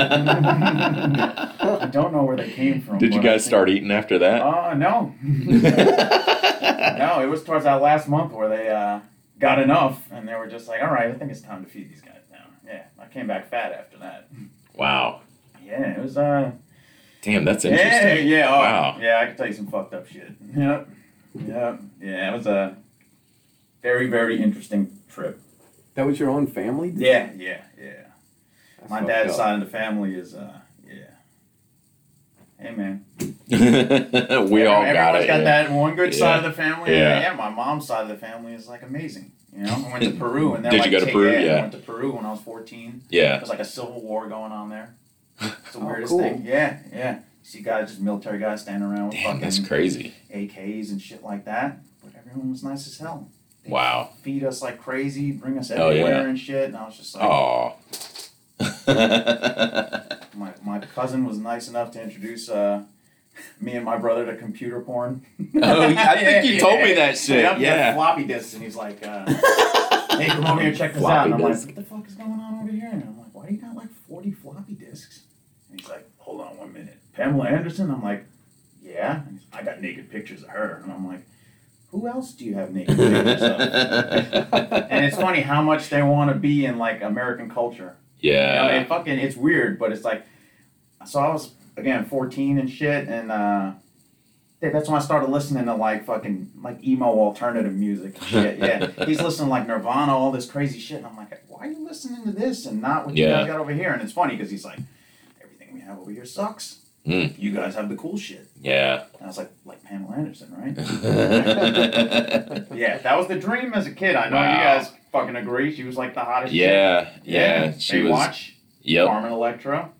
[SPEAKER 4] I don't know where they came from.
[SPEAKER 2] Did you
[SPEAKER 4] but I
[SPEAKER 2] guys
[SPEAKER 4] think-
[SPEAKER 2] start eating after that? *laughs*
[SPEAKER 4] Uh, no. no, it was towards that last month where they uh, got enough and they were just like, all right, I think it's time to feed these guys now. Yeah, I came back fat after that.
[SPEAKER 2] Wow.
[SPEAKER 4] Yeah, it was, uh,
[SPEAKER 2] Damn, that's
[SPEAKER 4] yeah,
[SPEAKER 2] interesting. *laughs*
[SPEAKER 4] yeah, oh,
[SPEAKER 2] Wow.
[SPEAKER 4] yeah, I could tell you some fucked up shit. Yep, yep, yeah, it was a very, very interesting trip.
[SPEAKER 3] That was your own family.
[SPEAKER 4] Yeah, yeah, yeah.
[SPEAKER 3] That's
[SPEAKER 4] My
[SPEAKER 3] fucked
[SPEAKER 4] dad's
[SPEAKER 3] up.
[SPEAKER 4] side of the family is, uh, yeah. Hey, man.
[SPEAKER 2] we all got
[SPEAKER 4] Everyone's
[SPEAKER 2] it.
[SPEAKER 4] got
[SPEAKER 2] yeah.
[SPEAKER 4] that one good side of
[SPEAKER 2] Yeah.
[SPEAKER 4] the family.
[SPEAKER 2] Yeah.
[SPEAKER 4] Yeah. yeah, my mom's side of the family is like amazing. You know, I went
[SPEAKER 2] *laughs*
[SPEAKER 4] to Peru and they're
[SPEAKER 2] Did you
[SPEAKER 4] like,
[SPEAKER 2] go to
[SPEAKER 4] take-
[SPEAKER 2] Peru?
[SPEAKER 4] I
[SPEAKER 2] Yeah.
[SPEAKER 4] went to Peru when I was 14.
[SPEAKER 2] Yeah.
[SPEAKER 4] There's like a civil war going on there. It's
[SPEAKER 2] *laughs*
[SPEAKER 4] the
[SPEAKER 3] Oh,
[SPEAKER 4] weirdest
[SPEAKER 3] cool.
[SPEAKER 4] thing. Yeah, yeah. You see guys, just military guys standing around with
[SPEAKER 2] Damn, that's
[SPEAKER 4] fucking
[SPEAKER 2] crazy.
[SPEAKER 4] AKs and shit like that. But everyone was nice as hell. They
[SPEAKER 2] Wow.
[SPEAKER 4] Feed us like crazy, bring us
[SPEAKER 2] Oh, yeah. Oh.
[SPEAKER 4] everywhere and shit. And I was just like, Oh,
[SPEAKER 2] Aw. *laughs*
[SPEAKER 4] my, my cousin was nice enough to introduce uh, me and my brother to computer porn.
[SPEAKER 2] Oh, yeah,
[SPEAKER 4] *laughs*
[SPEAKER 2] I think you told me that shit,
[SPEAKER 4] Yep,
[SPEAKER 2] yeah.
[SPEAKER 4] floppy discs, and he's like, uh, "Hey, come over here, check this out."
[SPEAKER 2] Floppy
[SPEAKER 4] And I'm like,
[SPEAKER 2] disk.
[SPEAKER 4] "What the fuck is going on over here?" And I'm like, "Why do you got like 40 floppy disks?" And he's like, "Hold on one minute, Pamela Anderson." I'm like, "Yeah." And he's, I got naked pictures of her, and I'm like, "Who else do you have naked pictures of?"
[SPEAKER 2] *laughs*
[SPEAKER 4] And it's funny how much they want to be in like American culture. You know, *laughs*
[SPEAKER 2] yeah.
[SPEAKER 4] it fucking it's weird, but it's like so I was again 14 and shit, and uh, th- that's when I started listening to like fucking like emo alternative music. and
[SPEAKER 2] *laughs*
[SPEAKER 4] Shit, yeah. He's listening to, like Nirvana, all this crazy shit, and I'm like, why are you listening to this and not what you
[SPEAKER 2] Yeah.
[SPEAKER 4] guys got over here? And it's funny because he's like, everything we have over here sucks.
[SPEAKER 2] Mm.
[SPEAKER 4] You guys have the cool shit.
[SPEAKER 2] Yeah.
[SPEAKER 4] And I was like, like
[SPEAKER 2] *laughs*
[SPEAKER 4] *laughs* Pamela Anderson, right? yeah, that was the dream as a kid. I know you
[SPEAKER 2] Wow.
[SPEAKER 4] guys fucking agree. She was like the hottest.
[SPEAKER 2] Yeah,
[SPEAKER 4] chick.
[SPEAKER 2] yeah, she was.
[SPEAKER 4] Baywatch,
[SPEAKER 2] Yep.
[SPEAKER 4] Carmen Electra.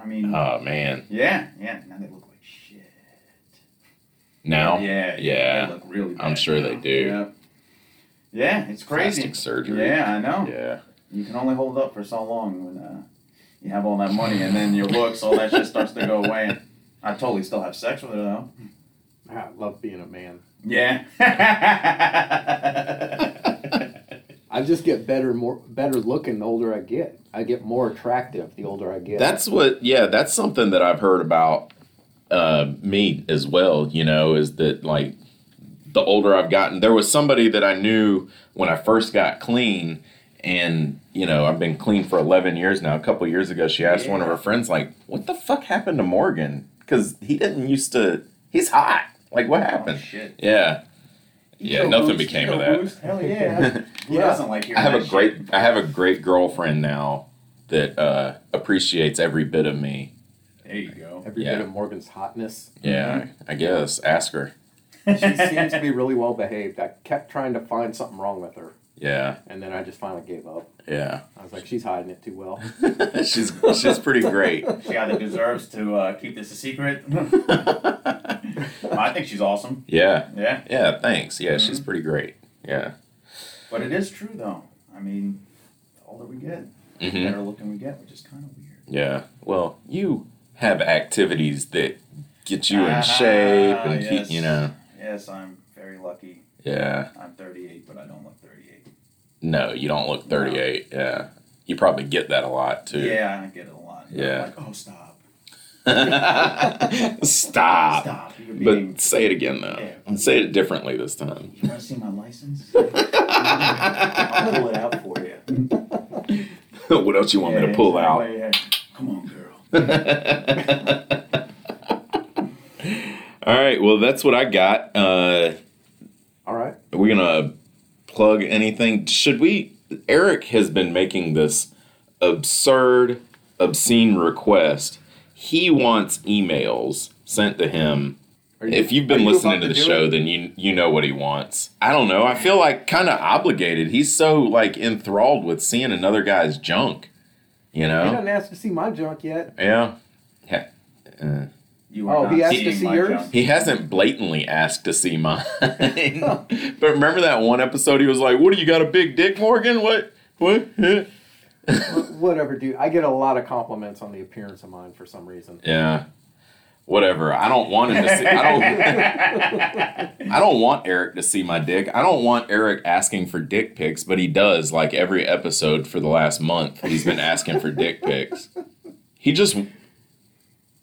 [SPEAKER 4] I mean,
[SPEAKER 2] Oh man.
[SPEAKER 4] yeah, yeah. Now they look like shit.
[SPEAKER 2] Now.
[SPEAKER 4] Yeah,
[SPEAKER 2] Yeah.
[SPEAKER 4] They look really. Bad
[SPEAKER 2] I'm sure they
[SPEAKER 4] now.
[SPEAKER 2] do.
[SPEAKER 4] Yeah. Yeah, it's crazy.
[SPEAKER 2] Plastic surgery.
[SPEAKER 4] Yeah, I know.
[SPEAKER 2] Yeah.
[SPEAKER 4] You can only hold up for so long when uh, you have all that money, and then your looks, all that shit starts to go away. I totally still have sex with her though.
[SPEAKER 3] Ah, I love being a man.
[SPEAKER 2] *laughs*
[SPEAKER 4] Yeah.
[SPEAKER 3] I just get better, more better looking the older I get. I get more attractive the older I get.
[SPEAKER 2] That's what. Yeah, that's something that I've heard about uh, me as well. You know, is that like the older I've gotten, there was somebody that I knew when I first got clean, and you know, I've been clean for 11 years now. A couple years ago, she asked one of her friends, like, "What the fuck happened to Morgan? Because he didn't used to. He's hot. Like, what happened?
[SPEAKER 4] Oh, shit.
[SPEAKER 2] Yeah, yeah. Nothing became of that. *laughs*
[SPEAKER 4] Hell yeah. He
[SPEAKER 3] Yeah.
[SPEAKER 4] doesn't like hearing
[SPEAKER 2] I have
[SPEAKER 4] that
[SPEAKER 2] a
[SPEAKER 4] shit.
[SPEAKER 2] great I have a great girlfriend now that uh, appreciates every bit of me.
[SPEAKER 4] There you go.
[SPEAKER 2] *laughs*
[SPEAKER 3] Every
[SPEAKER 2] Yeah.
[SPEAKER 3] bit of Morgan's hotness.
[SPEAKER 2] Yeah, I guess ask her.
[SPEAKER 4] *laughs*
[SPEAKER 3] She seems to be really well behaved. I kept trying to find something wrong with her,
[SPEAKER 2] Yeah,
[SPEAKER 3] and then I just finally gave up.
[SPEAKER 2] yeah. *laughs*
[SPEAKER 3] I was like, she's hiding it too well.
[SPEAKER 2] she's she's pretty great. *laughs*
[SPEAKER 4] She either deserves to uh, keep this a secret. I think she's awesome.
[SPEAKER 2] Yeah,
[SPEAKER 4] Yeah,
[SPEAKER 2] yeah. Thanks. Yeah, she's pretty great. Yeah.
[SPEAKER 4] but it is true though. I mean, the older we get, the
[SPEAKER 2] hmm
[SPEAKER 4] better looking we get, which is kind of weird.
[SPEAKER 2] Yeah. Well, you have activities that get you in shape
[SPEAKER 4] Ah,
[SPEAKER 2] and keep
[SPEAKER 4] yes.
[SPEAKER 2] you know.
[SPEAKER 4] Yes, I'm very lucky.
[SPEAKER 2] Yeah.
[SPEAKER 4] I'm 38, but I don't look 38.
[SPEAKER 2] No, you don't look 38. Yeah. You probably get that a lot too.
[SPEAKER 4] Yeah, I get it a lot. I'm
[SPEAKER 2] Yeah.
[SPEAKER 4] like, oh, stop,
[SPEAKER 2] *laughs* Stop.
[SPEAKER 4] stop. You're being.
[SPEAKER 2] Ah. But say it again though.
[SPEAKER 4] Yeah.
[SPEAKER 2] Say it differently this time. *laughs*
[SPEAKER 4] you want to see my license? *laughs* I'll pull it out for you.
[SPEAKER 2] what else you want me
[SPEAKER 4] Yeah,
[SPEAKER 2] to pull
[SPEAKER 4] yeah,
[SPEAKER 2] out?
[SPEAKER 4] yeah. Come on, girl.
[SPEAKER 2] All right. Well, that's what I got. Uh,
[SPEAKER 3] All right.
[SPEAKER 2] are we gonna plug anything? Should we? Eric has been making this absurd, obscene request. He wants emails sent to him.
[SPEAKER 3] Are you-
[SPEAKER 2] If you've
[SPEAKER 3] are
[SPEAKER 2] been
[SPEAKER 3] you
[SPEAKER 2] listening
[SPEAKER 3] about
[SPEAKER 2] to the
[SPEAKER 3] do
[SPEAKER 2] show,
[SPEAKER 3] it?
[SPEAKER 2] then you you know what he wants. I don't know. I feel like kind of obligated. He's so like enthralled with seeing another guy's junk. You
[SPEAKER 3] he
[SPEAKER 2] know?
[SPEAKER 3] doesn't ask to see my junk yet.
[SPEAKER 2] Yeah. Yeah. Uh,
[SPEAKER 4] You are
[SPEAKER 3] Oh,
[SPEAKER 4] not
[SPEAKER 3] he asked to
[SPEAKER 4] seeing
[SPEAKER 3] see
[SPEAKER 4] my
[SPEAKER 3] yours?
[SPEAKER 2] *laughs*
[SPEAKER 4] junk.
[SPEAKER 2] He hasn't blatantly asked to see mine. *laughs* but remember that one episode he was like, What do you got a big dick, Morgan? What? What? *laughs* Huh?"
[SPEAKER 3] Whatever, dude. I get a lot of compliments on the appearance of mine for some reason.
[SPEAKER 2] yeah. Whatever. I don't want him to see I don't I don't *laughs* want Eric to see my dick. I don't want Eric asking for dick pics, but he does like every episode for the last month. He's been asking for dick pics. He just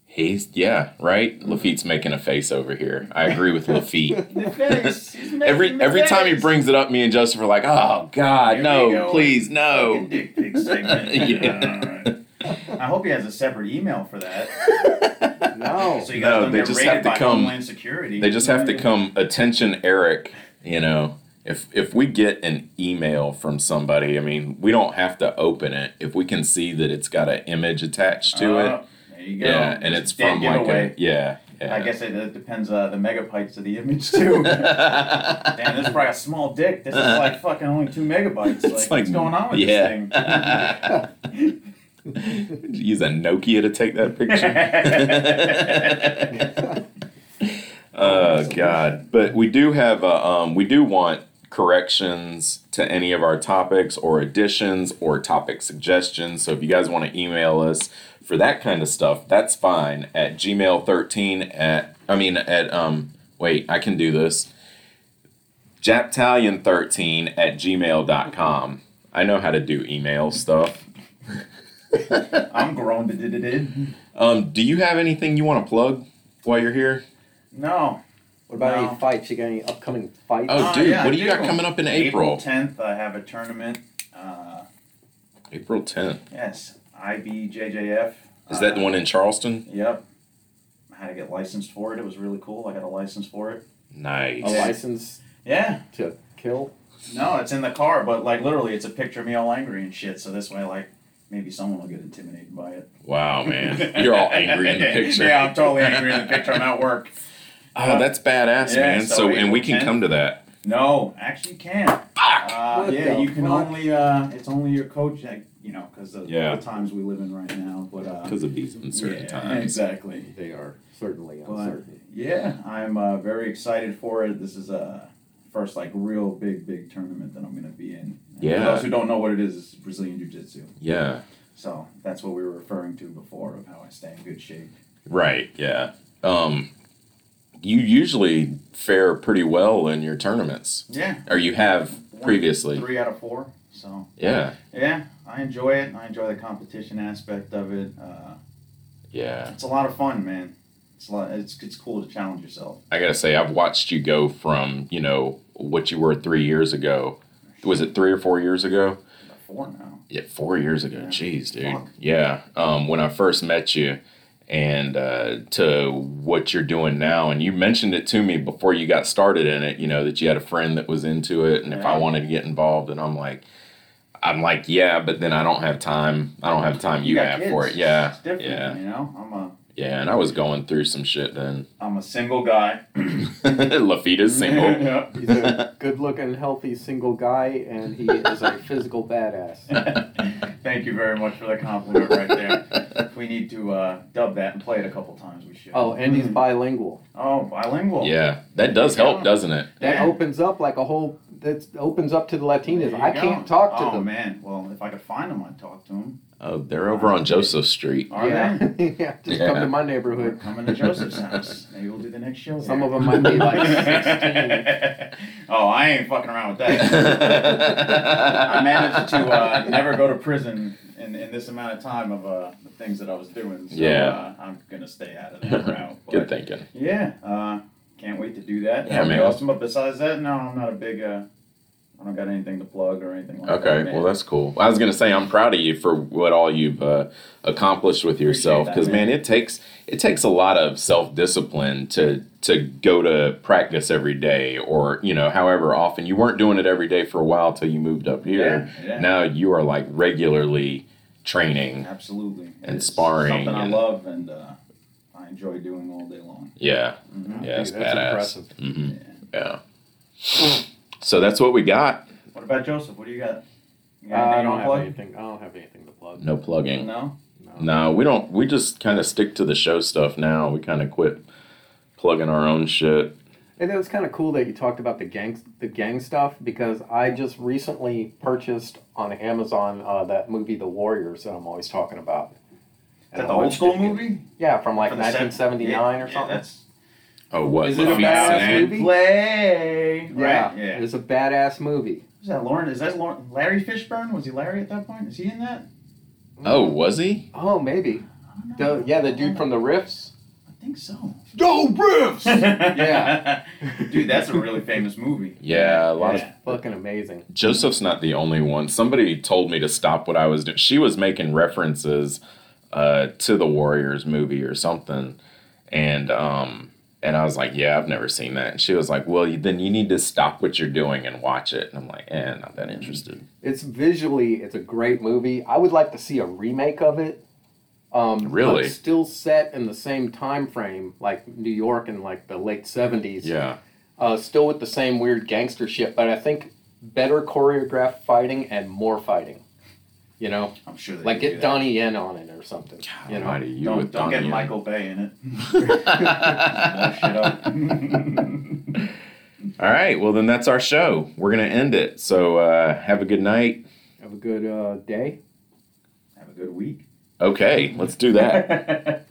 [SPEAKER 2] He's yeah, right? Lafitte's making a face over here. I agree with Lafitte.
[SPEAKER 4] The face. He's making
[SPEAKER 2] Every
[SPEAKER 4] the
[SPEAKER 2] every time he
[SPEAKER 4] face.
[SPEAKER 2] brings it up, me and Justin were like, "Oh God,
[SPEAKER 4] Here we
[SPEAKER 2] no!
[SPEAKER 4] go.
[SPEAKER 2] Please, no!"
[SPEAKER 4] Fucking dick pic segment.
[SPEAKER 2] *laughs* Yeah.
[SPEAKER 4] All right. I hope he has a separate email for that.
[SPEAKER 3] *laughs* No.
[SPEAKER 4] So you
[SPEAKER 2] Oh, No,
[SPEAKER 4] guys don't
[SPEAKER 2] they
[SPEAKER 4] get
[SPEAKER 2] just
[SPEAKER 4] raided
[SPEAKER 2] have to
[SPEAKER 4] by
[SPEAKER 2] come-
[SPEAKER 4] Homeland Security.
[SPEAKER 2] They just have to come attention, Eric. You know, if if we get an email from somebody, I mean, we don't have to open it if we can see that it's got an image attached to
[SPEAKER 4] Uh,
[SPEAKER 2] it.
[SPEAKER 4] There you go.
[SPEAKER 2] Yeah, and it's
[SPEAKER 4] Dead
[SPEAKER 2] from like a
[SPEAKER 4] giveaway.
[SPEAKER 2] yeah. yeah.
[SPEAKER 4] I guess it, it depends uh, the megabytes of the image too. *laughs* Damn, this is probably a small dick. This is like fucking only two megabytes.
[SPEAKER 2] *laughs*
[SPEAKER 4] Like,
[SPEAKER 2] It's like-
[SPEAKER 4] what's going on with
[SPEAKER 2] yeah.
[SPEAKER 4] this thing?
[SPEAKER 2] use a Nokia to take that *laughs*
[SPEAKER 4] *laughs*
[SPEAKER 2] picture. oh God! But we do have a, um, we do want corrections to any of our topics or additions or topic suggestions. So if you guys want to email us for that kind of stuff, that's fine at gmail13 at I mean at um wait I can do this japtalion13 at gmail.com. I know how to do email stuff.
[SPEAKER 4] I'm grown. Da-da-da.
[SPEAKER 2] Um, do you have anything you want to plug while you're here?
[SPEAKER 4] No.
[SPEAKER 3] What about
[SPEAKER 4] No.
[SPEAKER 3] any fights? You got any upcoming fights?
[SPEAKER 2] Oh,
[SPEAKER 4] Uh,
[SPEAKER 2] dude,
[SPEAKER 4] yeah,
[SPEAKER 2] what
[SPEAKER 4] I
[SPEAKER 2] do you got
[SPEAKER 4] do.
[SPEAKER 2] coming up in April?
[SPEAKER 4] tenth, I have a tournament. Uh,
[SPEAKER 2] April 10th.
[SPEAKER 4] yes, IBJJF.
[SPEAKER 2] Is that the one in Charleston?
[SPEAKER 4] Uh, Yep. I had to get licensed for it. It was really cool. I got a license for it. Oh,
[SPEAKER 3] a
[SPEAKER 2] Nice.
[SPEAKER 3] license
[SPEAKER 4] Yeah.
[SPEAKER 3] to kill?
[SPEAKER 4] No, it's in the car, but like literally, it's a picture of me all angry and shit. So this way, like maybe someone will get intimidated by it.
[SPEAKER 2] Wow, man. You're all *laughs* angry in the picture.
[SPEAKER 4] *laughs* yeah, I'm totally angry in the picture. I'm at work.
[SPEAKER 2] Oh, that's badass,
[SPEAKER 4] Yeah,
[SPEAKER 2] man.
[SPEAKER 4] so
[SPEAKER 2] So, and we
[SPEAKER 4] April
[SPEAKER 2] can
[SPEAKER 4] 10th.
[SPEAKER 2] come to that.
[SPEAKER 4] No, actually, you can't.
[SPEAKER 2] Fuck!
[SPEAKER 4] Uh,
[SPEAKER 3] What
[SPEAKER 4] yeah,
[SPEAKER 3] the
[SPEAKER 4] you can
[SPEAKER 3] fuck?
[SPEAKER 4] only. Uh, it's only your coach. Like, you know, because of
[SPEAKER 2] Yeah.
[SPEAKER 4] the times we live in right now. But uh,
[SPEAKER 2] because of these uncertain
[SPEAKER 4] yeah,
[SPEAKER 2] times.
[SPEAKER 4] exactly.
[SPEAKER 3] They are certainly
[SPEAKER 4] But
[SPEAKER 3] uncertain.
[SPEAKER 4] yeah, I'm uh, very excited for it. This is a first like real big big tournament that I'm gonna be in. And
[SPEAKER 2] Yeah.
[SPEAKER 4] For those who don't know what it is, it's Brazilian Jiu Jitsu.
[SPEAKER 2] Yeah,
[SPEAKER 4] So that's what we were referring to before of how I stay in good shape.
[SPEAKER 2] right. Yeah. Um, you usually fare pretty well in your tournaments,
[SPEAKER 4] Yeah.
[SPEAKER 2] or you have previously.
[SPEAKER 4] Three out of four. So
[SPEAKER 2] Yeah.
[SPEAKER 4] yeah, I enjoy it. I enjoy the competition aspect of it. Uh,
[SPEAKER 2] Yeah.
[SPEAKER 4] it's a lot of fun, man. It's a lot. It's it's cool to challenge yourself.
[SPEAKER 2] I gotta say, I've watched you go from you know what you were three years ago. Was it three or four years ago?
[SPEAKER 4] Four now.
[SPEAKER 2] Yeah, four years ago.
[SPEAKER 4] Yeah.
[SPEAKER 2] Jeez, dude.
[SPEAKER 4] Fuck.
[SPEAKER 2] Yeah. Um, when I first met you, and uh, to what you're doing now, and you mentioned it to me before you got started in it. You know that you had a friend that was into it, and if I
[SPEAKER 4] Yeah.
[SPEAKER 2] wanted to get involved, and I'm like. I'm like, yeah, but then I don't have time. I don't have time you,
[SPEAKER 4] got
[SPEAKER 2] have
[SPEAKER 4] kids.
[SPEAKER 2] for it. Yeah.
[SPEAKER 4] It's different.
[SPEAKER 2] Yeah.
[SPEAKER 4] You know, I'm a
[SPEAKER 2] Yeah. And I was going through some shit
[SPEAKER 4] *laughs*
[SPEAKER 2] then.
[SPEAKER 4] I'm a single guy.
[SPEAKER 2] Lafita's
[SPEAKER 4] *laughs*
[SPEAKER 2] single.
[SPEAKER 4] yeah.
[SPEAKER 3] He's a good-looking, healthy, single guy, and he is a physical badass.
[SPEAKER 4] Thank you very much for the compliment right there. If we need to uh, dub that and play it a couple times, we should.
[SPEAKER 3] Oh, and
[SPEAKER 4] Hmm.
[SPEAKER 3] he's bilingual.
[SPEAKER 4] Oh, bilingual.
[SPEAKER 2] Yeah, that does help, doesn't it?
[SPEAKER 3] That
[SPEAKER 4] Yeah.
[SPEAKER 3] opens up like a whole. That opens up to the
[SPEAKER 4] There
[SPEAKER 3] Latinas.
[SPEAKER 4] you
[SPEAKER 3] I
[SPEAKER 4] go.
[SPEAKER 3] can't talk to
[SPEAKER 4] oh,
[SPEAKER 3] them.
[SPEAKER 4] man. Well, if I could find them, I'd talk to them.
[SPEAKER 2] Oh, they're over on Joseph Street.
[SPEAKER 4] Are
[SPEAKER 3] yeah, *laughs*
[SPEAKER 4] they?
[SPEAKER 3] yeah. Just come
[SPEAKER 2] Yeah.
[SPEAKER 3] to my
[SPEAKER 4] We're
[SPEAKER 3] neighborhood.
[SPEAKER 4] coming to Joseph's house. Maybe we'll do the next show.
[SPEAKER 3] Some
[SPEAKER 4] there.
[SPEAKER 3] of them might be
[SPEAKER 4] *laughs*
[SPEAKER 3] like *laughs* sixteen.
[SPEAKER 4] oh, I ain't fucking around with that. I managed to uh, never go to prison in, in this amount of time of uh, the things that I was doing. So
[SPEAKER 2] Yeah.
[SPEAKER 4] uh, I'm going to stay out of that route.
[SPEAKER 2] *laughs* Good
[SPEAKER 4] but-
[SPEAKER 2] thinking.
[SPEAKER 4] Yeah, uh, can't wait to do that.
[SPEAKER 2] Yeah,
[SPEAKER 4] That'd be
[SPEAKER 2] man.
[SPEAKER 4] awesome. But besides that, no, I'm not a big. Uh, I don't got anything to plug or anything like that.
[SPEAKER 2] Okay,
[SPEAKER 4] man.
[SPEAKER 2] well that's cool. I was gonna say I'm proud of you for what all you've uh, accomplished with yourself,
[SPEAKER 4] that,
[SPEAKER 2] because man.
[SPEAKER 4] man.
[SPEAKER 2] it takes it takes a lot of self discipline to to go to practice every day, or you know, however often. You weren't doing it every day for a while till you moved up here.
[SPEAKER 4] Yeah, yeah.
[SPEAKER 2] Now you are like regularly training.
[SPEAKER 4] absolutely.
[SPEAKER 2] and
[SPEAKER 4] It's
[SPEAKER 2] sparring
[SPEAKER 4] Something I
[SPEAKER 2] and-
[SPEAKER 4] love and uh, I enjoy doing all day long.
[SPEAKER 2] Yeah,
[SPEAKER 4] Mhm.
[SPEAKER 2] yeah, it's
[SPEAKER 3] Dude, that's
[SPEAKER 2] badass.
[SPEAKER 3] impressive.
[SPEAKER 2] hmm
[SPEAKER 4] Yeah.
[SPEAKER 2] Yeah. So that's what we got.
[SPEAKER 4] What about Joseph? What do you got? You
[SPEAKER 3] Uh,
[SPEAKER 4] got
[SPEAKER 3] I
[SPEAKER 4] anything
[SPEAKER 3] don't
[SPEAKER 4] to
[SPEAKER 3] have
[SPEAKER 4] plug?
[SPEAKER 3] anything. I don't have anything to plug.
[SPEAKER 2] No plugging.
[SPEAKER 4] No.
[SPEAKER 2] No, we don't. We just kind of stick to the show stuff now. We kind of quit plugging our own shit.
[SPEAKER 3] And it was kind of cool that you talked about the gang the gang stuff because I just recently purchased on Amazon uh, that movie The Warriors that I'm always talking about.
[SPEAKER 4] Is that
[SPEAKER 3] I
[SPEAKER 4] the old
[SPEAKER 3] watched
[SPEAKER 4] school
[SPEAKER 3] it.
[SPEAKER 4] movie?
[SPEAKER 3] Yeah, from like
[SPEAKER 4] From the seven-
[SPEAKER 3] 1979 or
[SPEAKER 4] yeah,
[SPEAKER 3] something.
[SPEAKER 4] that's-
[SPEAKER 2] Oh, what?
[SPEAKER 3] Is it a
[SPEAKER 2] Lafitte's
[SPEAKER 3] badass
[SPEAKER 2] in it?
[SPEAKER 3] movie?
[SPEAKER 4] Play.
[SPEAKER 3] yeah,
[SPEAKER 4] Right. Yeah.
[SPEAKER 3] it's a badass movie.
[SPEAKER 4] Is that Lauren? Is that Lauren, Larry Fishburne? Was he Larry at that point? Is he in that?
[SPEAKER 2] Oh, was he?
[SPEAKER 3] Oh, maybe.
[SPEAKER 4] I don't know.
[SPEAKER 3] The, yeah, the dude from the Rifts.
[SPEAKER 4] I think so.
[SPEAKER 3] Yo,
[SPEAKER 4] *laughs*
[SPEAKER 3] Rifts!
[SPEAKER 4] yeah. Dude, that's a really famous movie.
[SPEAKER 2] Yeah, a lot
[SPEAKER 4] Yeah.
[SPEAKER 2] of
[SPEAKER 3] Fucking amazing.
[SPEAKER 2] Joseph's not the only one. Somebody told me to stop what I was doing. She was making references uh, to the Warriors movie or something, and um, and I was like, yeah, I've never seen that. And she was like, well, you- then you need to stop what you're doing and watch it. And I'm like, eh, not that interested.
[SPEAKER 3] It's visually, it's a great movie. I would like to see a remake of it. Um, but
[SPEAKER 2] Really?
[SPEAKER 3] still set in the same time frame, like New York in like the late seventies.
[SPEAKER 2] Yeah,
[SPEAKER 3] Uh, still with the same weird gangster shit, but I think better choreographed fighting and more fighting. You know,
[SPEAKER 4] I'm sure they
[SPEAKER 3] like
[SPEAKER 4] could do
[SPEAKER 3] get
[SPEAKER 4] that.
[SPEAKER 3] Donnie Yen on it or something. you know,
[SPEAKER 2] Almighty, you
[SPEAKER 4] don't,
[SPEAKER 2] with
[SPEAKER 4] don't
[SPEAKER 2] Donnie
[SPEAKER 4] get
[SPEAKER 2] Yen.
[SPEAKER 4] Michael Bay in it.
[SPEAKER 2] *laughs*
[SPEAKER 4] Blow shit up.
[SPEAKER 2] All right. Well, then that's our show. We're going to end it. So uh, have a good night.
[SPEAKER 3] have a good uh, day.
[SPEAKER 4] *laughs* Have a good week. *laughs*
[SPEAKER 2] Okay. Let's do that.